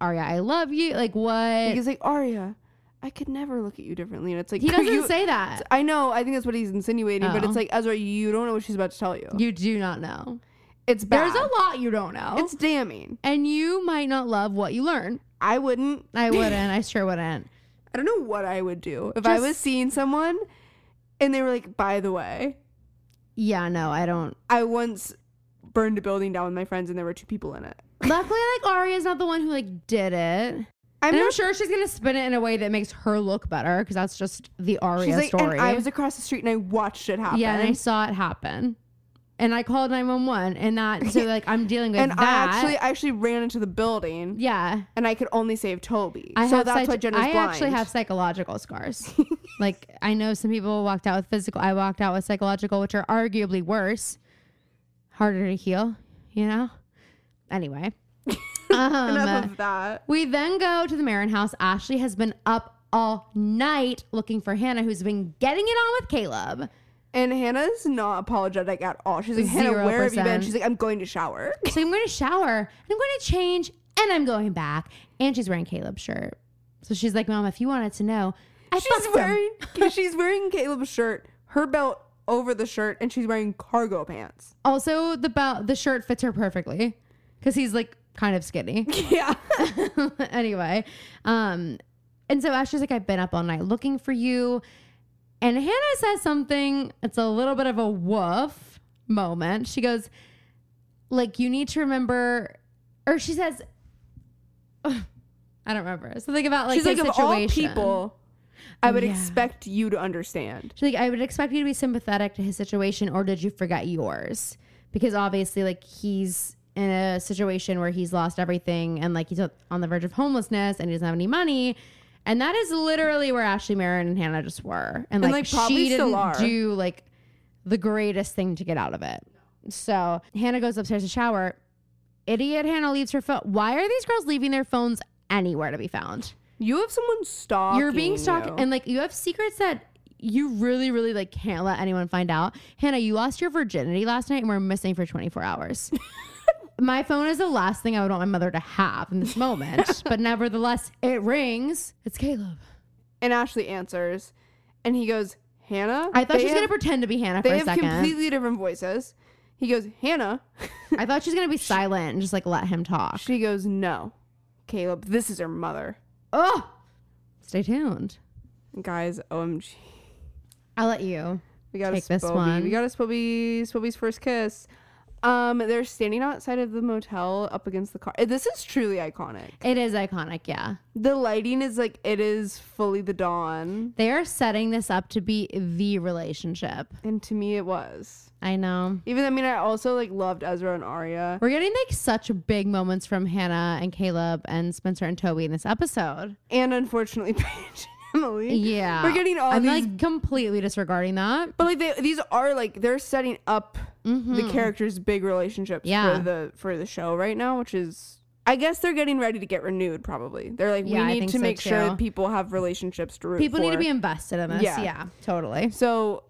[SPEAKER 1] Aria, I love you. Like what?
[SPEAKER 2] He's like, Arya, I could never look at you differently. And it's like,
[SPEAKER 1] he doesn't
[SPEAKER 2] you-
[SPEAKER 1] say that.
[SPEAKER 2] I know. I think that's what he's insinuating, but
[SPEAKER 1] Oh.
[SPEAKER 2] it's like, Ezra, you don't know what she's about to tell you.
[SPEAKER 1] You do not know.
[SPEAKER 2] It's bad.
[SPEAKER 1] There's a lot you don't know,
[SPEAKER 2] it's damning.
[SPEAKER 1] and you might not love what you learn.
[SPEAKER 2] I wouldn't.
[SPEAKER 1] [LAUGHS]
[SPEAKER 2] [LAUGHS]
[SPEAKER 1] I wouldn't. I sure wouldn't.
[SPEAKER 2] I don't know what I would do if I
[SPEAKER 1] Just-
[SPEAKER 2] was seeing someone and they were like, by the way,
[SPEAKER 1] Yeah, no, I don't.
[SPEAKER 2] I once burned a building down with my friends and there were two people in it.
[SPEAKER 1] Luckily, like Arya's not the one who like did it.
[SPEAKER 2] I'm
[SPEAKER 1] and I'm
[SPEAKER 2] not
[SPEAKER 1] sure she's gonna spin it in a way that makes her look better because that's just the Arya
[SPEAKER 2] She's like,
[SPEAKER 1] story.
[SPEAKER 2] and I was across the street and I watched it happen.
[SPEAKER 1] yeah, and I saw it happen, and I called 911, and that
[SPEAKER 2] [LAUGHS]
[SPEAKER 1] so like I'm dealing with
[SPEAKER 2] And
[SPEAKER 1] that.
[SPEAKER 2] I actually, I actually ran into the building,
[SPEAKER 1] yeah,
[SPEAKER 2] and I could only save Toby.
[SPEAKER 1] I
[SPEAKER 2] so
[SPEAKER 1] have
[SPEAKER 2] that's
[SPEAKER 1] psych-
[SPEAKER 2] why Jenna's
[SPEAKER 1] I
[SPEAKER 2] blind.
[SPEAKER 1] actually have psychological scars. [LAUGHS] like I know some people walked out with physical. I walked out with psychological, which are arguably worse, harder to heal. You know.
[SPEAKER 2] [LAUGHS]
[SPEAKER 1] Anyway. Um,
[SPEAKER 2] enough of that.
[SPEAKER 1] We then go to the Marin house. Ashley has been up all night looking for Hannah, who's been getting it on with Caleb.
[SPEAKER 2] And Hannah's not apologetic at all. She's like, Hannah, where have you been?
[SPEAKER 1] 0%.
[SPEAKER 2] She's like, I'm going
[SPEAKER 1] [LAUGHS]
[SPEAKER 2] to shower.
[SPEAKER 1] So I'm going to shower and I'm going to change and I'm going back. And she's wearing Caleb's shirt. So she's like, Mom, if you wanted to know, I
[SPEAKER 2] She's
[SPEAKER 1] fucked him."
[SPEAKER 2] wearing, [LAUGHS] she's wearing Caleb's shirt, her belt over the shirt, and she's wearing cargo
[SPEAKER 1] [LAUGHS]
[SPEAKER 2] pants.
[SPEAKER 1] Also, the belt, the shirt fits her perfectly because he's like kind of
[SPEAKER 2] [LAUGHS]
[SPEAKER 1] skinny. [LAUGHS]
[SPEAKER 2] Yeah.
[SPEAKER 1] anyway, um, and so Ashley's like, I've been up all night looking for you. And Hannah says something, it's a little bit of a woof moment. She goes, like, you need to remember, or she says, [SIGHS] Ugh, I don't remember. Something about like
[SPEAKER 2] she's like,
[SPEAKER 1] his
[SPEAKER 2] of all
[SPEAKER 1] situation.
[SPEAKER 2] people, I would
[SPEAKER 1] Yeah.
[SPEAKER 2] expect you to understand.
[SPEAKER 1] She's like, I would expect you to be sympathetic to his situation, or did you forget yours? Because obviously, like, he's in a situation where he's lost everything and, like, he's on the verge of homelessness and he doesn't have any money. And that is literally where Ashley Marin and Hannah just were. And, like,
[SPEAKER 2] like, probably
[SPEAKER 1] she
[SPEAKER 2] still
[SPEAKER 1] didn't
[SPEAKER 2] are.
[SPEAKER 1] do, like, the greatest thing to get out of it. So Hannah goes upstairs to shower. Idiot Hannah leaves her phone. Why are these girls leaving their phones anywhere to be found?
[SPEAKER 2] You have someone stalking.
[SPEAKER 1] you're being stalked
[SPEAKER 2] you.
[SPEAKER 1] and like you have secrets that you really really like can't let anyone find out hannah you lost your virginity last night and we're missing for 24 hours
[SPEAKER 2] [LAUGHS]
[SPEAKER 1] my phone is the last thing i would want my mother to have in this
[SPEAKER 2] [LAUGHS]
[SPEAKER 1] moment but nevertheless it rings it's caleb
[SPEAKER 2] And Ashley answers, and he goes, Hannah.
[SPEAKER 1] i thought
[SPEAKER 2] they
[SPEAKER 1] she was
[SPEAKER 2] have-
[SPEAKER 1] gonna pretend to be hannah for
[SPEAKER 2] They
[SPEAKER 1] a
[SPEAKER 2] have
[SPEAKER 1] second
[SPEAKER 2] completely different voices. He goes, Hannah. [LAUGHS]
[SPEAKER 1] i thought she was gonna be silent and just like let him talk
[SPEAKER 2] she goes, No, Caleb. This is her mother.
[SPEAKER 1] oh stay tuned
[SPEAKER 2] Guys, OMG,
[SPEAKER 1] i'll let you
[SPEAKER 2] we got a
[SPEAKER 1] Take this
[SPEAKER 2] Spobie.
[SPEAKER 1] one.
[SPEAKER 2] We got a Spobie. Spobie's first kiss. Um, they're standing outside of the motel, up against the car. Eh, This is truly iconic.
[SPEAKER 1] it is iconic yeah
[SPEAKER 2] The lighting is like it is fully the dawn,
[SPEAKER 1] they are setting this up to be the relationship
[SPEAKER 2] and to me, it was.
[SPEAKER 1] i know
[SPEAKER 2] Even I mean, I also like loved Ezra and Arya.
[SPEAKER 1] We're getting like such big moments from Hannah and Caleb and Spencer and Toby in this episode.
[SPEAKER 2] and unfortunately [LAUGHS] Paige and Emily.
[SPEAKER 1] Yeah.
[SPEAKER 2] We're getting all
[SPEAKER 1] I'm
[SPEAKER 2] these
[SPEAKER 1] like completely disregarding that.
[SPEAKER 2] but like they, these are like they're setting up the characters' big relationships
[SPEAKER 1] Mm-hmm. Yeah.
[SPEAKER 2] for the for the show right now, which is I guess they're getting ready to get renewed. Probably they're like,
[SPEAKER 1] Yeah, I
[SPEAKER 2] we need
[SPEAKER 1] think
[SPEAKER 2] to
[SPEAKER 1] so,
[SPEAKER 2] make sure
[SPEAKER 1] too.
[SPEAKER 2] that people have relationships to root
[SPEAKER 1] People need to
[SPEAKER 2] for."
[SPEAKER 1] be invested in this.
[SPEAKER 2] Yeah.
[SPEAKER 1] Yeah, totally.
[SPEAKER 2] So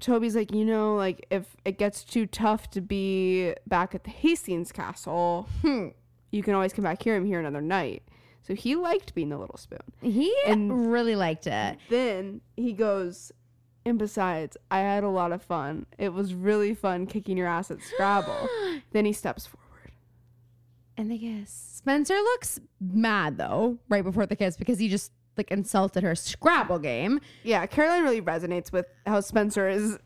[SPEAKER 2] Toby's like, you know, like if it gets too tough to be back at the Hastings Castle,
[SPEAKER 1] Hmm.
[SPEAKER 2] you can always come back here. I'm here another night. So he liked being the little spoon.
[SPEAKER 1] He
[SPEAKER 2] And-
[SPEAKER 1] really liked it.
[SPEAKER 2] Then he goes, and besides, I had a lot of fun. It was really fun kicking your ass at
[SPEAKER 1] [GASPS]
[SPEAKER 2] Scrabble. then he steps forward.
[SPEAKER 1] And they kiss. Spencer looks mad though, right before the kiss, because he just like insulted her Scrabble game.
[SPEAKER 2] Yeah, Caroline really resonates with how Spencer is,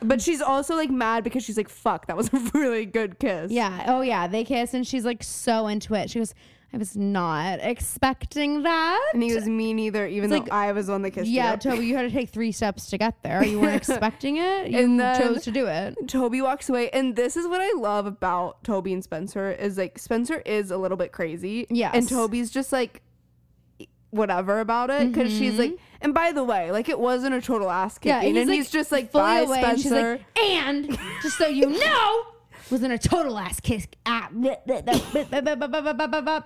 [SPEAKER 2] but she's also like mad because she's like, fuck, that was a [LAUGHS] really good kiss.
[SPEAKER 1] Yeah. Oh yeah. They kiss and she's like so into it. She goes, I was not expecting that.
[SPEAKER 2] And he goes, me neither, even
[SPEAKER 1] It's
[SPEAKER 2] though
[SPEAKER 1] like-
[SPEAKER 2] I was on the kiss.
[SPEAKER 1] yeah,
[SPEAKER 2] too.
[SPEAKER 1] Toby, you had to take three steps to get there. You
[SPEAKER 2] [LAUGHS]
[SPEAKER 1] weren't expecting it. You
[SPEAKER 2] And then-
[SPEAKER 1] chose to do it.
[SPEAKER 2] Toby walks away, and this is what I love about Toby and Spencer is like Spencer is a little bit crazy,
[SPEAKER 1] Yes.
[SPEAKER 2] and Toby's just like whatever about it because she's like, and by the way, like it wasn't a total ass kicking,
[SPEAKER 1] and
[SPEAKER 2] and,
[SPEAKER 1] Mm-hmm. he's,
[SPEAKER 2] he's,
[SPEAKER 1] like,
[SPEAKER 2] just like,
[SPEAKER 1] Fully
[SPEAKER 2] bye,
[SPEAKER 1] away,
[SPEAKER 2] Spencer.
[SPEAKER 1] and she's like, and just so you know, wasn't a total ass kiss. Ah, [LAUGHS] bleh, bleh, bleh, bleh, bleh, bleh, bleh, bleh, bleh, bleh, bleh.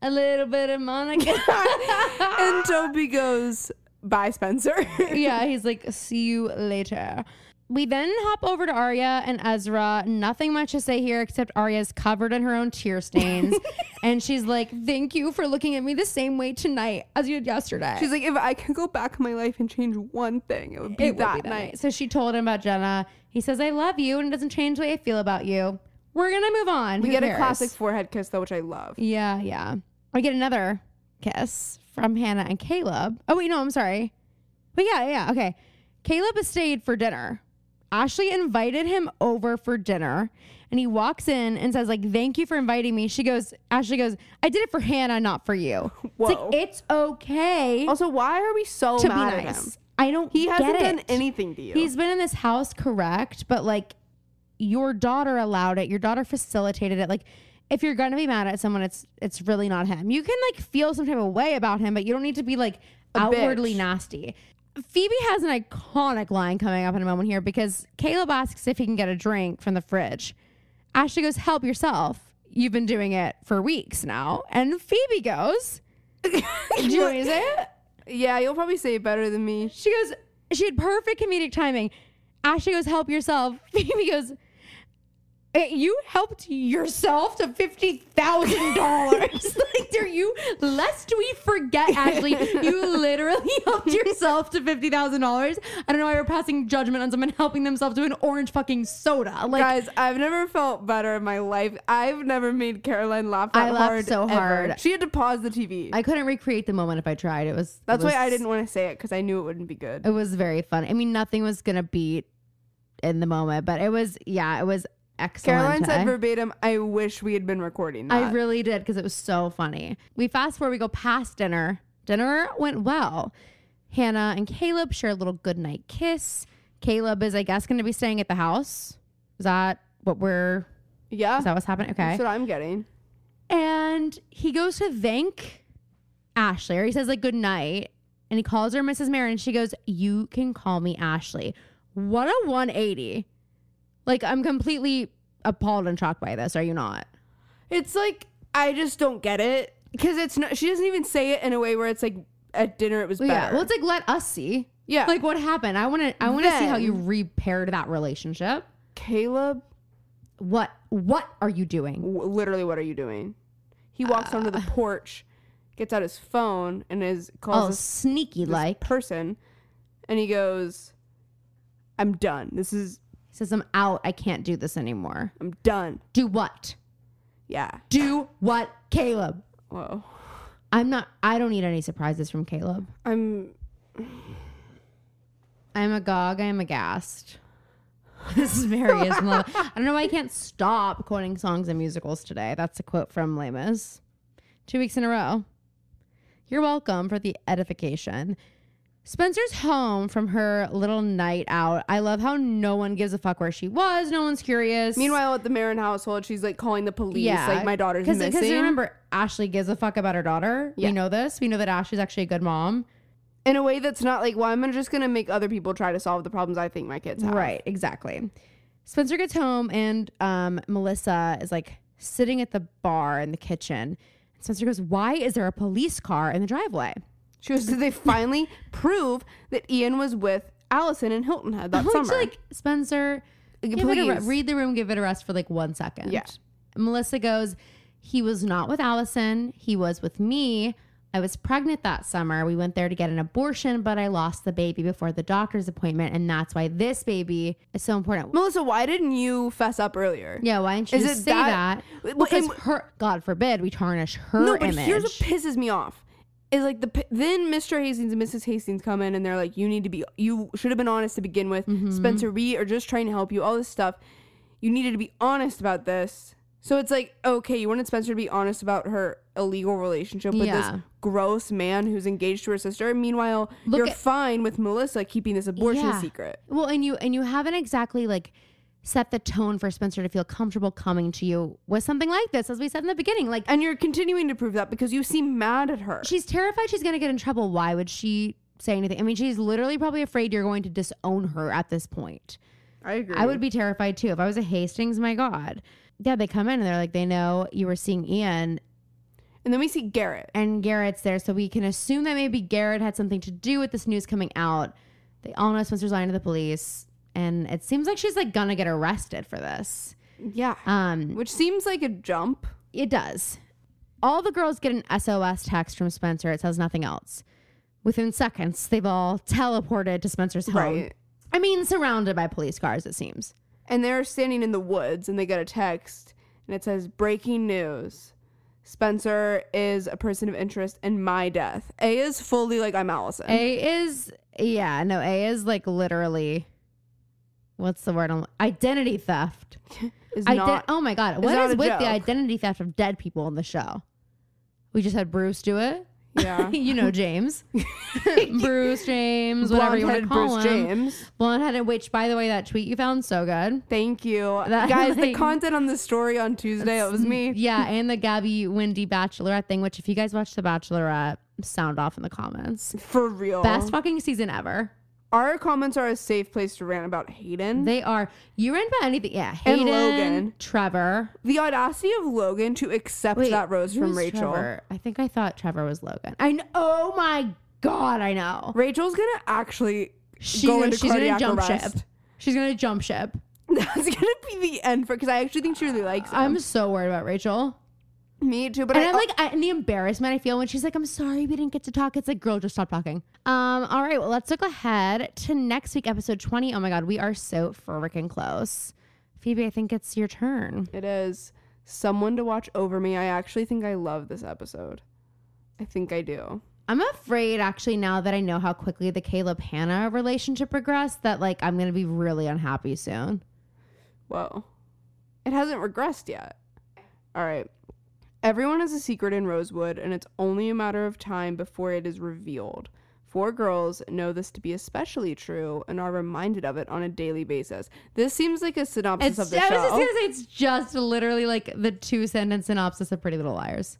[SPEAKER 1] A little bit of
[SPEAKER 2] [LAUGHS]
[SPEAKER 1] Monica.
[SPEAKER 2] and Toby goes, bye, Spencer. [LAUGHS]
[SPEAKER 1] yeah, he's like, see you later. We then hop over to Arya and Ezra. Nothing much to say here except Arya's covered in her own tear
[SPEAKER 2] [LAUGHS]
[SPEAKER 1] stains. and she's like, Thank you for looking at me the same way tonight as you did yesterday.
[SPEAKER 2] She's like, if I could go back in my life and change one thing, it would be,
[SPEAKER 1] It would be
[SPEAKER 2] that, night.
[SPEAKER 1] So she told him about Jenna. He says, I love you and it doesn't change the way I feel about you. We're going to move on.
[SPEAKER 2] We
[SPEAKER 1] Who
[SPEAKER 2] get
[SPEAKER 1] cares?
[SPEAKER 2] a classic forehead kiss though, which I love.
[SPEAKER 1] Yeah, yeah. We get another kiss from Hannah and Caleb. Oh wait, no, I'm sorry. But yeah, yeah, okay. Caleb has stayed for dinner. Ashley invited him over for dinner, and he walks in and says, "Like, thank you for inviting me." She goes, Ashley goes, "I did it for Hannah, not for you." It's
[SPEAKER 2] Whoa.
[SPEAKER 1] like it's okay
[SPEAKER 2] Also, why are we so
[SPEAKER 1] to be
[SPEAKER 2] mad at him?
[SPEAKER 1] nice. I don't.
[SPEAKER 2] He hasn't
[SPEAKER 1] get
[SPEAKER 2] done
[SPEAKER 1] it.
[SPEAKER 2] anything to you.
[SPEAKER 1] He's been in this house, correct? But like, your daughter allowed it. Your daughter facilitated it. Like, if you're gonna be mad at someone, it's it's really not him. You can like feel some type of way about him, but you don't need to be like outwardly
[SPEAKER 2] bitch.
[SPEAKER 1] nasty. Phoebe has an iconic line coming up in a moment here because Caleb asks if he can get a drink from the fridge. Ashley goes, "Help yourself." You've been doing it for weeks now, and Phoebe
[SPEAKER 2] [LAUGHS]
[SPEAKER 1] goes, "Do you want me to say it?"
[SPEAKER 2] yeah, you'll probably say it better than me.
[SPEAKER 1] She goes, she had perfect comedic timing. Ashley goes, help yourself. [LAUGHS] Phoebe goes, "Eh, you helped yourself to fifty thousand dollars. [LAUGHS] Like, are you? Lest we forget, Ashley, [LAUGHS] you literally helped yourself to fifty thousand dollars. I don't know why you're passing judgment on someone helping themselves to an orange fucking soda. Like,
[SPEAKER 2] Guys, I've never felt better in my life. I've never made Caroline laugh that
[SPEAKER 1] I laughed
[SPEAKER 2] hard.
[SPEAKER 1] so
[SPEAKER 2] ever.
[SPEAKER 1] hard.
[SPEAKER 2] She had to pause the TV.
[SPEAKER 1] I couldn't recreate the moment if I tried. It was it
[SPEAKER 2] That's
[SPEAKER 1] was-
[SPEAKER 2] why I didn't want to say it because I knew it wouldn't be good.
[SPEAKER 1] It was very fun. I mean, nothing was gonna beat in the moment, but it was yeah, it was excellent.
[SPEAKER 2] Caroline
[SPEAKER 1] I-
[SPEAKER 2] said verbatim, "I wish we had been recording." That.
[SPEAKER 1] I really did because it was so funny. We fast forward, we go past dinner. Dinner went well. Hannah and Caleb share a little goodnight kiss. Caleb is, I guess, going to be staying at the house. Is that what we're?
[SPEAKER 2] yeah,
[SPEAKER 1] Is that what's happening? Okay.
[SPEAKER 2] that's what I'm getting.
[SPEAKER 1] And he goes to thank Ashley, or he says like good night, and he calls her Mrs. Marin. She goes, "You can call me Ashley." What a 180! Like I'm completely appalled and shocked by this. Are you not?
[SPEAKER 2] It's like I just don't get it because it's not. She doesn't even say it in a way where it's like at dinner it was better.
[SPEAKER 1] Yeah. Well, it's like let us see.
[SPEAKER 2] yeah.
[SPEAKER 1] Like what happened? I want to. I want to see how
[SPEAKER 2] Then-
[SPEAKER 1] you repaired that relationship.
[SPEAKER 2] Caleb,
[SPEAKER 1] What What are you doing?
[SPEAKER 2] w- literally, what are you doing? He walks onto the porch, gets out his phone, and is calls
[SPEAKER 1] Uh. Oh,
[SPEAKER 2] us
[SPEAKER 1] sneaky
[SPEAKER 2] this
[SPEAKER 1] like.
[SPEAKER 2] person and he goes i'm done this is
[SPEAKER 1] He says I'm out. I can't do this anymore.
[SPEAKER 2] i'm done
[SPEAKER 1] Do what?
[SPEAKER 2] yeah
[SPEAKER 1] Do what, Caleb?
[SPEAKER 2] whoa
[SPEAKER 1] I'm not. I don't need any surprises from Caleb.
[SPEAKER 2] i'm
[SPEAKER 1] I'm agog. I'm aghast. [LAUGHS] This is Mary
[SPEAKER 2] [LAUGHS]
[SPEAKER 1] is in love. I don't know why I can't stop quoting songs and musicals today. That's a quote from Lamas. Two weeks in a row. You're welcome for the edification. Spencer's home from her little night out. I love how no one gives a fuck where she was. No one's curious.
[SPEAKER 2] meanwhile at the marin household she's like calling the police like my daughter's
[SPEAKER 1] Cause,
[SPEAKER 2] missing
[SPEAKER 1] Because remember, Ashley gives a fuck about her daughter.
[SPEAKER 2] Yeah.
[SPEAKER 1] We know this. We know that Ashley's actually a good mom.
[SPEAKER 2] in a way that's not like well i'm just gonna make other people try to solve the problems i think my kids have
[SPEAKER 1] Right, exactly. Spencer gets home and um, Melissa is like,
[SPEAKER 3] sitting at the bar in the kitchen. Spencer goes, Why is there a police car in the driveway?
[SPEAKER 2] She goes,
[SPEAKER 1] [LAUGHS]
[SPEAKER 2] Did they finally prove that Ian was with Allison in Hilton Head that
[SPEAKER 1] Which,
[SPEAKER 2] summer?
[SPEAKER 1] like, Spencer,
[SPEAKER 2] Like,
[SPEAKER 1] give it a re-
[SPEAKER 2] please.
[SPEAKER 1] read the room, give it a rest for like one second.
[SPEAKER 2] Yeah.
[SPEAKER 1] Melissa goes, He was not with Allison. He was with me. I was pregnant that summer. We went there to get an abortion, but I lost the baby before the doctor's appointment. And that's why this baby is so important.
[SPEAKER 2] Melissa, why didn't you fess up earlier?
[SPEAKER 1] Yeah, why didn't you
[SPEAKER 2] Is
[SPEAKER 1] just
[SPEAKER 2] it
[SPEAKER 1] say that?
[SPEAKER 2] that- Well,
[SPEAKER 1] Because
[SPEAKER 2] and-
[SPEAKER 1] her, God forbid, we tarnish her
[SPEAKER 2] no, but
[SPEAKER 1] image.
[SPEAKER 2] here's what pisses me off. Is like the p- then Mr. Hastings and Mrs. Hastings come in and they're like, you need to be, you should have been honest to begin with.
[SPEAKER 1] Mm-hmm.
[SPEAKER 2] Spencer, we are just trying to help you. All this stuff, you needed to be honest about this. So it's like, okay, you wanted Spencer to be honest about her illegal relationship with
[SPEAKER 1] Yeah.
[SPEAKER 2] this gross man who's engaged to her sister. Meanwhile,
[SPEAKER 1] Look
[SPEAKER 2] you're
[SPEAKER 1] at-
[SPEAKER 2] fine with Melissa keeping this abortion
[SPEAKER 1] Yeah.
[SPEAKER 2] secret.
[SPEAKER 1] Well, and you and you haven't exactly like set the tone for Spencer to feel comfortable coming to you with something like this, as we said in the beginning. Like
[SPEAKER 2] And you're continuing to prove that because you seem mad at her.
[SPEAKER 1] she's terrified she's gonna get in trouble. Why would she say anything? I mean, she's literally probably afraid you're going to disown her at this point.
[SPEAKER 2] I agree.
[SPEAKER 1] I would be terrified too. If I was a Hastings, my God. Yeah, they come in and they're like, they know you were seeing Ian
[SPEAKER 2] And then we see Garrett.
[SPEAKER 1] and Garrett's there, so we can assume that maybe Garrett had something to do with this news coming out. They all know Spencer's lying to the police, and it seems like she's like gonna get arrested for this.
[SPEAKER 2] Yeah.
[SPEAKER 1] Um,
[SPEAKER 2] Which seems like a jump.
[SPEAKER 1] It does. All the girls get an SOS text from Spencer. It says nothing else. Within seconds, they've all teleported to Spencer's home.
[SPEAKER 2] Right.
[SPEAKER 1] I mean, surrounded by police cars, it seems.
[SPEAKER 2] And they're standing in the woods and they get a text and it says breaking news. Spencer is a person of interest in my death. A is fully like I'm Allison.
[SPEAKER 1] A is, yeah, no, A is like literally, what's the word? on Identity theft.
[SPEAKER 2] is
[SPEAKER 1] Iden-
[SPEAKER 2] not
[SPEAKER 1] oh my God. What
[SPEAKER 2] not
[SPEAKER 1] is
[SPEAKER 2] a
[SPEAKER 1] with the
[SPEAKER 2] joke.
[SPEAKER 1] identity theft of dead people on the show? We just had Bruce do it. [LAUGHS]
[SPEAKER 2] yeah.
[SPEAKER 1] you know,
[SPEAKER 2] [LAUGHS]
[SPEAKER 1] James. Bruce, James, whatever you want to
[SPEAKER 2] Blonde-headed
[SPEAKER 1] call
[SPEAKER 2] Bruce
[SPEAKER 1] him.
[SPEAKER 2] James.
[SPEAKER 1] Blonde headed, which, by the way, that tweet you found, so good.
[SPEAKER 2] Thank you.
[SPEAKER 1] That,
[SPEAKER 2] Guys, the
[SPEAKER 1] like-
[SPEAKER 2] content on the story on Tuesday, it was me.
[SPEAKER 1] Yeah, and the Gabby Wendy Bachelorette thing, which if you guys watch The Bachelorette, sound off in the comments.
[SPEAKER 2] For real.
[SPEAKER 1] Best fucking season ever.
[SPEAKER 2] Our comments are a safe place to rant about Hayden.
[SPEAKER 1] They are you ran by anything. Yeah,
[SPEAKER 2] Mm-hmm. And
[SPEAKER 1] Hayden,
[SPEAKER 2] Logan.
[SPEAKER 1] Trevor.
[SPEAKER 2] the audacity of Logan to accept that rose
[SPEAKER 1] who
[SPEAKER 2] from
[SPEAKER 1] is
[SPEAKER 2] Rachel.
[SPEAKER 1] Trevor? I think I thought Trevor was Logan. I know. Oh my god, I know.
[SPEAKER 2] Rachel's gonna actually [LAUGHS]
[SPEAKER 1] She's,
[SPEAKER 2] go
[SPEAKER 1] gonna-
[SPEAKER 2] into
[SPEAKER 1] she's gonna
[SPEAKER 2] cardiac
[SPEAKER 1] jump
[SPEAKER 2] arrest.
[SPEAKER 1] ship. She's gonna jump ship.
[SPEAKER 2] That's gonna be the end for because I actually think she really likes him.
[SPEAKER 1] I'm so worried about Rachel.
[SPEAKER 2] Me too, but
[SPEAKER 1] And
[SPEAKER 2] I
[SPEAKER 1] I'm like, I, and the embarrassment I feel when she's like, I'm sorry we didn't get to talk. It's like, girl, just stop talking. Um, all right, well, let's look ahead to next week, episode 20. Oh my God, we are so freaking close. Phoebe, I think it's your turn.
[SPEAKER 2] it is someone to watch over me. I actually think I love this episode. I think I do.
[SPEAKER 1] I'm afraid, actually, now that I know how quickly the Caleb Hannah relationship progressed, that like I'm going to be really unhappy soon.
[SPEAKER 2] Whoa, it hasn't regressed yet. All right, everyone has a secret in Rosewood, and it's only a matter of time before it is revealed. Four girls know this to be especially true and are reminded of it on a daily basis. This seems like a
[SPEAKER 1] It's,
[SPEAKER 2] synopsis
[SPEAKER 1] I
[SPEAKER 2] of
[SPEAKER 1] was
[SPEAKER 2] the
[SPEAKER 1] just
[SPEAKER 2] show.
[SPEAKER 1] going to say, it's just literally like the two sentence synopsis of Pretty Little Liars.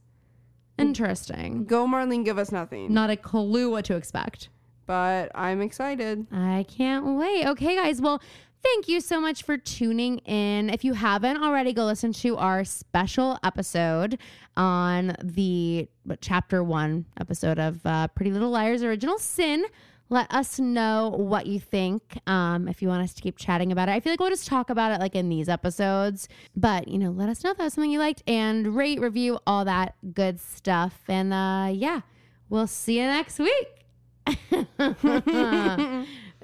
[SPEAKER 1] Interesting.
[SPEAKER 2] Go, Marlene, give us nothing.
[SPEAKER 1] Not a clue what to expect.
[SPEAKER 2] but I'm excited.
[SPEAKER 1] I can't wait. Okay, guys. Well, thank you so much for tuning in. If you haven't already, go listen to our special episode on the what, chapter one episode of uh, Pretty Little Liars Original Sin. Let us know what you think. Um, if you want us to keep chatting about it, I feel like we'll just talk about it like in these episodes. But you know, let us know if that was something you liked and rate, review, all that good stuff. And uh, yeah, we'll see you next week. [LAUGHS]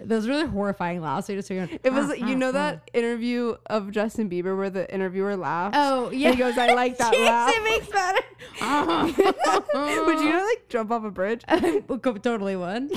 [SPEAKER 1] Those really horrifying laughs. We just hear-
[SPEAKER 2] It was you
[SPEAKER 1] Uh-huh.
[SPEAKER 2] know that interview of Justin Bieber where the interviewer laughs.
[SPEAKER 1] Oh yeah.
[SPEAKER 2] and he goes, "I like
[SPEAKER 1] [LAUGHS]
[SPEAKER 2] that
[SPEAKER 1] Jeez,
[SPEAKER 2] laugh."
[SPEAKER 1] It makes
[SPEAKER 2] [LAUGHS]
[SPEAKER 1] better. [LAUGHS]
[SPEAKER 2] Would you like jump off a bridge?
[SPEAKER 1] Would you totally would?